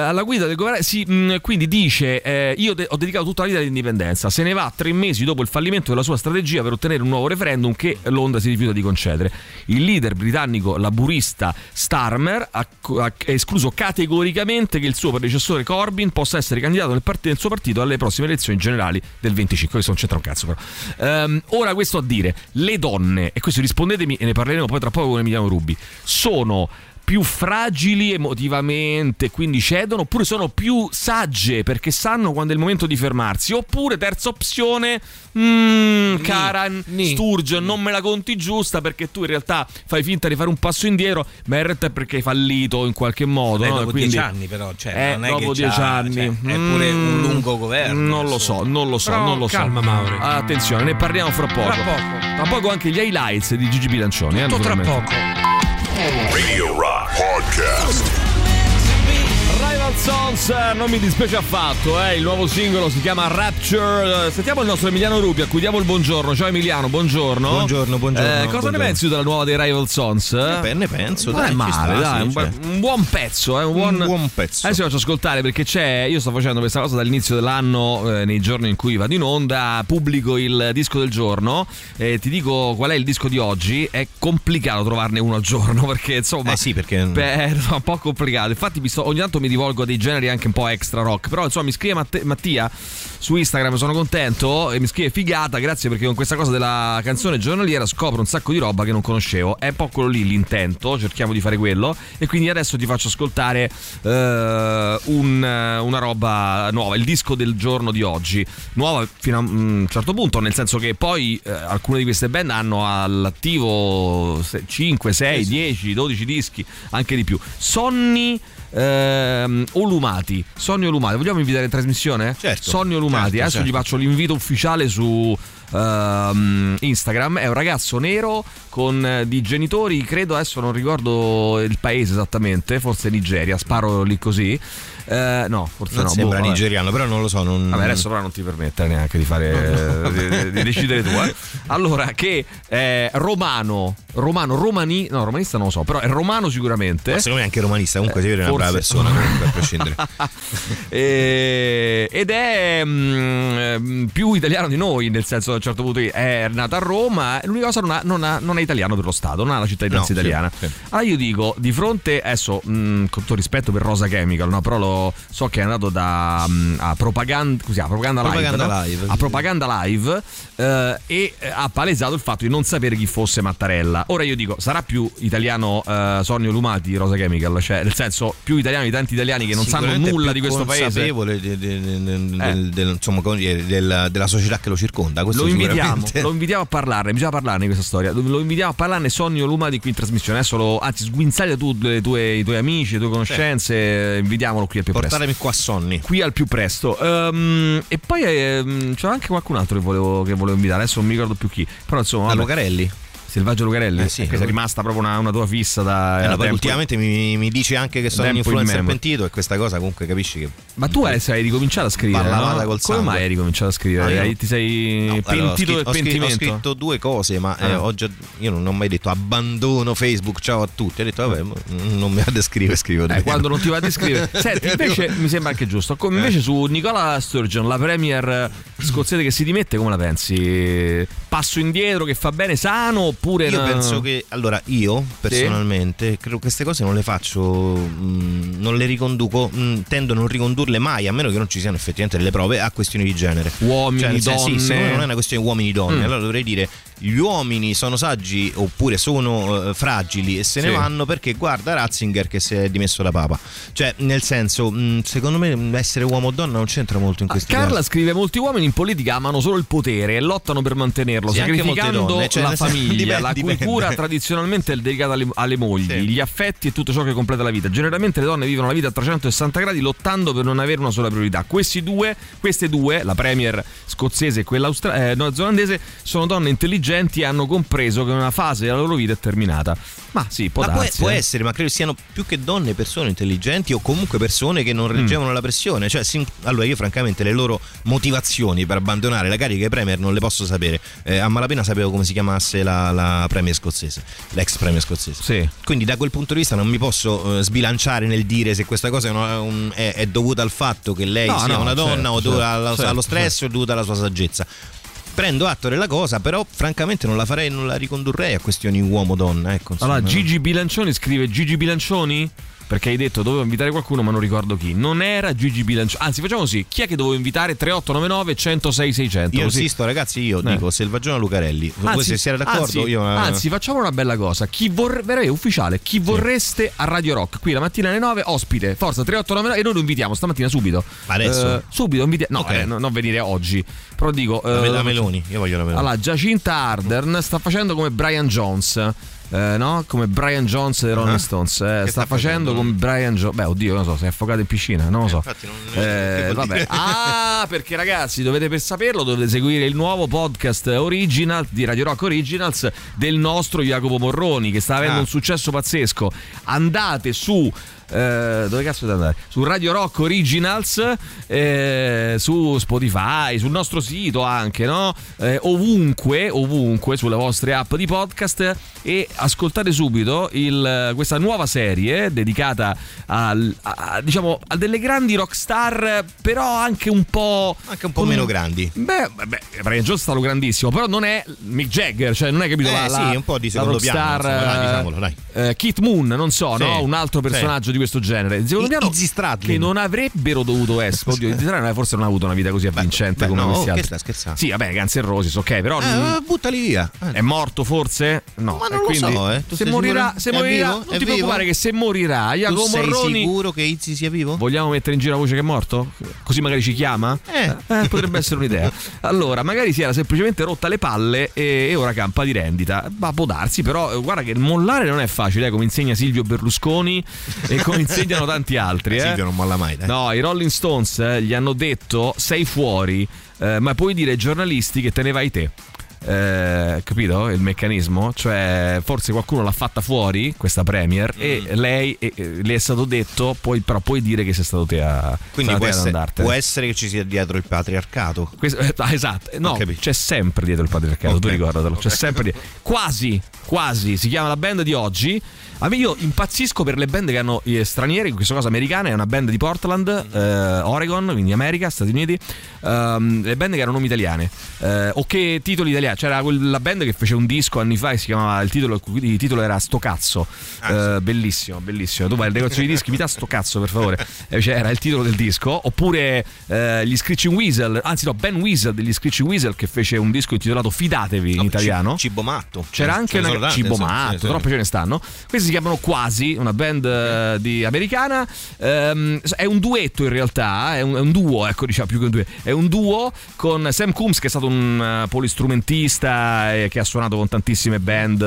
Speaker 1: alla guida del governo, sì, mh, quindi dice eh, io de- ho dedicato tutta la vita all'indipendenza, se ne va tre mesi dopo il fallimento della sua strategia per ottenere un nuovo referendum che Londra si rifiuta di concedere. Il leader britannico laburista Starmer ha, co- ha escluso categoricamente che il suo predecessore Corbyn possa essere candidato nel, part- nel suo partito alle prossime elezioni generali del 25, questo non c'entra un cazzo però. Ehm, ora questo a dire, le donne, e questo rispondetemi e ne parleremo poi tra poco con Emiliano Rubbi, sono più fragili emotivamente, quindi cedono, oppure sono più sagge perché sanno quando è il momento di fermarsi, oppure terza opzione, mm, cara Sturgeon, non me la conti giusta perché tu in realtà fai finta di fare un passo indietro, ma in realtà è perché hai fallito in qualche modo.
Speaker 3: Beh,
Speaker 1: no?
Speaker 3: dopo
Speaker 1: Quindi-
Speaker 3: dieci anni però, cioè,
Speaker 1: Eh,
Speaker 3: non è
Speaker 1: dopo
Speaker 3: che
Speaker 1: dieci
Speaker 3: c'ha-
Speaker 1: anni
Speaker 3: cioè, è pure un
Speaker 1: Mm,
Speaker 3: lungo governo.
Speaker 1: Non lo so, non lo so,
Speaker 3: Però
Speaker 1: non lo so.
Speaker 3: calma, Mauri.
Speaker 1: Attenzione, ne parliamo fra poco.
Speaker 3: Tra
Speaker 1: Tra poco anche gli highlights di Gigi Bilancioni. eh,
Speaker 26: Tutto tra
Speaker 1: naturalmente.
Speaker 12: Radio Rock Podcast.
Speaker 1: Rival Sons eh, non mi dispiace affatto, eh, il nuovo singolo si chiama Rapture. Eh, Sentiamo il nostro Emiliano Rubi, a cui diamo il buongiorno. Ciao Emiliano, buongiorno.
Speaker 9: Buongiorno, buongiorno,
Speaker 1: Eh, cosa ne
Speaker 9: buongiorno.
Speaker 1: pensi tu della nuova dei Rival Sons?
Speaker 9: Ne- ne penso,
Speaker 1: Non
Speaker 9: dai,
Speaker 1: è
Speaker 9: ci
Speaker 1: male,
Speaker 9: sta,
Speaker 1: dai,
Speaker 9: sì,
Speaker 1: un,
Speaker 9: cioè.
Speaker 1: bu- un buon pezzo, eh, un buon, pezzo. Adesso vi faccio ascoltare perché c'è, io sto facendo questa cosa dall'inizio dell'anno, eh, nei giorni in cui vado in onda, pubblico il disco del giorno e ti dico qual è il disco di oggi, è complicato trovarne uno al giorno perché insomma...
Speaker 9: Eh sì, perché-
Speaker 1: Beh, no, un po' complicato. Infatti, mi sto- ogni tanto mi rivolgo a dei generi anche un po' extra rock. Però, insomma, mi scrive Matte- Mattia su Instagram, sono contento. E mi scrive figata, grazie perché con questa cosa della canzone giornaliera scopro un sacco di roba che non conoscevo. È un po' quello lì l'intento, cerchiamo di fare quello. E quindi adesso ti faccio ascoltare eh, un, eh, una roba nuova, il disco del giorno di oggi. Nuova fino a un certo punto, nel senso che poi eh, alcune di queste band hanno all'attivo 5, 6, 10, 12 dischi, anche di più. Sonny ehm, Olumati. Sonny Olumati, vogliamo invitare in trasmissione? Certo. Sonny Olumati,
Speaker 9: Certo,
Speaker 1: adesso
Speaker 9: certo.
Speaker 1: gli faccio l'invito ufficiale su ehm, Instagram. È un ragazzo nero con eh, di genitori, credo adesso non ricordo il paese esattamente, forse Nigeria, sparo lì così. Eh, no, forse
Speaker 9: Non
Speaker 1: no.
Speaker 9: sembra
Speaker 1: boh, vabbè.
Speaker 9: nigeriano, però non lo so. Non...
Speaker 1: Vabbè, adesso però non ti permette neanche di fare di, di- di decidere tu. eh. Allora, che è romano, romano, romani, no, romanista non lo so, però è romano sicuramente. Eh,
Speaker 9: Ma secondo me è anche romanista, comunque si vede una
Speaker 1: forse.
Speaker 9: brava persona, comunque, a prescindere.
Speaker 1: Eh, ed è mm, eh, più italiano di noi, nel senso a un certo punto è nato a Roma, l'unica cosa non, ha- non ha- non è italiano per lo Stato, non ha la cittadinanza
Speaker 9: No, sì,
Speaker 1: italiana.
Speaker 9: sì.
Speaker 1: Allora io dico, di fronte, adesso mm, con tutto rispetto per Rosa Chemical, no? però lo, so che è andato da, mm, a propaganda, così, a propaganda,
Speaker 9: Propaganda
Speaker 1: live, no?
Speaker 9: Live,
Speaker 1: A
Speaker 9: sì.
Speaker 1: propaganda live eh, e eh, ha palesato il fatto di non sapere chi fosse Mattarella. Ora io dico, sarà più italiano eh, Sonio Lumati di Rosa Chemical, cioè nel senso più italiano di tanti italiani che non sanno
Speaker 9: Sicuramente è
Speaker 1: nulla
Speaker 9: più
Speaker 1: di questo paese. Eh.
Speaker 9: consapevole de- de- de- de- del- del- insomma, con- della, della società che lo circonda. Questo
Speaker 1: Lo invitiamo,
Speaker 9: sicuramente.
Speaker 1: lo invitiamo a parlarne, bisogna parlarne di questa storia. Lo invitiamo a parlarne Sonio Lumati qui in trasmissione. Adesso lo, anzi, sguinzaglia tu le tue- i tuoi amici, le tue conoscenze, eh, invitiamolo qui al più
Speaker 9: Portatemi
Speaker 1: presto.
Speaker 9: qua a Sonny.
Speaker 1: Qui al più presto. Ehm, e poi ehm, c'era anche qualcun altro che volevo, che volevo invitare, adesso non mi ricordo più chi. Però insomma.
Speaker 9: Ah,
Speaker 1: vabbè.
Speaker 9: Lucarelli?
Speaker 1: Selvaggio Lucarelli?
Speaker 9: Eh sì,
Speaker 1: Eh, questa è
Speaker 9: Lu-
Speaker 1: rimasta proprio una, una tua fissa da.
Speaker 9: Eh,
Speaker 1: da
Speaker 9: no, poi
Speaker 1: tempo.
Speaker 9: ultimamente mi, mi dice anche che sono un
Speaker 1: Tempo in
Speaker 9: influencer
Speaker 1: memoria.
Speaker 9: pentito e questa cosa comunque capisci che
Speaker 1: Ma tu adesso hai ricominciato a scrivere.
Speaker 9: Parlavate
Speaker 1: No?
Speaker 9: col
Speaker 1: Come
Speaker 9: sangue.
Speaker 1: mai hai ricominciato a
Speaker 9: Ah,
Speaker 1: scrivere?
Speaker 9: io-
Speaker 1: Hai- ti sei
Speaker 9: Allora, ho
Speaker 1: pentito
Speaker 9: scritto-
Speaker 1: del
Speaker 9: ho scritto-
Speaker 1: pentimento?
Speaker 9: Ho scritto due cose, ma eh,
Speaker 1: Ah.
Speaker 9: oggi io non ho mai detto abbandono Facebook, ciao a tutti. Ho detto, vabbè, mo- non mi vado a scrivere, scrivo.
Speaker 1: Eh, quando non ti va di scrivere. Senti, invece mi sembra anche giusto.
Speaker 9: Eh.
Speaker 1: Come invece su Nicola Sturgeon, la premier scozzese che si dimette, come la pensi? Passo indietro che fa bene sano oppure
Speaker 9: Io
Speaker 1: no?
Speaker 9: penso che, allora, io personalmente credo che queste cose non le faccio, mh, non le riconduco, mh, tendo a non ricondurle mai, a meno che non ci siano effettivamente delle prove, a questioni di genere.
Speaker 1: Uomini,
Speaker 9: Cioè, nel senso,
Speaker 1: donne.
Speaker 9: Sì, secondo me non è una questione uomini-donne,
Speaker 1: Mm.
Speaker 9: allora dovrei dire gli uomini sono saggi oppure sono eh, fragili e se ne
Speaker 1: Sì.
Speaker 9: vanno perché guarda Ratzinger che si è dimesso da papa. Cioè, nel senso, mh, secondo me mh, essere uomo o donna non c'entra molto
Speaker 1: Ah,
Speaker 9: in questo
Speaker 1: Carla scrive: Molti uomini in politica amano solo il potere e lottano per mantenerlo,
Speaker 9: Sì, anche
Speaker 1: sacrificando
Speaker 9: molte donne, cioè,
Speaker 1: la
Speaker 9: nel senso-
Speaker 1: famiglia,
Speaker 9: dipende,
Speaker 1: la cui
Speaker 9: dipende.
Speaker 1: cura tradizionalmente è dedicata alle, alle mogli, gli affetti e tutto ciò che completa la vita. Generalmente le donne vivono la vita a 360 gradi lottando per non avere una sola priorità. Questi due, queste due, la premier scozzese e quella austra- eh, neozelandese, sono donne intelligenti e hanno compreso che una fase della loro vita è terminata. Ma sì, può
Speaker 9: Ma può,
Speaker 1: darsi,
Speaker 9: può
Speaker 1: eh.
Speaker 9: essere, ma credo siano più che donne persone
Speaker 1: Mm.
Speaker 9: intelligenti o comunque persone che non reggevano la pressione. Cioè, sim- allora io francamente le loro motivazioni ragioni per abbandonare la carica di Premier non le posso sapere. Eh, a malapena sapevo come si chiamasse la, la Premier scozzese, l'ex Premier scozzese. Quindi da quel punto di vista non mi posso eh, sbilanciare nel dire se questa cosa è, una- un- è- è dovuta al fatto che lei
Speaker 1: No,
Speaker 9: sia
Speaker 1: no,
Speaker 9: una donna
Speaker 1: certo,
Speaker 9: o dovuta
Speaker 1: certo,
Speaker 9: allo,
Speaker 1: certo,
Speaker 9: allo stress o dovuta alla sua saggezza. Prendo atto della cosa, però francamente non la farei, non la ricondurrei a questioni uomo-donna. Ecco,
Speaker 1: Allora,
Speaker 9: insomma.
Speaker 1: Gigi Bilancioni scrive Gigi Bilancioni? Perché hai detto dovevo invitare qualcuno ma non ricordo chi. Non era Gigi Bilancioni. Anzi, facciamo così. Chi è che dovevo invitare? 3899 106 600.
Speaker 9: Io
Speaker 1: così.
Speaker 9: insisto, ragazzi, io
Speaker 1: Eh.
Speaker 9: dico Selvaggiona Lucarelli. Voi Ah, se siete d'accordo,
Speaker 1: anzi,
Speaker 9: io. eh,
Speaker 1: anzi, facciamo una bella cosa. Chi vorrebbe ufficiale, chi vorreste a Radio Rock? Qui la mattina alle 9, ospite, forza 3899 e noi lo invitiamo stamattina subito.
Speaker 9: Adesso?
Speaker 1: Eh, subito invitiamo. No,
Speaker 9: Ok.
Speaker 1: eh, no- non venire oggi. Però dico eh,
Speaker 9: La me- la
Speaker 1: lo-
Speaker 9: Meloni, io voglio la Meloni.
Speaker 1: Allora, Giacinta Ardern sta facendo come Brian Jones. eh, no? Come Brian Jones dei Rolling
Speaker 9: Ah.
Speaker 1: Stones. eh,
Speaker 9: Che sta
Speaker 1: sta, facendo, come Brian Jones. Beh, oddio, non lo so, si è affogato in piscina, non lo so.
Speaker 9: infatti non-
Speaker 1: Eh,
Speaker 9: che vuol
Speaker 1: vabbè.
Speaker 9: dire?
Speaker 1: Ah, perché ragazzi, dovete per saperlo, dovete seguire il nuovo podcast original di Radio Rock Originals del nostro Jacopo Morroni, che sta avendo
Speaker 9: Ah.
Speaker 1: un successo pazzesco. Andate su. eh, dove cazzo devo andare? Su Radio Rock Originals, eh, su Spotify, sul nostro sito anche, no? Eh, ovunque, ovunque, sulle vostre app di podcast e ascoltate subito il- questa nuova serie dedicata al- a, a- diciamo, a delle grandi rockstar, però anche un po'...
Speaker 9: Anche un po' meno grandi.
Speaker 1: Beh, beh, Brian Jones è stato grandissimo, però non è Mick Jagger, cioè non è capito
Speaker 9: Eh,
Speaker 1: la, la-
Speaker 9: sì, un po' di
Speaker 1: la
Speaker 9: secondo
Speaker 1: rockstar,
Speaker 9: piano, insomma, dai,
Speaker 1: eh,
Speaker 9: diciamolo, dai.
Speaker 1: eh, Kit Moon, non so,
Speaker 9: Sì.
Speaker 1: no? un altro
Speaker 9: Sì.
Speaker 1: personaggio di questo genere. Di Secondo piano, che non avrebbero dovuto essere. Oddio, Izzy Stradlin forse non ha avuto una vita così avvincente come
Speaker 9: no,
Speaker 1: questi
Speaker 9: che
Speaker 1: altri.
Speaker 9: sta scherzando?
Speaker 1: Sì, vabbè, Guns N' Roses, ok, però. mm,
Speaker 9: Eh, buttali via.
Speaker 1: È morto forse? No,
Speaker 9: Ma
Speaker 1: e
Speaker 9: non lo
Speaker 1: quindi
Speaker 9: so, eh. Tu
Speaker 1: Se
Speaker 9: sei
Speaker 1: morirà,
Speaker 9: sicuro?
Speaker 1: se
Speaker 9: È
Speaker 1: morirà,
Speaker 9: vivo?
Speaker 1: non
Speaker 9: È
Speaker 1: ti
Speaker 9: vivo?
Speaker 1: preoccupare che se morirà, Jacopo
Speaker 9: tu sei
Speaker 1: Morroni.
Speaker 9: sicuro che Izzy sia vivo?
Speaker 1: Vogliamo mettere in giro la voce che è morto? Così magari ci chiama?
Speaker 9: Eh.
Speaker 1: potrebbe essere un'idea. Allora, magari si era semplicemente rotta le palle e, e ora campa di rendita. Ma può darsi, però, eh, guarda che mollare non è facile, eh, come insegna Silvio Berlusconi e come insegnano tanti altri. Eh.
Speaker 9: Silvio non molla mai, dai.
Speaker 1: No, i Rolling Stones eh, gli hanno detto sei fuori, eh, ma puoi dire ai giornalisti che te ne vai te. Eh, capito il meccanismo? Cioè, forse qualcuno l'ha fatta fuori questa Premier
Speaker 9: Mm.
Speaker 1: e lei e- e le è stato detto, poi, però puoi dire che sei stato te a
Speaker 9: Quindi può
Speaker 1: stato te ad
Speaker 9: essere,
Speaker 1: andartene.
Speaker 9: può essere che ci sia dietro il patriarcato.
Speaker 1: Questo- eh, ah, esatto, eh, no,
Speaker 9: Ho capito.
Speaker 1: c'è sempre dietro il patriarcato, tu ricordatelo, c'è sempre dietro. Quasi, quasi, si chiama la band di oggi. A me io impazzisco per le band che hanno eh, stranieri, in questo caso americane, è una band di Portland, eh, Oregon, quindi America, Stati Uniti, ehm, le band che hanno nomi italiane eh, o che titoli cioè italiani. C'era quella band che fece un disco anni fa e si chiamava il titolo, il titolo era Sto cazzo, Eh, bellissimo, bellissimo. Tu vai al negozio di dischi, mi dà sto cazzo per favore. Eh, cioè, era il titolo del disco, oppure eh, gli Screeching Weasel, anzi no, Ben Weasel degli Screeching Weasel che fece un disco intitolato Fidatevi in italiano.
Speaker 9: Cibo matto. Cioè,
Speaker 1: C'era
Speaker 9: Ce
Speaker 1: anche
Speaker 9: ne sono
Speaker 1: una
Speaker 9: tante,
Speaker 1: cibo
Speaker 9: insomma,
Speaker 1: matto,
Speaker 9: sì, sì.
Speaker 1: troppe ce ne stanno. Questi si chiamano Quasi, una band eh, di americana. Ehm, è un duetto in realtà, è un, è un duo, ecco, diciamo più che un duo. È un duo con Sam Coombs che è stato un eh, polistrumentista e che ha suonato con tantissime band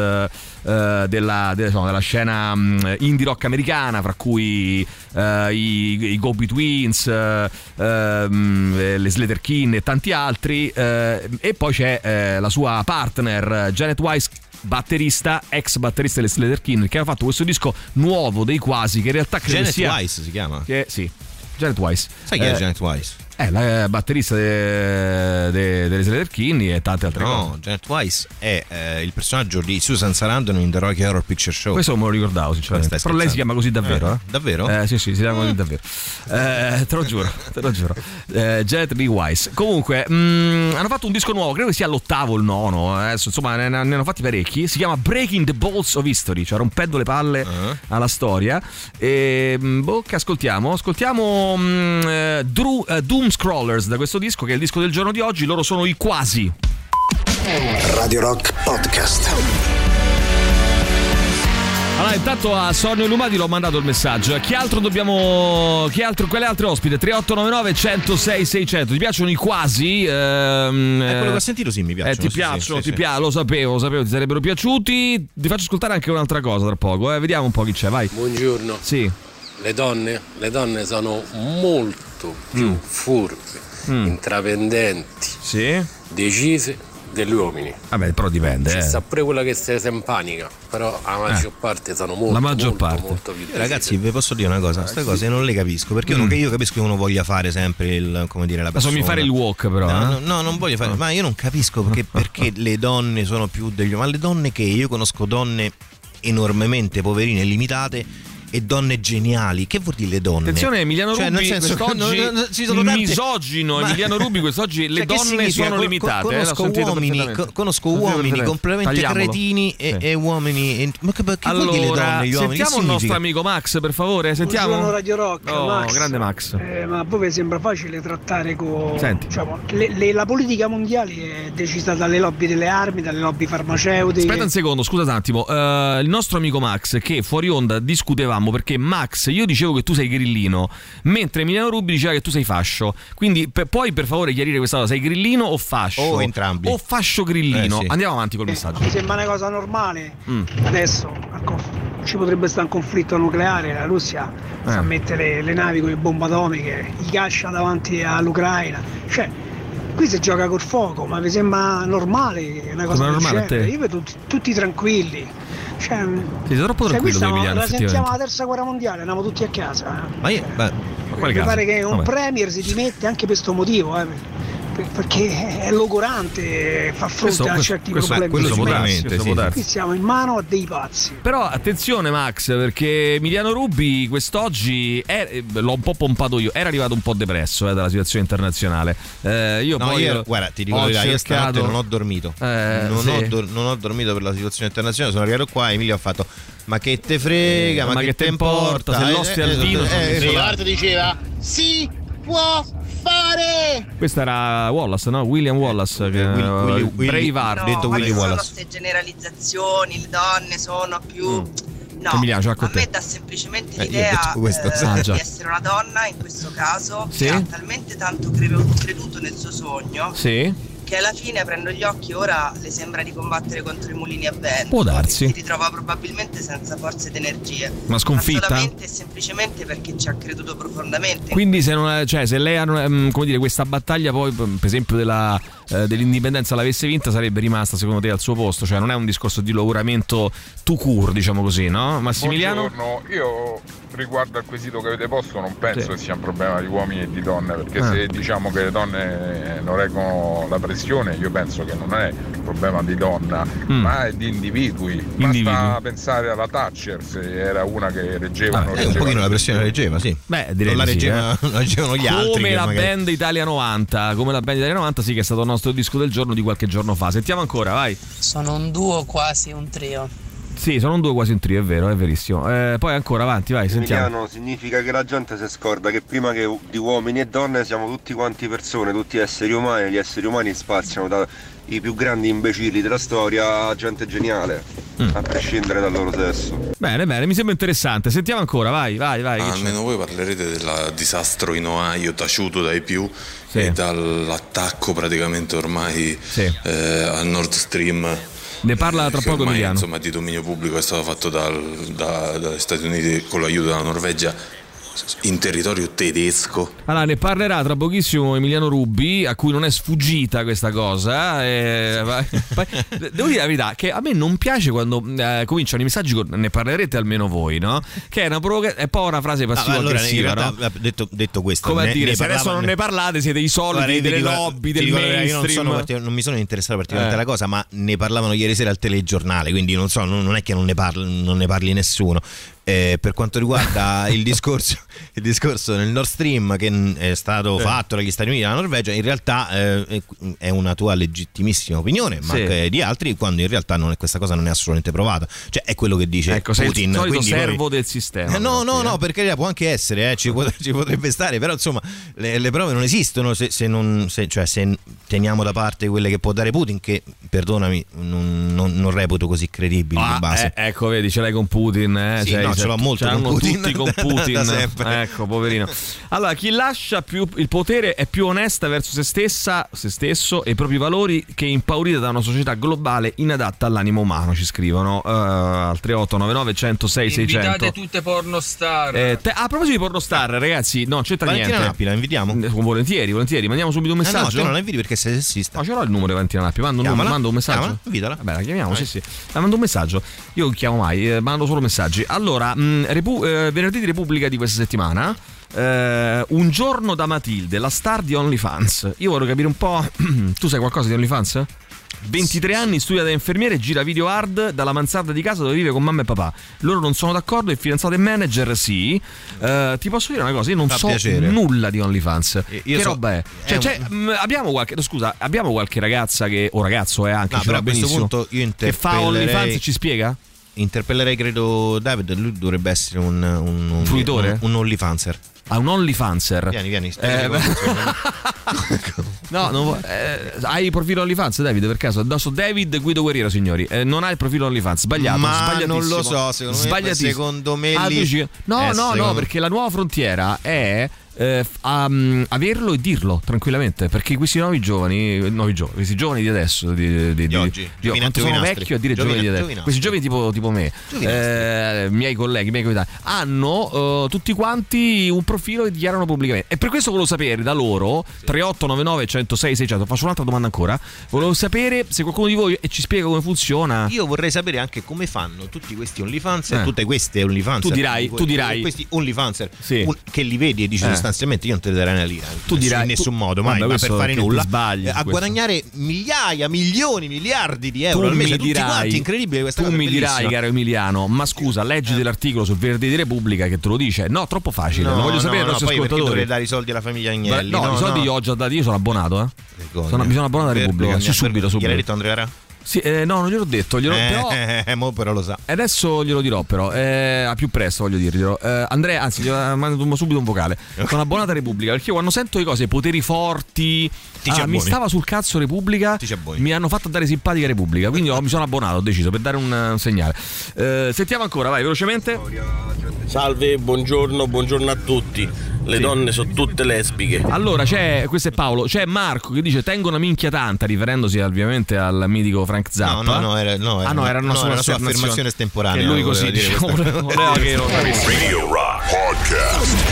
Speaker 1: eh, della, de- insomma, della scena mm, indie rock americana, fra cui eh, i, i Go Betweens, eh, ehm, eh, le Slater King e tanti altri. eh, e poi c'è eh, la sua partner eh, Janet Weiss batterista, ex batterista delle Slater King, che ha fatto questo disco nuovo dei quasi, che in realtà credo
Speaker 9: Janet
Speaker 1: sia...
Speaker 9: Weiss si chiama.
Speaker 1: Che, sì, Janet Weiss.
Speaker 9: Sai chi è
Speaker 1: Eh,
Speaker 9: Janet Weiss?
Speaker 1: È la eh, batterista de- de- delle Slater King e tante altre
Speaker 9: No,
Speaker 1: cose.
Speaker 9: Janet Weiss è eh, il personaggio di Susan Sarandon in The Rocky Horror Picture Show.
Speaker 1: Questo non me lo ricordavo, sinceramente.
Speaker 9: Stai
Speaker 1: Però lei si chiama così davvero, eh?
Speaker 9: Davvero? Mm.
Speaker 1: Eh, sì, sì, si chiama così davvero. Eh, te lo giuro, te lo giuro. Eh, Janet Lee Wise. Comunque, mm, hanno fatto un disco nuovo, credo che sia l'ottavo, il nono. eh, adesso, insomma, ne, ne hanno fatti parecchi. Si chiama Breaking the Balls of History, cioè rompendo le palle
Speaker 9: Eh.
Speaker 1: alla storia. E, mm, boh, che ascoltiamo? Ascoltiamo mm, eh, Dru- eh, Doom Scrollers da questo disco, che è il disco del giorno di oggi. Loro sono i quasi.
Speaker 12: Radio Rock Podcast.
Speaker 1: Allora, intanto a Sonio Lumati l'ho mandato il messaggio. Chi altro dobbiamo. Chi altro? Quale altro ospite? 3899 106 600. Ti piacciono i quasi? Ehm,
Speaker 9: Eh, quello che ho
Speaker 1: eh,
Speaker 9: sentito sì mi piace.
Speaker 1: eh, ti piacciono, ti piacciono, lo sapevo, lo sapevo, ti sarebbero piaciuti. Ti faccio ascoltare anche un'altra cosa tra poco, eh. vediamo un po' chi c'è, vai.
Speaker 5: Buongiorno.
Speaker 1: Sì.
Speaker 5: Le donne, le donne sono
Speaker 1: Mm,
Speaker 5: molto più furbe, intraprendenti, decise degli uomini.
Speaker 1: Vabbè, però dipende.
Speaker 5: Ci
Speaker 1: eh.
Speaker 5: sta pure quella che se se impanica, però la maggior parte sono molto,
Speaker 9: Eh. La maggior
Speaker 5: molto,
Speaker 9: parte.
Speaker 5: molto più
Speaker 9: Eh, Ragazzi, vi posso dire una cosa, queste cose non le capisco, perché io,
Speaker 1: Mm.
Speaker 9: io capisco che uno voglia fare sempre il, come dire, la
Speaker 1: Ma so
Speaker 9: persona.
Speaker 1: mi fare il walk, però.
Speaker 9: No, no,
Speaker 1: eh.
Speaker 9: no, non voglio fare, ma io non capisco perché, perché le donne sono più degli uomini. Ma le donne che io conosco donne enormemente poverine e limitate e donne geniali. Che vuol dire le donne?
Speaker 1: Attenzione, Emiliano
Speaker 9: Cioè,
Speaker 1: Rubi,
Speaker 9: nel senso che
Speaker 1: quest'oggi
Speaker 9: non- non- ci sono
Speaker 1: il
Speaker 9: tante-
Speaker 1: misogino
Speaker 9: Ma-
Speaker 1: Emiliano Rubi quest'oggi le
Speaker 9: Cioè, che
Speaker 1: donne
Speaker 9: significa?
Speaker 1: sono
Speaker 9: Co- co-
Speaker 1: limitate. eh, l'ho
Speaker 9: Conosco
Speaker 1: sentito
Speaker 9: uomini,
Speaker 1: perfettamente.
Speaker 9: co- conosco
Speaker 1: L'ho sentito
Speaker 9: uomini
Speaker 1: perfettamente.
Speaker 9: completamente
Speaker 1: Tagliamolo.
Speaker 9: cretini e,
Speaker 1: Sì.
Speaker 9: e uomini. e- ma che, ma che vuol dire le
Speaker 1: Allora,
Speaker 9: donne e gli uomini? Che
Speaker 1: sentiamo il nostro
Speaker 9: significa?
Speaker 1: amico Max, per favore. Sentiamo.
Speaker 16: Buongiorno Radio Rock,
Speaker 1: Oh,
Speaker 16: Max.
Speaker 1: grande Max.
Speaker 16: Eh, ma a voi vi sembra facile trattare con...
Speaker 1: Senti.
Speaker 16: diciamo, le- le- la politica mondiale è decisa dalle lobby delle armi, dalle lobby farmaceutiche.
Speaker 1: Aspetta un secondo, scusa un attimo. Eh, il nostro amico Max, che fuori onda discutevamo perché Max, io dicevo che tu sei grillino, mentre Emiliano Rubi diceva che tu sei fascio. Quindi per- puoi per favore chiarire questa cosa: sei grillino o fascio?
Speaker 16: O
Speaker 1: entrambi. O fascio grillino.
Speaker 16: Eh, sì.
Speaker 1: Andiamo avanti col messaggio.
Speaker 16: Mi sembra una cosa normale.
Speaker 1: Mm.
Speaker 16: Adesso ecco, ci potrebbe stare un conflitto nucleare, la Russia
Speaker 1: Eh.
Speaker 16: sa mettere le navi con le bombe atomiche, i caccia davanti all'Ucraina. Cioè, qui si gioca col fuoco, ma mi sembra normale una
Speaker 1: Sembra
Speaker 16: cosa del
Speaker 1: normale a
Speaker 16: genere.
Speaker 1: te?
Speaker 16: Io vedo tutti, tutti tranquilli. Cioè,
Speaker 1: Sei troppo
Speaker 16: cioè, qui
Speaker 1: tranquillo, tu,
Speaker 16: stiamo,
Speaker 1: Emiliano.
Speaker 16: la sentiamo
Speaker 1: Effettivamente.
Speaker 16: la terza guerra mondiale, andiamo tutti a casa. eh.
Speaker 9: Ma io. beh,
Speaker 16: Mi
Speaker 1: caso?
Speaker 16: pare che un
Speaker 1: Vabbè.
Speaker 16: premier si dimette anche per questo motivo, eh, per- perché è logorante, fa fronte
Speaker 1: Questo-
Speaker 16: a
Speaker 1: questo-
Speaker 16: certi
Speaker 1: questo-
Speaker 16: problemi.
Speaker 1: quello
Speaker 16: immensi.
Speaker 1: sicuramente, Questo sì. può darsi.
Speaker 16: Qui siamo in mano a dei pazzi.
Speaker 1: Però attenzione Max, perché Emiliano Rubi quest'oggi è- eh, l'ho un po' pompato io, era arrivato un po' depresso eh, dalla situazione internazionale. Eh, io
Speaker 9: No,
Speaker 1: poi
Speaker 9: io- guarda, ti dico la
Speaker 1: ho
Speaker 9: verità, io stanotte
Speaker 1: cercato-
Speaker 9: non ho dormito.
Speaker 1: Eh,
Speaker 9: non,
Speaker 1: sì.
Speaker 9: ho dor- non ho dormito per la situazione internazionale. Sono arrivato qua e Emilio ha fatto: Ma che te frega,
Speaker 1: Eh,
Speaker 9: ma, che te importa?
Speaker 1: se
Speaker 9: Eh,
Speaker 1: l'oste
Speaker 9: eh,
Speaker 1: al vino
Speaker 9: eh,
Speaker 1: sono
Speaker 9: eh,
Speaker 1: felice.
Speaker 9: esatto.
Speaker 11: Leonardo diceva si può fare
Speaker 1: Questa era Wallace, no? William Wallace, che
Speaker 9: Will- Willy- Willy-
Speaker 1: Braveheart.
Speaker 18: No, ma non sono queste generalizzazioni, le donne sono più...
Speaker 1: Mm.
Speaker 18: No,
Speaker 1: Emiliano, c'è
Speaker 18: a
Speaker 1: con ecco te.
Speaker 18: me dà semplicemente
Speaker 1: Eh, io ho
Speaker 18: l'idea
Speaker 1: detto questo.
Speaker 18: eh,
Speaker 1: Ah, già.
Speaker 18: di essere una donna, in questo caso,
Speaker 1: Sì.
Speaker 18: che ha talmente tanto cre- creduto nel suo sogno
Speaker 1: Sì,
Speaker 18: che alla fine, aprendo gli occhi, ora le sembra di combattere contro i mulini a vento.
Speaker 1: Può darsi.
Speaker 18: E si ritrova probabilmente senza forze ed energie.
Speaker 1: Una sconfitta?
Speaker 18: Ma solamente e semplicemente perché ci ha creduto profondamente.
Speaker 1: quindi se, non, cioè, se lei ha, mm, come dire, questa battaglia poi, ehm, per esempio, della, eh, dell'indipendenza l'avesse vinta, sarebbe rimasta secondo te al suo posto? Cioè, non è un discorso di logoramento to cure, diciamo così, no? Massimiliano?
Speaker 18: Buongiorno, io riguardo al quesito che avete posto non penso
Speaker 1: Sì.
Speaker 18: che sia un problema di uomini e di donne, perché
Speaker 1: Ah.
Speaker 18: se diciamo che le donne eh, non reggono la pressione, io penso che non è un problema di donna,
Speaker 1: Mm.
Speaker 18: ma è di individui. Basta
Speaker 1: Individui.
Speaker 18: pensare alla Thatcher, se era una che
Speaker 1: Ah,
Speaker 18: reggeva o non
Speaker 9: Eh, un
Speaker 18: reggeva.
Speaker 9: pochino la pressione la reggeva, sì.
Speaker 1: Beh, direi
Speaker 9: non la
Speaker 1: di sì,
Speaker 9: reggeva,
Speaker 1: eh.
Speaker 9: la reggevano gli altri.
Speaker 1: Come
Speaker 9: che
Speaker 1: la
Speaker 9: magari-
Speaker 1: band Italia 90, come la band Italia 90, sì, che è stato il nostro disco del giorno di qualche giorno fa. Sentiamo ancora, vai.
Speaker 20: Sono un duo quasi un trio.
Speaker 1: Sì, sono un due quasi un trio, è vero, è verissimo. Eh, poi ancora avanti, vai, sentiamo.
Speaker 21: Emiliano significa che la gente si scorda che prima che u- di uomini e donne siamo tutti quanti persone, tutti esseri umani, gli esseri umani spaziano dai più grandi imbecilli della storia a gente geniale,
Speaker 1: Mm.
Speaker 21: a prescindere dal loro sesso.
Speaker 1: Bene, bene, mi sembra interessante. Sentiamo ancora, vai, vai, vai. che c'è?
Speaker 25: Almeno voi parlerete del disastro in Ohio taciuto dai più e dall'attacco praticamente ormai eh, al Nord Stream.
Speaker 1: Ne parla tra
Speaker 25: che
Speaker 1: poco
Speaker 25: ormai,
Speaker 1: Emiliano.
Speaker 25: Insomma, di dominio pubblico è stato fatto dal- da- dagli Stati Uniti con l'aiuto della Norvegia in territorio tedesco.
Speaker 1: Allora, ne parlerà tra pochissimo Emiliano Rubbi, a cui non è sfuggita questa cosa. eh, va- poi- Devo dire la verità, che a me non piace quando eh, cominciano i messaggi con ne parlerete almeno voi, no? Che è una provoca- è poi una frase
Speaker 9: Ah, ma allora, in
Speaker 1: passiva-aggressiva,
Speaker 9: realtà,
Speaker 1: no?
Speaker 9: ha detto, detto questo,
Speaker 1: Come a
Speaker 9: ne-
Speaker 1: dire,
Speaker 9: ne
Speaker 1: se adesso
Speaker 9: parlava-
Speaker 1: non ne parlate siete i soliti
Speaker 9: Guarda, io ti
Speaker 1: delle
Speaker 9: dico la-
Speaker 1: lobby,
Speaker 9: ti
Speaker 1: del
Speaker 9: dico la verità, io non,
Speaker 1: mainstream.
Speaker 9: sono parti- non mi sono interessato particolarmente
Speaker 1: Eh.
Speaker 9: alla cosa, ma ne parlavano ieri sera al telegiornale, quindi non so, non, non è che non ne parli, non ne parli nessuno. Eh, per quanto riguarda il discorso, il discorso del Nord Stream che mm, è stato
Speaker 3: Eh.
Speaker 9: fatto dagli Stati Uniti e dalla Norvegia, in realtà eh, è- è una tua legittimissima opinione, ma
Speaker 3: Sì.
Speaker 9: anche di altri, quando in realtà non è- questa cosa non è assolutamente provata. Cioè è quello che dice
Speaker 1: Ecco, sei il
Speaker 9: Putin.
Speaker 1: solito
Speaker 9: quindi poi-
Speaker 1: servo del sistema.
Speaker 9: eh, no, no, no, per carità può anche essere, eh, ci, pot- ci potrebbe stare, però insomma le, le prove non esistono se, se non- se- cioè, se teniamo da parte quelle che può dare Putin, che perdonami, non, non- non reputo così credibili
Speaker 1: Ah,
Speaker 9: in base.
Speaker 1: eh, ecco, vedi, ce l'hai con Putin, eh,
Speaker 9: Sì,
Speaker 1: cioè,
Speaker 9: no,
Speaker 1: il
Speaker 9: ce l'ho molto
Speaker 1: C'hanno
Speaker 9: con Putin.
Speaker 1: tutti con
Speaker 9: da-
Speaker 1: Putin.
Speaker 9: da sempre.
Speaker 1: Ecco, poverino. Allora, chi lascia più il potere è più onesta verso se stessa, se stesso e i propri valori che è impaurita da una società globale inadatta all'animo umano, ci scrivono eh, al 3899 106 600.
Speaker 2: Invitate tutte pornostar.
Speaker 1: Eh, te- a proposito di pornostar, ragazzi, no, c'entra
Speaker 2: Valentina
Speaker 1: niente. Eh,
Speaker 2: Nappila,
Speaker 9: invitiamo.
Speaker 1: Volentieri, volentieri, mandiamo subito un
Speaker 9: Ah, no,
Speaker 1: messaggio.
Speaker 9: te non la
Speaker 1: inviti perché sei sessista. No, ce l'ho il numero di Valentina Nappila, mando, un numero,
Speaker 9: Chiamala,
Speaker 1: mando un messaggio.
Speaker 9: chiamala, Eh, invitala.
Speaker 1: Vabbè, la chiamiamo, sì, sì. La mando un messaggio. Io non chiamo mai, eh, mando solo messaggi. Allora, mh, Repu- eh, venerdì di Repubblica di questa settimana. eh, un giorno da Matilde, la star di OnlyFans. Io vorrei capire un po'. tu sai qualcosa di OnlyFans? 23 anni, studia da infermiere, gira video hard dalla mansarda di casa dove vive con mamma e papà. Loro non sono d'accordo, il fidanzato e manager sì. Eh, ti posso dire una cosa, io non
Speaker 9: Fa
Speaker 1: so
Speaker 9: piacere.
Speaker 1: nulla di OnlyFans.
Speaker 9: io
Speaker 1: che
Speaker 9: so-
Speaker 1: roba è?
Speaker 9: è
Speaker 1: Cioè,
Speaker 9: un-
Speaker 1: c'è, mh, abbiamo qualche, no, scusa, abbiamo qualche ragazza che, o ragazzo eh, anche
Speaker 9: No,
Speaker 1: ce
Speaker 9: però
Speaker 1: va
Speaker 9: a questo
Speaker 1: benissimo,
Speaker 9: punto io
Speaker 1: che fa
Speaker 9: interpellerei-
Speaker 1: OnlyFans e ci spiega?
Speaker 9: Interpellerei, credo, David. Lui dovrebbe essere un. un, un
Speaker 1: Fruitore?
Speaker 9: Un, un OnlyFanser.
Speaker 1: Ha un OnlyFanser.
Speaker 9: Vieni, vieni.
Speaker 1: Eh,
Speaker 9: spiegami
Speaker 1: beh.
Speaker 9: come funziona.
Speaker 1: No, non vuoi- eh, hai il profilo OnlyFans, David, per caso? Adesso David Guido Guerriero, signori. Eh, non hai il profilo OnlyFans, sbagliato.
Speaker 9: Ma
Speaker 1: sbagliatissimo.
Speaker 9: non lo so, secondo me-
Speaker 1: Sbagliatissimo.
Speaker 9: secondo me
Speaker 1: Ah,
Speaker 9: lì-
Speaker 1: tu dici- No,
Speaker 9: eh,
Speaker 1: no, no,
Speaker 9: secondo-
Speaker 1: perché la nuova frontiera è eh, f- am- averlo e dirlo tranquillamente. Perché questi nuovi giovani, nuovi giovani, questi giovani di adesso, di, di, di,
Speaker 9: oggi.
Speaker 1: di-
Speaker 9: Giovina-
Speaker 1: quanto sono
Speaker 9: giovinastri.
Speaker 1: vecchio a dire giovani,
Speaker 9: Giovina-
Speaker 1: di adesso.
Speaker 9: giovinastri.
Speaker 1: Questi giovani tipo, tipo me,
Speaker 9: Giovinastri.
Speaker 1: eh, miei colleghi, miei coetanei, hanno eh, tutti quanti un profilo e dichiarano pubblicamente. E per questo volevo sapere da loro, 3899 106 600, faccio un'altra domanda ancora, volevo sapere se qualcuno di voi eh, ci spiega come funziona.
Speaker 9: Io vorrei sapere anche come fanno tutti questi OnlyFans
Speaker 1: Eh.
Speaker 9: e tutte queste OnlyFans. eh.
Speaker 1: Tu dirai- tu dirai-
Speaker 9: Questi OnlyFans
Speaker 1: Sì.
Speaker 9: un- che li vedi e dici
Speaker 1: Eh.
Speaker 9: sostanzialmente io non te ne darei una lira.
Speaker 1: Tu
Speaker 9: Nessun-
Speaker 1: dirai-
Speaker 9: in nessun
Speaker 1: tu-
Speaker 9: modo, mai,
Speaker 1: vabbè,
Speaker 9: ma per
Speaker 1: questo
Speaker 9: fare
Speaker 1: che ti
Speaker 9: nulla.
Speaker 1: sbagli
Speaker 9: Eh,
Speaker 1: su
Speaker 9: a
Speaker 1: questo.
Speaker 9: guadagnare migliaia, milioni, miliardi di euro
Speaker 1: tu
Speaker 9: al mese.
Speaker 1: mi
Speaker 9: tutti
Speaker 1: dirai,
Speaker 9: quanti, incredibile questa
Speaker 1: tu
Speaker 9: cosa.
Speaker 1: mi
Speaker 9: bellissima. Eh.
Speaker 1: dirai, caro Emiliano, ma scusa, leggi dell'articolo su Verdi di Repubblica che te lo dice. No, troppo facile, non voglio sapere i
Speaker 9: no,
Speaker 1: nostri
Speaker 9: poi perché
Speaker 1: ascoltatori.
Speaker 9: dovrei dare i soldi alla famiglia
Speaker 1: Ma-
Speaker 9: Agnelli.
Speaker 1: no, i soldi io ho già dati, io sono abbonato, eh. Sono- mi sono abbonato a Repubblica. Sì, subito, subito.
Speaker 9: Gliel'hai detto Andrea? Ra?
Speaker 1: Sì, eh, no, non gliel'ho detto, gliel'ho,
Speaker 9: Eh,
Speaker 1: però
Speaker 9: eh, eh, mo però lo sa.
Speaker 1: E Adesso glielo dirò, però, eh, a più presto voglio dirglielo. Eh, Andrea, anzi, gli ho mandato un- subito un vocale. Sono abbonata a Repubblica perché io quando sento le cose, poteri forti,
Speaker 9: Ti ci
Speaker 1: allora, Ah, mi
Speaker 9: abboni.
Speaker 1: stava sul cazzo Repubblica, mi hanno fatto andare simpatica Repubblica. Quindi ho- mi sono abbonato, ho deciso per dare un, eh, un segnale. Eh, sentiamo ancora, vai, velocemente.
Speaker 6: Salve, buongiorno, buongiorno a tutti. Le donne sono tutte lesbiche.
Speaker 1: Allora, c'è, questo è Paolo, c'è Marco che dice tengo una minchia tanta, riferendosi al- ovviamente al mitico Frank Zappa.
Speaker 9: No, no, no, era- no, era
Speaker 1: ah, no,
Speaker 9: una-
Speaker 1: era una
Speaker 9: Eh, no,
Speaker 1: sua,
Speaker 9: era una sua affermazione estemporanea,
Speaker 1: Che lui così
Speaker 9: voleva dire
Speaker 1: diciamo,
Speaker 9: questa
Speaker 1: voleva che lo capisse.
Speaker 12: Radio Rock Podcast.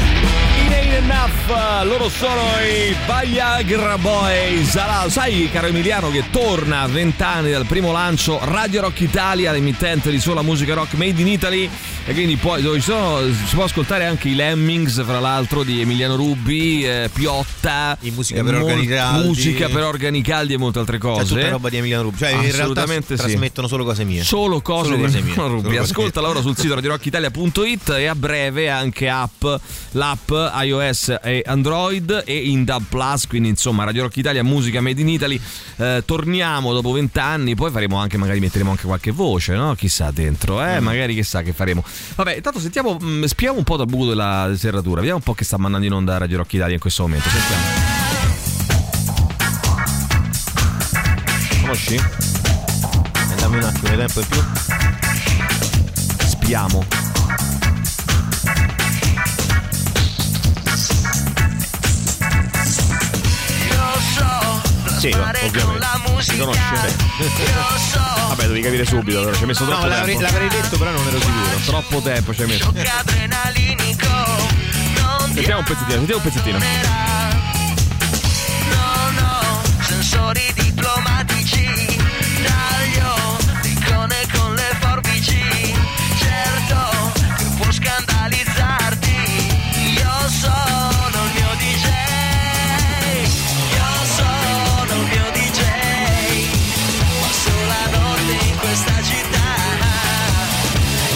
Speaker 1: In Ain't Enough, loro sono i Viagra Boys. Allora, sai, caro Emiliano, che torna a 20 anni dal primo lancio Radio Rock Italia, l'emittente di sola musica rock made in Italy. E quindi poi dove ci sono, si può ascoltare anche i Lemmings, fra l'altro, di Emiliano Rubbi, eh, Piotta, in
Speaker 9: musica per Organicaldi.
Speaker 1: musica per Organicaldi e molte altre cose.
Speaker 9: C'è tutta roba di Emiliano Rubbi. Cioè, in realtà
Speaker 1: Assolutamente sì.
Speaker 9: trasmettono solo cose mie.
Speaker 1: Solo cose
Speaker 9: Solo
Speaker 1: di
Speaker 9: cose mie.
Speaker 1: Emiliano Rubbi.
Speaker 9: Solo cose
Speaker 1: Ascoltala ora sul sito radiorockitalia.it e a breve anche app, l'app iOS e Android e in DAB Plus, quindi insomma Radio Rock Italia, musica made in Italy. Eh, torniamo dopo vent'anni, poi faremo anche, magari metteremo anche qualche voce, no? Chissà dentro,
Speaker 9: Mm.
Speaker 1: eh? Magari chissà che faremo. Vabbè, intanto sentiamo, mh, spiamo un po' dal buco della serratura, vediamo un po' che sta mandando in onda Radio Rock Italia in questo momento. Sentiamo. Conosci? Eh,
Speaker 9: Dammi un attimo di tempo in più.
Speaker 1: Spiamo.
Speaker 9: Sì, ovviamente. Si conosce.
Speaker 1: Vabbè, devi capire subito, allora ci hai messo
Speaker 9: No,
Speaker 1: troppo
Speaker 9: l'avrei-
Speaker 1: tempo.
Speaker 9: l'avrei detto, però non ero sicuro.
Speaker 1: Troppo tempo ci hai messo. Sentiamo un pezzettino, sentiamo un pezzettino.
Speaker 8: Sensori diplomatici, taglio l'icone con le forbici, certo che può scandalizzarti, io sono il mio DJ, io sono il mio DJ, passo la notte in questa città,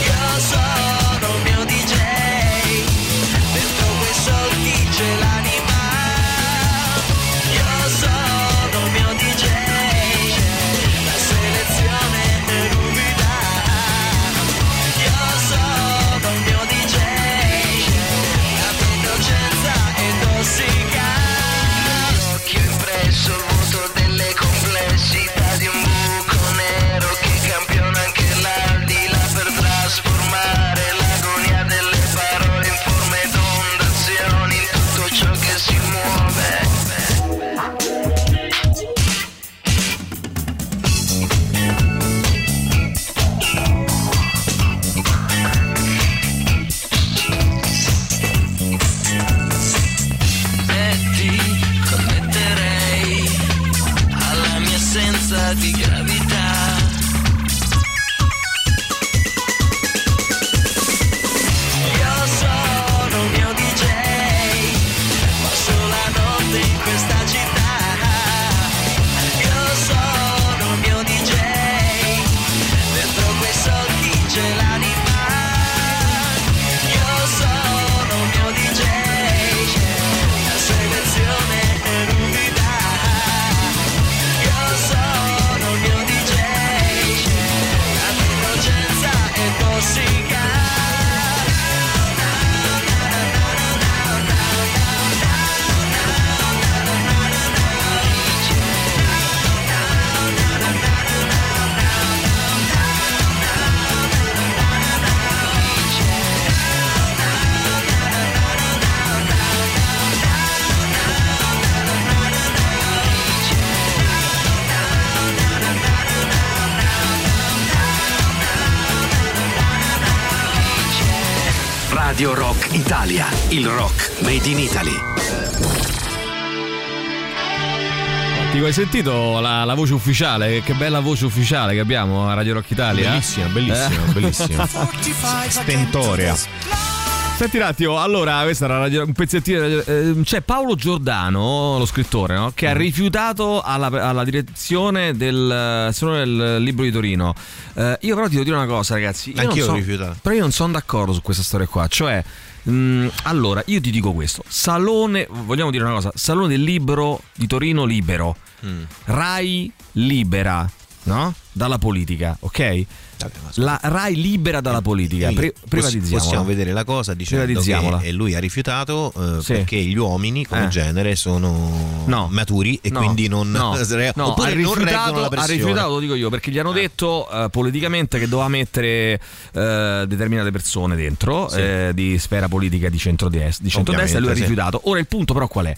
Speaker 8: io sono il mio DJ, dentro quei soldi c'è l'anima. Io sono il mio DJ forza di gravità. Io sono un mio DJ, passo la notte in questa città. Io sono un mio DJ, dentro quei soldi c'è l'anima. Io sono un mio DJ, la selezione è l'unità. Io sono un mio DJ, la mia innocenza è tossica.
Speaker 2: Radio Rock Italia, il rock made in Italy.
Speaker 1: Dico, hai sentito la, la voce ufficiale? Che bella voce ufficiale che abbiamo a Radio Rock Italia. Eh?
Speaker 9: Bellissima, bellissima, bellissima. Stentorea.
Speaker 1: Senti un attimo, allora questa era radio- un pezzettino. di radio- ehm, c'è Paolo Giordano, lo scrittore, no?
Speaker 9: Mm.
Speaker 1: che ha rifiutato alla, alla direzione del eh, Salone del Libro di Torino. Eh, io però ti devo dire una cosa, ragazzi. io non
Speaker 9: Anch'io ho
Speaker 1: so-
Speaker 9: rifiutato.
Speaker 1: Però io non sono d'accordo su questa storia qua. Cioè, mh, allora io ti dico questo: Salone, vogliamo dire una cosa, Salone del Libro di Torino libero,
Speaker 9: Mm.
Speaker 1: Rai libera, no? Dalla politica, ok? La Rai libera dalla politica, Pri- privatizziamola.
Speaker 9: Possiamo vedere la cosa dicendo
Speaker 1: Privatizziamola.
Speaker 9: che eh, lui ha rifiutato eh,
Speaker 1: Sì.
Speaker 9: perché gli uomini come
Speaker 1: Eh.
Speaker 9: genere sono maturi e
Speaker 1: No,
Speaker 9: quindi non,
Speaker 1: no, no,
Speaker 9: oppure
Speaker 1: ha
Speaker 9: non reggono
Speaker 1: rifiutato-
Speaker 9: la
Speaker 1: ha
Speaker 9: pressione.
Speaker 1: rifiutato lo dico io perché gli hanno detto eh, politicamente che doveva mettere eh, determinate persone dentro
Speaker 9: Sì.
Speaker 1: eh, di sfera politica di centrodestra, di centrodestra e lui ha
Speaker 9: Ovviamente, sì.
Speaker 1: rifiutato ora il punto però qual è?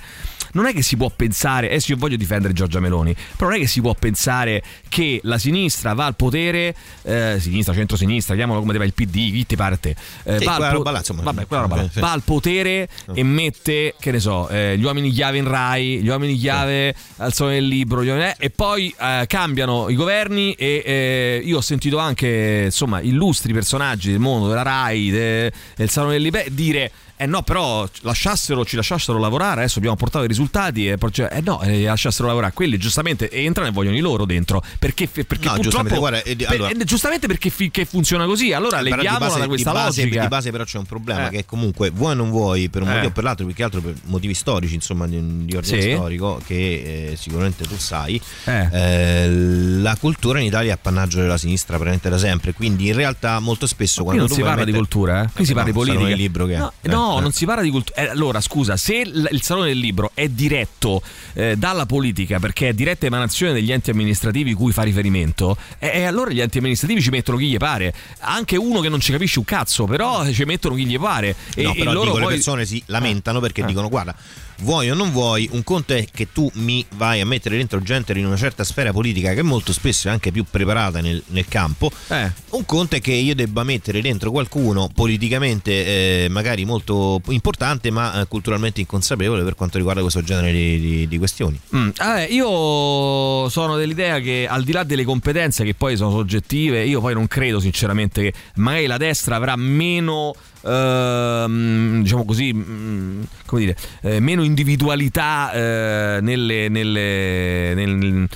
Speaker 1: Non è che si può pensare, adesso io voglio difendere Giorgia Meloni, però non è che si può pensare che la sinistra va al potere, eh, sinistra, centro-sinistra, chiamalo come ti pare, il PD, chi ti parte, eh,
Speaker 9: Sì,
Speaker 1: va,
Speaker 9: quella
Speaker 1: al
Speaker 9: roba là, insomma.
Speaker 1: vabbè, quella roba là.
Speaker 9: Sì.
Speaker 1: Va al potere e mette, che ne so, eh, gli uomini chiave in Rai, gli uomini chiave al Sole del Libro, gli uomini- eh, e poi eh, cambiano i governi e eh, io ho sentito anche, insomma, illustri personaggi del mondo della Rai, de- del Salone del Libro, eh, dire... Eh no, però lasciassero, ci lasciassero lavorare, adesso abbiamo portato i risultati, e poi cioè, eh no, eh, lasciassero lavorare quelli, giustamente entrano e vogliono i loro dentro, perché, fe- perché
Speaker 9: No, giustamente,
Speaker 1: purtroppo-
Speaker 9: guarda, eh, di-
Speaker 1: per-
Speaker 9: allora-
Speaker 1: eh, giustamente perché fi- che funziona così, allora
Speaker 9: Però di
Speaker 1: leghiamola
Speaker 9: base-
Speaker 1: da questa
Speaker 9: di base,
Speaker 1: logica.
Speaker 9: Di base, però, c'è un problema
Speaker 1: Eh.
Speaker 9: che comunque vuoi o non vuoi, per un
Speaker 1: Eh.
Speaker 9: motivo o per l'altro, più che altro per motivi storici, insomma, di, di ordine
Speaker 1: Sì.
Speaker 9: storico, che eh, sicuramente tu sai.
Speaker 1: Eh.
Speaker 9: eh, la cultura in Italia è appannaggio della sinistra, praticamente da sempre. Quindi, in realtà, molto spesso
Speaker 1: Qui
Speaker 9: quando
Speaker 1: non
Speaker 9: tu
Speaker 1: si
Speaker 9: vuoi
Speaker 1: parla di
Speaker 9: mettere-
Speaker 1: cultura, eh? qui si
Speaker 9: No,
Speaker 1: parla di
Speaker 9: sarà nel
Speaker 1: politica.
Speaker 9: libro che è.
Speaker 1: no,
Speaker 9: Eh,
Speaker 1: no,
Speaker 9: eh.
Speaker 1: non si parla di cultura. allora, scusa, se l- il Salone del Libro è diretto eh, dalla politica perché è diretta emanazione degli enti amministrativi cui fa riferimento, e allora gli enti amministrativi ci mettono chi gli pare. Anche uno che non ci capisce un cazzo, però ci mettono chi gli pare. E,
Speaker 9: No,
Speaker 1: e
Speaker 9: però
Speaker 1: loro
Speaker 9: dico,
Speaker 1: poi-
Speaker 9: le persone si lamentano perché
Speaker 1: Ah.
Speaker 9: dicono: guarda, vuoi o non vuoi, un conto è che tu mi vai a mettere dentro gente in una certa sfera politica che molto spesso è anche più preparata nel, nel campo.
Speaker 1: Eh.
Speaker 9: Un conto è che io debba mettere dentro qualcuno politicamente eh, magari molto importante, ma eh, culturalmente inconsapevole per quanto riguarda questo genere di, di- di questioni.
Speaker 1: Mm, vabbè, io sono dell'idea che al di là delle competenze che poi sono soggettive, io poi non credo sinceramente che magari la destra avrà meno ehm, diciamo così, mm, come dire, eh, meno individualità eh, nelle, nelle- nel- mm,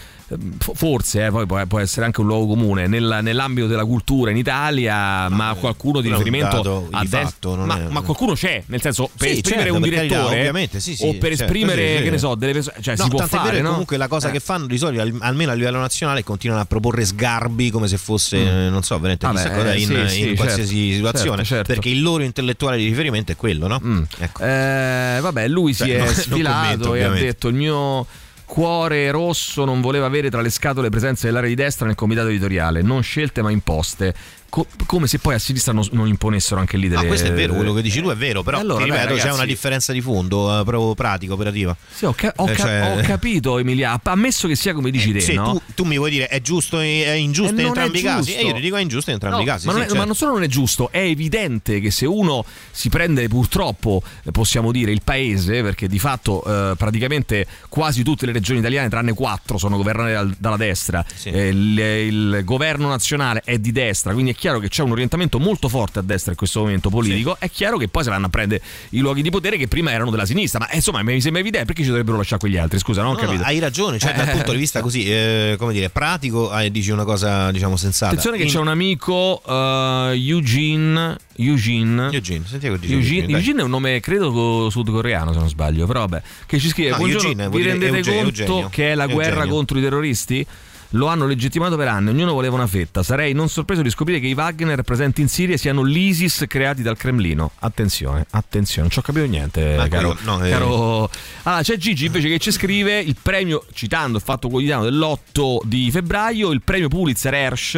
Speaker 1: fo- forse eh, poi può, può essere anche un luogo comune nella- nell'ambito della cultura in Italia, ma qualcuno di
Speaker 9: eh, quello è un
Speaker 1: riferimento
Speaker 9: dato
Speaker 1: a
Speaker 9: di
Speaker 1: destra-
Speaker 9: fatto, non
Speaker 1: ma,
Speaker 9: è-
Speaker 1: ma qualcuno c'è, nel senso per
Speaker 9: Sì,
Speaker 1: esprimere
Speaker 9: certo,
Speaker 1: un
Speaker 9: per carità,
Speaker 1: direttore
Speaker 9: ovviamente, sì, sì,
Speaker 1: o per
Speaker 9: certo,
Speaker 1: esprimere
Speaker 9: sì, sì.
Speaker 1: che ne so, delle persone, cioè
Speaker 9: No,
Speaker 1: si può
Speaker 9: tant'è vero
Speaker 1: fare,
Speaker 9: che
Speaker 1: no?
Speaker 9: comunque la cosa
Speaker 1: Eh.
Speaker 9: che fanno di solito, al- almeno a livello nazionale, continuano a proporre sgarbi come se fosse, eh, non so, veramente
Speaker 1: Mm. Vabbè,
Speaker 9: chissà cosa
Speaker 1: eh,
Speaker 9: in,
Speaker 1: sì,
Speaker 9: in
Speaker 1: sì,
Speaker 9: qualsiasi
Speaker 1: certo,
Speaker 9: situazione,
Speaker 1: certo, Mm. certo.
Speaker 9: perché il loro intellettuale di riferimento è quello, no? Ecco.
Speaker 1: Eh, vabbè, lui si
Speaker 9: Beh,
Speaker 1: è
Speaker 9: no, non
Speaker 1: sfilato
Speaker 9: commento,
Speaker 1: e ha
Speaker 9: ovviamente.
Speaker 1: detto: Il mio cuore rosso non voleva avere tra le scatole presenze dell'area di destra nel comitato editoriale, non scelte ma imposte. Co- come se poi a sinistra non, non imponessero anche lì delle
Speaker 9: Ah, questo è vero, quello che dici tu è vero, però
Speaker 1: Eh, allora,
Speaker 9: ti
Speaker 1: dai,
Speaker 9: ripeto, c'è
Speaker 1: ragazzi.
Speaker 9: una differenza di fondo, eh, proprio pratica, operativa.
Speaker 1: Sì, ho, ca- ho
Speaker 9: Eh,
Speaker 1: ca-
Speaker 9: cioè- Eh,
Speaker 1: ho capito, Emilia. app- Ammesso che sia come dici te,
Speaker 9: Se
Speaker 1: no?
Speaker 9: tu, tu mi vuoi dire è giusto, e- è
Speaker 1: Eh,
Speaker 9: ingiusto
Speaker 1: non
Speaker 9: in
Speaker 1: è
Speaker 9: entrambi i casi,
Speaker 1: giusto.
Speaker 9: e io ti dico è ingiusto in entrambi
Speaker 1: No,
Speaker 9: i casi.
Speaker 1: ma,
Speaker 9: sì,
Speaker 1: non è-
Speaker 9: certo.
Speaker 1: ma non solo non è giusto, è evidente che se uno si prende purtroppo, eh, possiamo dire, il paese, perché di fatto eh, praticamente quasi tutte le regioni italiane, tranne quattro, sono governate dal- dalla destra. Eh, il, il governo nazionale è di destra, quindi è chiaro che c'è un orientamento molto forte a destra in questo momento politico. È chiaro che poi se vanno a prendere i luoghi di potere che prima erano della sinistra. Ma eh, insomma, mi sembra evidente perché ci dovrebbero lasciare quegli altri. Scusa, non ho
Speaker 9: No, no,
Speaker 1: capito.
Speaker 9: hai ragione, cioè dal
Speaker 1: Eh.
Speaker 9: punto di vista così, eh, come dire, pratico, eh, dici una cosa, diciamo, sensata.
Speaker 1: Attenzione che
Speaker 9: In-
Speaker 1: c'è un amico eh, Eugene Eugene
Speaker 9: Eugene, sentiamo che dice
Speaker 1: Eugene,
Speaker 9: Eugene, dai.
Speaker 1: Eugene è un nome credo co- sudcoreano se non sbaglio, però vabbè, che ci scrive
Speaker 9: No,
Speaker 1: "Buongiorno,
Speaker 9: Ah, Eugene,
Speaker 1: vi
Speaker 9: vuol dire
Speaker 1: rendete
Speaker 9: Eugenio,
Speaker 1: conto
Speaker 9: Eugenio.
Speaker 1: che è la guerra
Speaker 9: Eugenio.
Speaker 1: contro i terroristi?" Lo hanno legittimato per anni, ognuno voleva una fetta. Sarei non sorpreso di scoprire che i Wagner presenti in Siria siano l'ISIS creati dal Cremlino. Attenzione, attenzione, non ci ho capito niente,
Speaker 9: Manco
Speaker 1: caro.
Speaker 9: io, no, eh.
Speaker 1: caro- Allora, c'è Gigi invece che ci scrive il premio, citando il fatto quotidiano dell'8 di febbraio, il premio Pulitzer Hersh,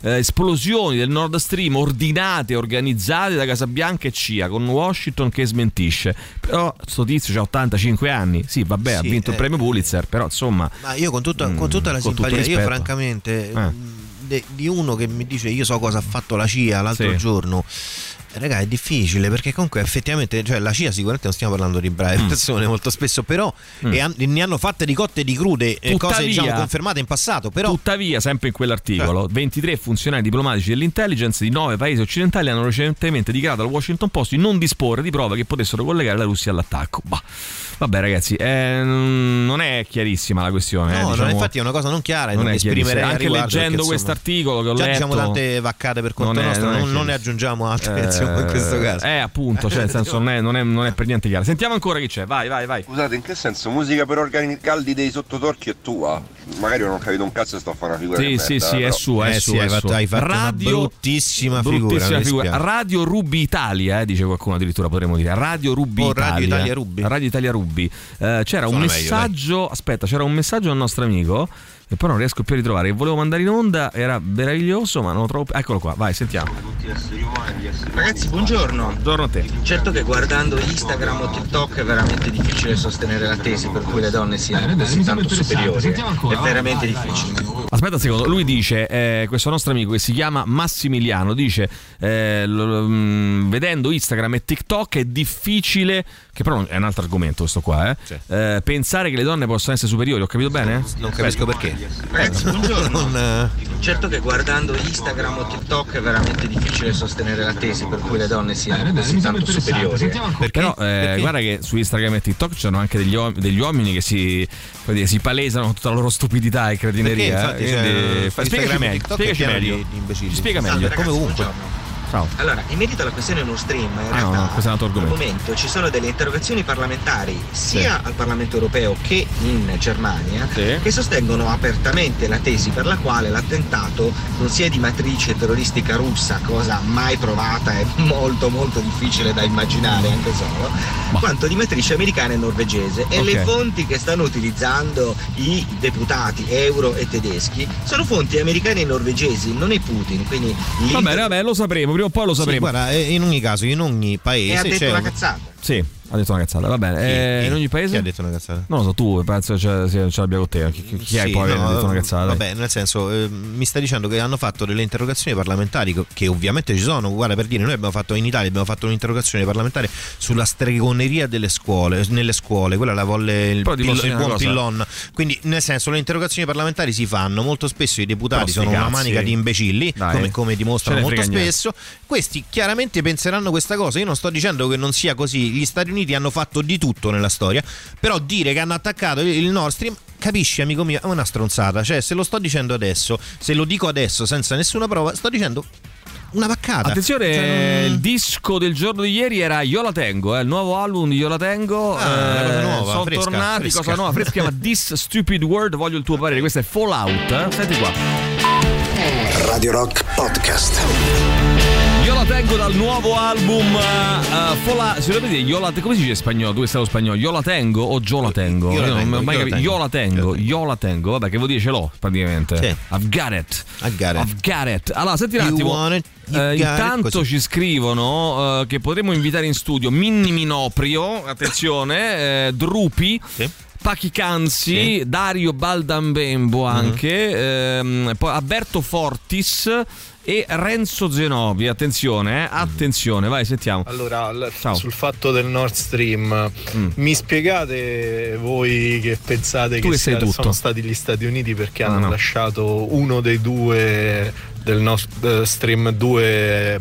Speaker 1: eh, esplosioni del Nord Stream ordinate e organizzate da Casabianca e CIA, con Washington che smentisce. Però sto tizio ha 85 anni, sì vabbè ha
Speaker 9: Sì,
Speaker 1: vinto il
Speaker 9: eh,
Speaker 1: premio Pulitzer, però insomma...
Speaker 9: Ma Ah, io con, tutta- con tutta la
Speaker 1: Mm, con tutto
Speaker 9: simpatia, io
Speaker 1: rispetto.
Speaker 9: francamente, mm,
Speaker 1: Eh.
Speaker 9: de- di uno che mi dice io so cosa ha fatto la CIA l'altro
Speaker 1: Sì.
Speaker 9: giorno, raga è difficile perché comunque effettivamente, cioè la CIA sicuramente non stiamo parlando di brave persone molto spesso, però
Speaker 1: Mm.
Speaker 9: e han- ne hanno fatte di cotte e di crude, eh, cose diciamo
Speaker 1: Tuttavia-
Speaker 9: confermate in passato, però... Eh.
Speaker 1: Tuttavia, sempre in quell'articolo, 23 funzionari diplomatici dell'intelligence di 9 paesi occidentali hanno recentemente dichiarato al Washington Post di non disporre di prove che potessero collegare la Russia all'attacco. Bah. Vabbè ragazzi, eh, non è chiarissima la questione. eh,
Speaker 9: No, no,
Speaker 1: diciamo.
Speaker 9: infatti è una cosa non chiara e non,
Speaker 1: non è
Speaker 9: esprimerei
Speaker 1: chiarissimo.
Speaker 9: a
Speaker 1: Anche
Speaker 9: riguardo,
Speaker 1: leggendo
Speaker 9: perché,
Speaker 1: questo
Speaker 9: insomma,
Speaker 1: articgo che ho
Speaker 9: già
Speaker 1: letto,
Speaker 9: diciamo tante vaccate per conto
Speaker 1: non è-
Speaker 9: nostro,
Speaker 1: non è
Speaker 9: non, non ne
Speaker 1: chiarissimo.
Speaker 9: aggiungiamo altre insomma, in questo caso.
Speaker 1: Eh, appunto, cioè, nel senso, non è, non è- non è per niente chiaro. Sentiamo ancora chi c'è, vai, vai, vai.
Speaker 21: Scusate, in che senso? Musica per organi caldi dei sottotorchi è tua? Magari io non ho capito un cazzo e sto a fare una figura
Speaker 1: Sì,
Speaker 21: di
Speaker 1: sì,
Speaker 21: merda,
Speaker 1: sì, è
Speaker 21: però.
Speaker 1: sua, è
Speaker 9: Eh sì,
Speaker 1: sua,
Speaker 9: hai
Speaker 1: è
Speaker 9: fatto-
Speaker 1: sua.
Speaker 9: hai fatto una
Speaker 1: Radio-
Speaker 9: bruttissima figura,
Speaker 1: bruttissima
Speaker 9: mi
Speaker 1: figura.
Speaker 9: dispiace.
Speaker 1: Radio Rubi Italia, eh, dice qualcuno addirittura, potremmo dire. Radio Rubi
Speaker 9: Oh,
Speaker 1: Italia.
Speaker 9: Radio Italia Rubi.
Speaker 1: Radio Italia Rubi. Eh, c'era
Speaker 9: Suona
Speaker 1: un
Speaker 9: meglio,
Speaker 1: messaggio, aspetta, c'era un messaggio al nostro amico che poi non riesco più a ritrovare, che volevo mandare in onda, era meraviglioso, ma non lo trovo più. Eccolo qua, vai, sentiamo.
Speaker 10: Ragazzi, buongiorno.
Speaker 1: Buongiorno a te.
Speaker 10: Certo che guardando Instagram o TikTok è veramente difficile sostenere la tesi per cui le donne
Speaker 26: Eh,
Speaker 10: siano così tanto superiori. È veramente difficile.
Speaker 1: Aspetta un secondo, lui dice, eh, questo nostro amico che si chiama Massimiliano, dice, eh, l- l- mm, vedendo Instagram e TikTok è difficile, che però è un altro argomento questo qua, eh, eh, pensare che le donne possano essere superiori, ho capito bene?
Speaker 9: Non capisco perché.
Speaker 26: Ecco,
Speaker 9: eh,
Speaker 10: Ragazzi, buongiorno. Certo che guardando Instagram o TikTok è veramente difficile sostenere la tesi per cui le donne
Speaker 26: Eh,
Speaker 10: siano così tanto superiori.
Speaker 1: Però eh, guarda che su Instagram e TikTok c'erano anche degli, uom- degli uomini che si, come dire, si palesano con tutta la loro stupidità e cretineria.
Speaker 9: Perché, infatti,
Speaker 1: eh,
Speaker 9: cioè,
Speaker 1: quindi, fa-
Speaker 9: Instagram
Speaker 1: spiegaci
Speaker 9: e
Speaker 1: meglio,
Speaker 10: TikTok è
Speaker 1: spiegaci
Speaker 10: pieno
Speaker 1: meglio.
Speaker 10: di- di
Speaker 1: Ci spiega
Speaker 10: Salve,
Speaker 1: meglio.
Speaker 10: ragazzi, buongiorno.
Speaker 1: Ciao.
Speaker 10: Allora, in merito alla questione Nord Stream, eh, in
Speaker 1: Ah, no, no,
Speaker 10: realtà
Speaker 1: questo è un altro
Speaker 10: al
Speaker 1: argomento.
Speaker 10: momento ci sono delle interrogazioni parlamentari sia al Parlamento europeo che in Germania che sostengono apertamente la tesi per la quale l'attentato non sia di matrice terroristica russa, cosa mai provata e molto molto difficile da immaginare anche solo, quanto di matrice americana e norvegese. E le
Speaker 6: Ok.
Speaker 10: fonti che stanno utilizzando i deputati euro e tedeschi sono fonti americane e norvegesi, non è Putin. Quindi
Speaker 1: Va bene, vabbè, lo sapremo, prima o poi lo
Speaker 9: Sì,
Speaker 1: sapremo.
Speaker 9: guarda, eh, in ogni caso, in ogni
Speaker 10: e ha
Speaker 9: paese
Speaker 10: detto
Speaker 9: c'è
Speaker 10: una
Speaker 9: un-
Speaker 10: cazzata.
Speaker 1: Sì, ha detto una cazzata, va bene. Eh, in ogni paese...
Speaker 9: Chi ha detto una cazzata?
Speaker 1: Non lo so, tu penso ce, se ce l'abbia con te. Chi, chi- chi è
Speaker 9: Sì,
Speaker 1: poi
Speaker 9: no,
Speaker 1: ha detto una cazzata? dai.
Speaker 9: Vabbè, nel senso, eh, mi sta dicendo che hanno fatto delle interrogazioni parlamentari co- che ovviamente ci sono. Guarda, per dire, noi abbiamo fatto in Italia abbiamo fatto un'interrogazione parlamentare sulla stregoneria delle scuole, nelle scuole, quella la volle il,
Speaker 1: Però ti
Speaker 9: pill-
Speaker 1: posso dire
Speaker 9: il
Speaker 1: una
Speaker 9: buon
Speaker 1: cosa.
Speaker 9: pillon. Quindi, nel senso, le interrogazioni parlamentari si fanno molto spesso i deputati
Speaker 1: Però sti
Speaker 9: sono una
Speaker 1: cazzi.
Speaker 9: manica di imbecilli,
Speaker 1: Dai.
Speaker 9: come, come dimostrano
Speaker 1: Ce ne
Speaker 9: molto
Speaker 1: frega niente.
Speaker 9: spesso. Questi chiaramente penseranno questa cosa. Io non sto dicendo che non sia così. Gli Stati Uniti hanno fatto di tutto nella storia, però dire che hanno attaccato il il Nord Stream. Capisci, amico mio, è una stronzata. Cioè, se lo sto dicendo adesso, se lo dico adesso senza nessuna prova, sto dicendo una paccata.
Speaker 1: Attenzione,
Speaker 9: Cioè,
Speaker 1: il disco del giorno di ieri era Io la tengo, eh, il nuovo album di Io la tengo. eh,
Speaker 9: Ah, una cosa nuova,
Speaker 1: sono
Speaker 9: fresca,
Speaker 1: tornati,
Speaker 9: fresca.
Speaker 1: cosa nuova, fresca, ma This Stupid World, voglio il tuo parere. Questo è Fallout, eh? senti qua.
Speaker 5: Radio Rock Podcast.
Speaker 1: Io la tengo dal nuovo album eh, eh, Fallout. Se lo vedete, io la, come si dice in spagnolo? Dove sta lo spagnolo? Io la tengo o Gio la tengo?
Speaker 9: Io la
Speaker 1: Io non
Speaker 9: tengo,
Speaker 1: ho mai
Speaker 9: io la
Speaker 1: capito.
Speaker 9: tengo.
Speaker 1: Io la tengo, io la tengo. Vabbè, che vuol dire ce l'ho praticamente.
Speaker 9: Sì.
Speaker 1: I've got it.
Speaker 9: I got it.
Speaker 1: I've got it. Allora, senti un
Speaker 9: You
Speaker 1: attimo.
Speaker 9: want it, you got
Speaker 1: Eh,
Speaker 9: it,
Speaker 1: intanto
Speaker 9: così.
Speaker 1: ci scrivono eh, che potremmo invitare in studio Minni Minoprio, attenzione, eh, Drupi. Pachi Canzi, Dario
Speaker 24: Mhm.
Speaker 1: Baldambembo anche, ehm, poi Alberto Fortis e Renzo Zenobi. Attenzione, eh, attenzione, vai, sentiamo.
Speaker 24: Allora, l-
Speaker 1: Ciao. Mm.
Speaker 24: sul fatto del Nord Stream, mi spiegate voi che pensate
Speaker 1: Tu
Speaker 24: che
Speaker 1: che sei
Speaker 24: sia-
Speaker 1: tutto. Ah,
Speaker 24: sono stati gli Stati Uniti perché
Speaker 1: No,
Speaker 24: hanno
Speaker 1: no.
Speaker 24: lasciato uno dei due del Nord eh, Stream 2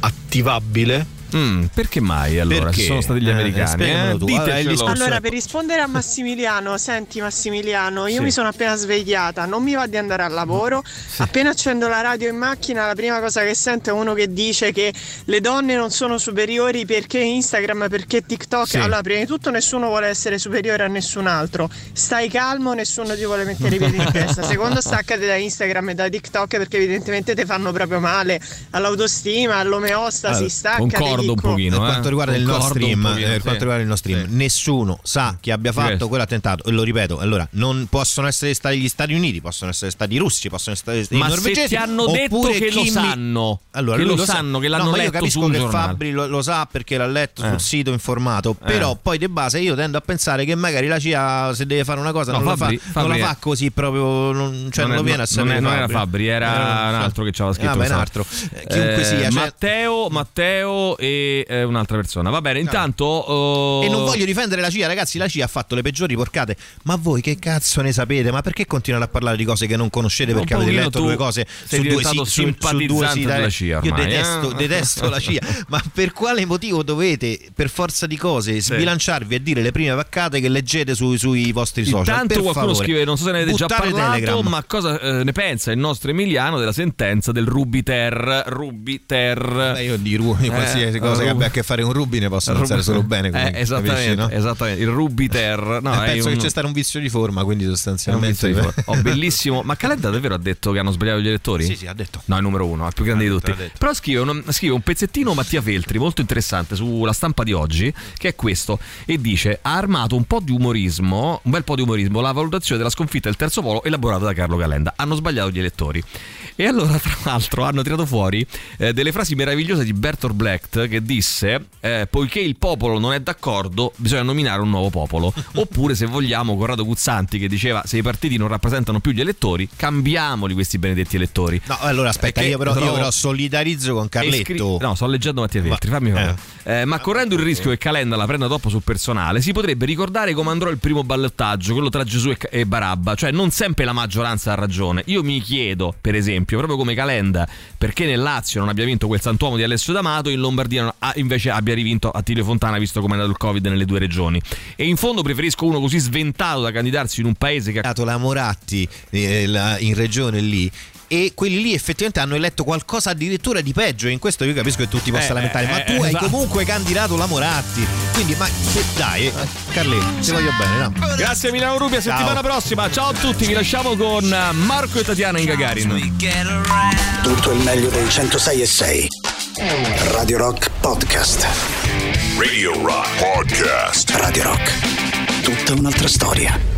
Speaker 24: attivabile?
Speaker 1: Mm, perché mai allora?
Speaker 24: Perché?
Speaker 1: Se sono stati gli
Speaker 24: Eh,
Speaker 1: americani, eh,
Speaker 24: spiegamelo tu.
Speaker 1: ditecelo.
Speaker 24: Allora, il discorso
Speaker 15: Allora, per rispondere a Massimiliano, senti Massimiliano, io
Speaker 1: Sì.
Speaker 15: mi sono appena svegliata, non mi va di andare al lavoro. Appena accendo la radio in macchina, la prima cosa che sento è uno che dice che le donne non sono superiori perché Instagram, perché TikTok.
Speaker 18: Sì.
Speaker 15: Allora, prima di tutto nessuno vuole essere superiore a nessun altro. Stai calmo, nessuno ti vuole mettere i piedi in testa. Secondo, staccati da Instagram e da TikTok perché evidentemente ti fanno proprio male all'autostima, all'omeostasi,
Speaker 9: Allora,
Speaker 15: staccati. dico.
Speaker 9: Per quanto riguarda il Nord
Speaker 1: eh. Concordo un
Speaker 9: Stream, eh,
Speaker 1: pochino,
Speaker 9: per
Speaker 1: sì.
Speaker 9: quanto riguarda il Nord Stream, nessuno sa chi abbia fatto
Speaker 1: Diverso.
Speaker 9: quell'attentato. E lo ripeto, allora, non possono essere stati gli Stati Uniti, possono essere stati russi, possono essere stati
Speaker 1: Ma
Speaker 9: i
Speaker 1: se
Speaker 9: norvegesi.
Speaker 1: ti hanno detto
Speaker 9: oppure
Speaker 1: che lo
Speaker 9: chi mi-
Speaker 1: sanno, che
Speaker 9: lui
Speaker 1: lo sanno, che l'hanno
Speaker 9: no, ma
Speaker 1: letto
Speaker 9: io capisco
Speaker 1: su un
Speaker 9: che
Speaker 1: giornale.
Speaker 9: Fabri lo, lo sa perché l'ha letto
Speaker 1: Eh.
Speaker 9: sul sito informato, però poi de base io tendo a pensare che magari la CIA se deve fare una cosa
Speaker 1: No,
Speaker 9: non, la
Speaker 1: Fabri-
Speaker 9: fa,
Speaker 1: Fabri
Speaker 9: non la
Speaker 1: è-
Speaker 9: fa così proprio, non, cioè non,
Speaker 1: è-
Speaker 9: lo viene a
Speaker 1: non,
Speaker 9: sapere
Speaker 1: è- non era Fabri, era un altro che c'aveva scritto.
Speaker 9: Ah, ma è un
Speaker 1: questa-
Speaker 9: altro. Eh, Chiunque
Speaker 1: Eh,
Speaker 9: sia, cioè-
Speaker 1: Matteo, Matteo e eh, un'altra persona. Va bene, intanto. oh,
Speaker 9: E non voglio difendere la CIA, ragazzi. La CIA ha fatto le peggiori porcate. Ma voi che cazzo ne sapete? Ma perché continuate a parlare di cose che non conoscete? Perché
Speaker 1: Un
Speaker 9: avete
Speaker 1: pochino
Speaker 9: letto
Speaker 1: tu
Speaker 9: due cose
Speaker 1: sei
Speaker 9: su due, si- su-
Speaker 1: diventato
Speaker 9: su due
Speaker 1: simpatizzante
Speaker 9: siti.
Speaker 1: della CIA
Speaker 9: Io
Speaker 1: ormai,
Speaker 9: detesto,
Speaker 1: eh.
Speaker 9: detesto la CIA. Ma per quale motivo dovete, per forza di cose, sbilanciarvi e dire le prime vaccate che leggete su- sui vostri social?
Speaker 1: Tanto
Speaker 9: Per
Speaker 1: qualcuno
Speaker 9: favore.
Speaker 1: scrive, non so se ne avete già
Speaker 9: Buttate
Speaker 1: parlato,
Speaker 9: Telegram.
Speaker 1: ma cosa eh, ne pensa il nostro Emiliano della sentenza del Rubiter? Rubiter. Eh,
Speaker 9: Beh, io di Ru- di qualsiasi cosa che abbia a che fare con Rubi ne posso pensare solo bene. quindi,
Speaker 1: Eh, esattamente,
Speaker 9: capisci, no?
Speaker 1: esattamente. il Rubiter. No,
Speaker 9: Eh,
Speaker 1: Ah, è
Speaker 9: penso
Speaker 1: un-
Speaker 9: che c'è stato un vizio di forma, quindi
Speaker 1: è un
Speaker 9: sostanzialmente.
Speaker 1: vizio di forma. Oh, bellissimo. Ma Calenda davvero ha detto che hanno sbagliato gli elettori?
Speaker 9: Sì, sì, ha detto.
Speaker 1: No, è il numero uno, è il più grande di
Speaker 9: detto,
Speaker 1: tutti.
Speaker 9: ha detto.
Speaker 1: Però scrive un, scrive un pezzettino Mattia Feltri, molto interessante, sulla stampa di oggi, che è questo. E dice, ha armato un po' di umorismo, un bel po' di umorismo, la valutazione della sconfitta del terzo polo elaborata da Carlo Calenda. Hanno sbagliato gli elettori. E allora, tra l'altro, hanno tirato fuori eh, delle frasi meravigliose di Bertolt Brecht che disse, eh, poiché il popolo non è d'accordo, bisogna nominare un nuovo popolo. Oppure, se vogliamo, Corrado Guzzanti che diceva, se i partiti non rappresentano più gli elettori, cambiamoli questi benedetti elettori.
Speaker 9: No, allora aspetta,
Speaker 1: Perché
Speaker 9: io però, io
Speaker 1: trovo-
Speaker 9: però solidarizzo con Carletto.
Speaker 1: e scri- no, sto leggendo Mattia Feltri, fammi fare. Eh, ma correndo il rischio che Calenda la prenda troppo sul personale, si potrebbe ricordare come andrò il primo ballottaggio, quello tra Gesù e, e Barabba. Cioè, non sempre la maggioranza ha ragione. Io mi chiedo, per esempio, proprio come Calenda, perché nel Lazio non abbia vinto quel santuomo di Alessio D'Amato, in Lombardia non- ah, invece abbia rivinto Attilio Fontana, visto come è andato il Covid nelle due regioni. E in fondo preferisco uno così sventato da candidarsi in un paese che ha
Speaker 9: dato la Moratti eh, la- in regione lì. E quelli lì effettivamente hanno eletto qualcosa addirittura di peggio. e In questo io capisco che tu ti possa
Speaker 1: Eh,
Speaker 9: lamentare,
Speaker 1: eh,
Speaker 9: ma tu
Speaker 1: eh,
Speaker 9: hai
Speaker 1: esatto.
Speaker 9: comunque candidato la Moratti. Quindi, ma che dai, eh, Carletto, ti voglio bene, no?
Speaker 1: Grazie Milano Rubia, settimana prossima. Ciao a tutti, vi lasciamo con eh, Marco e Tatiana in Gagarin.
Speaker 5: Tutto il meglio dei 106 e 6. Radio Rock Podcast.
Speaker 27: Radio Rock Podcast.
Speaker 5: Radio Rock. Tutta un'altra storia.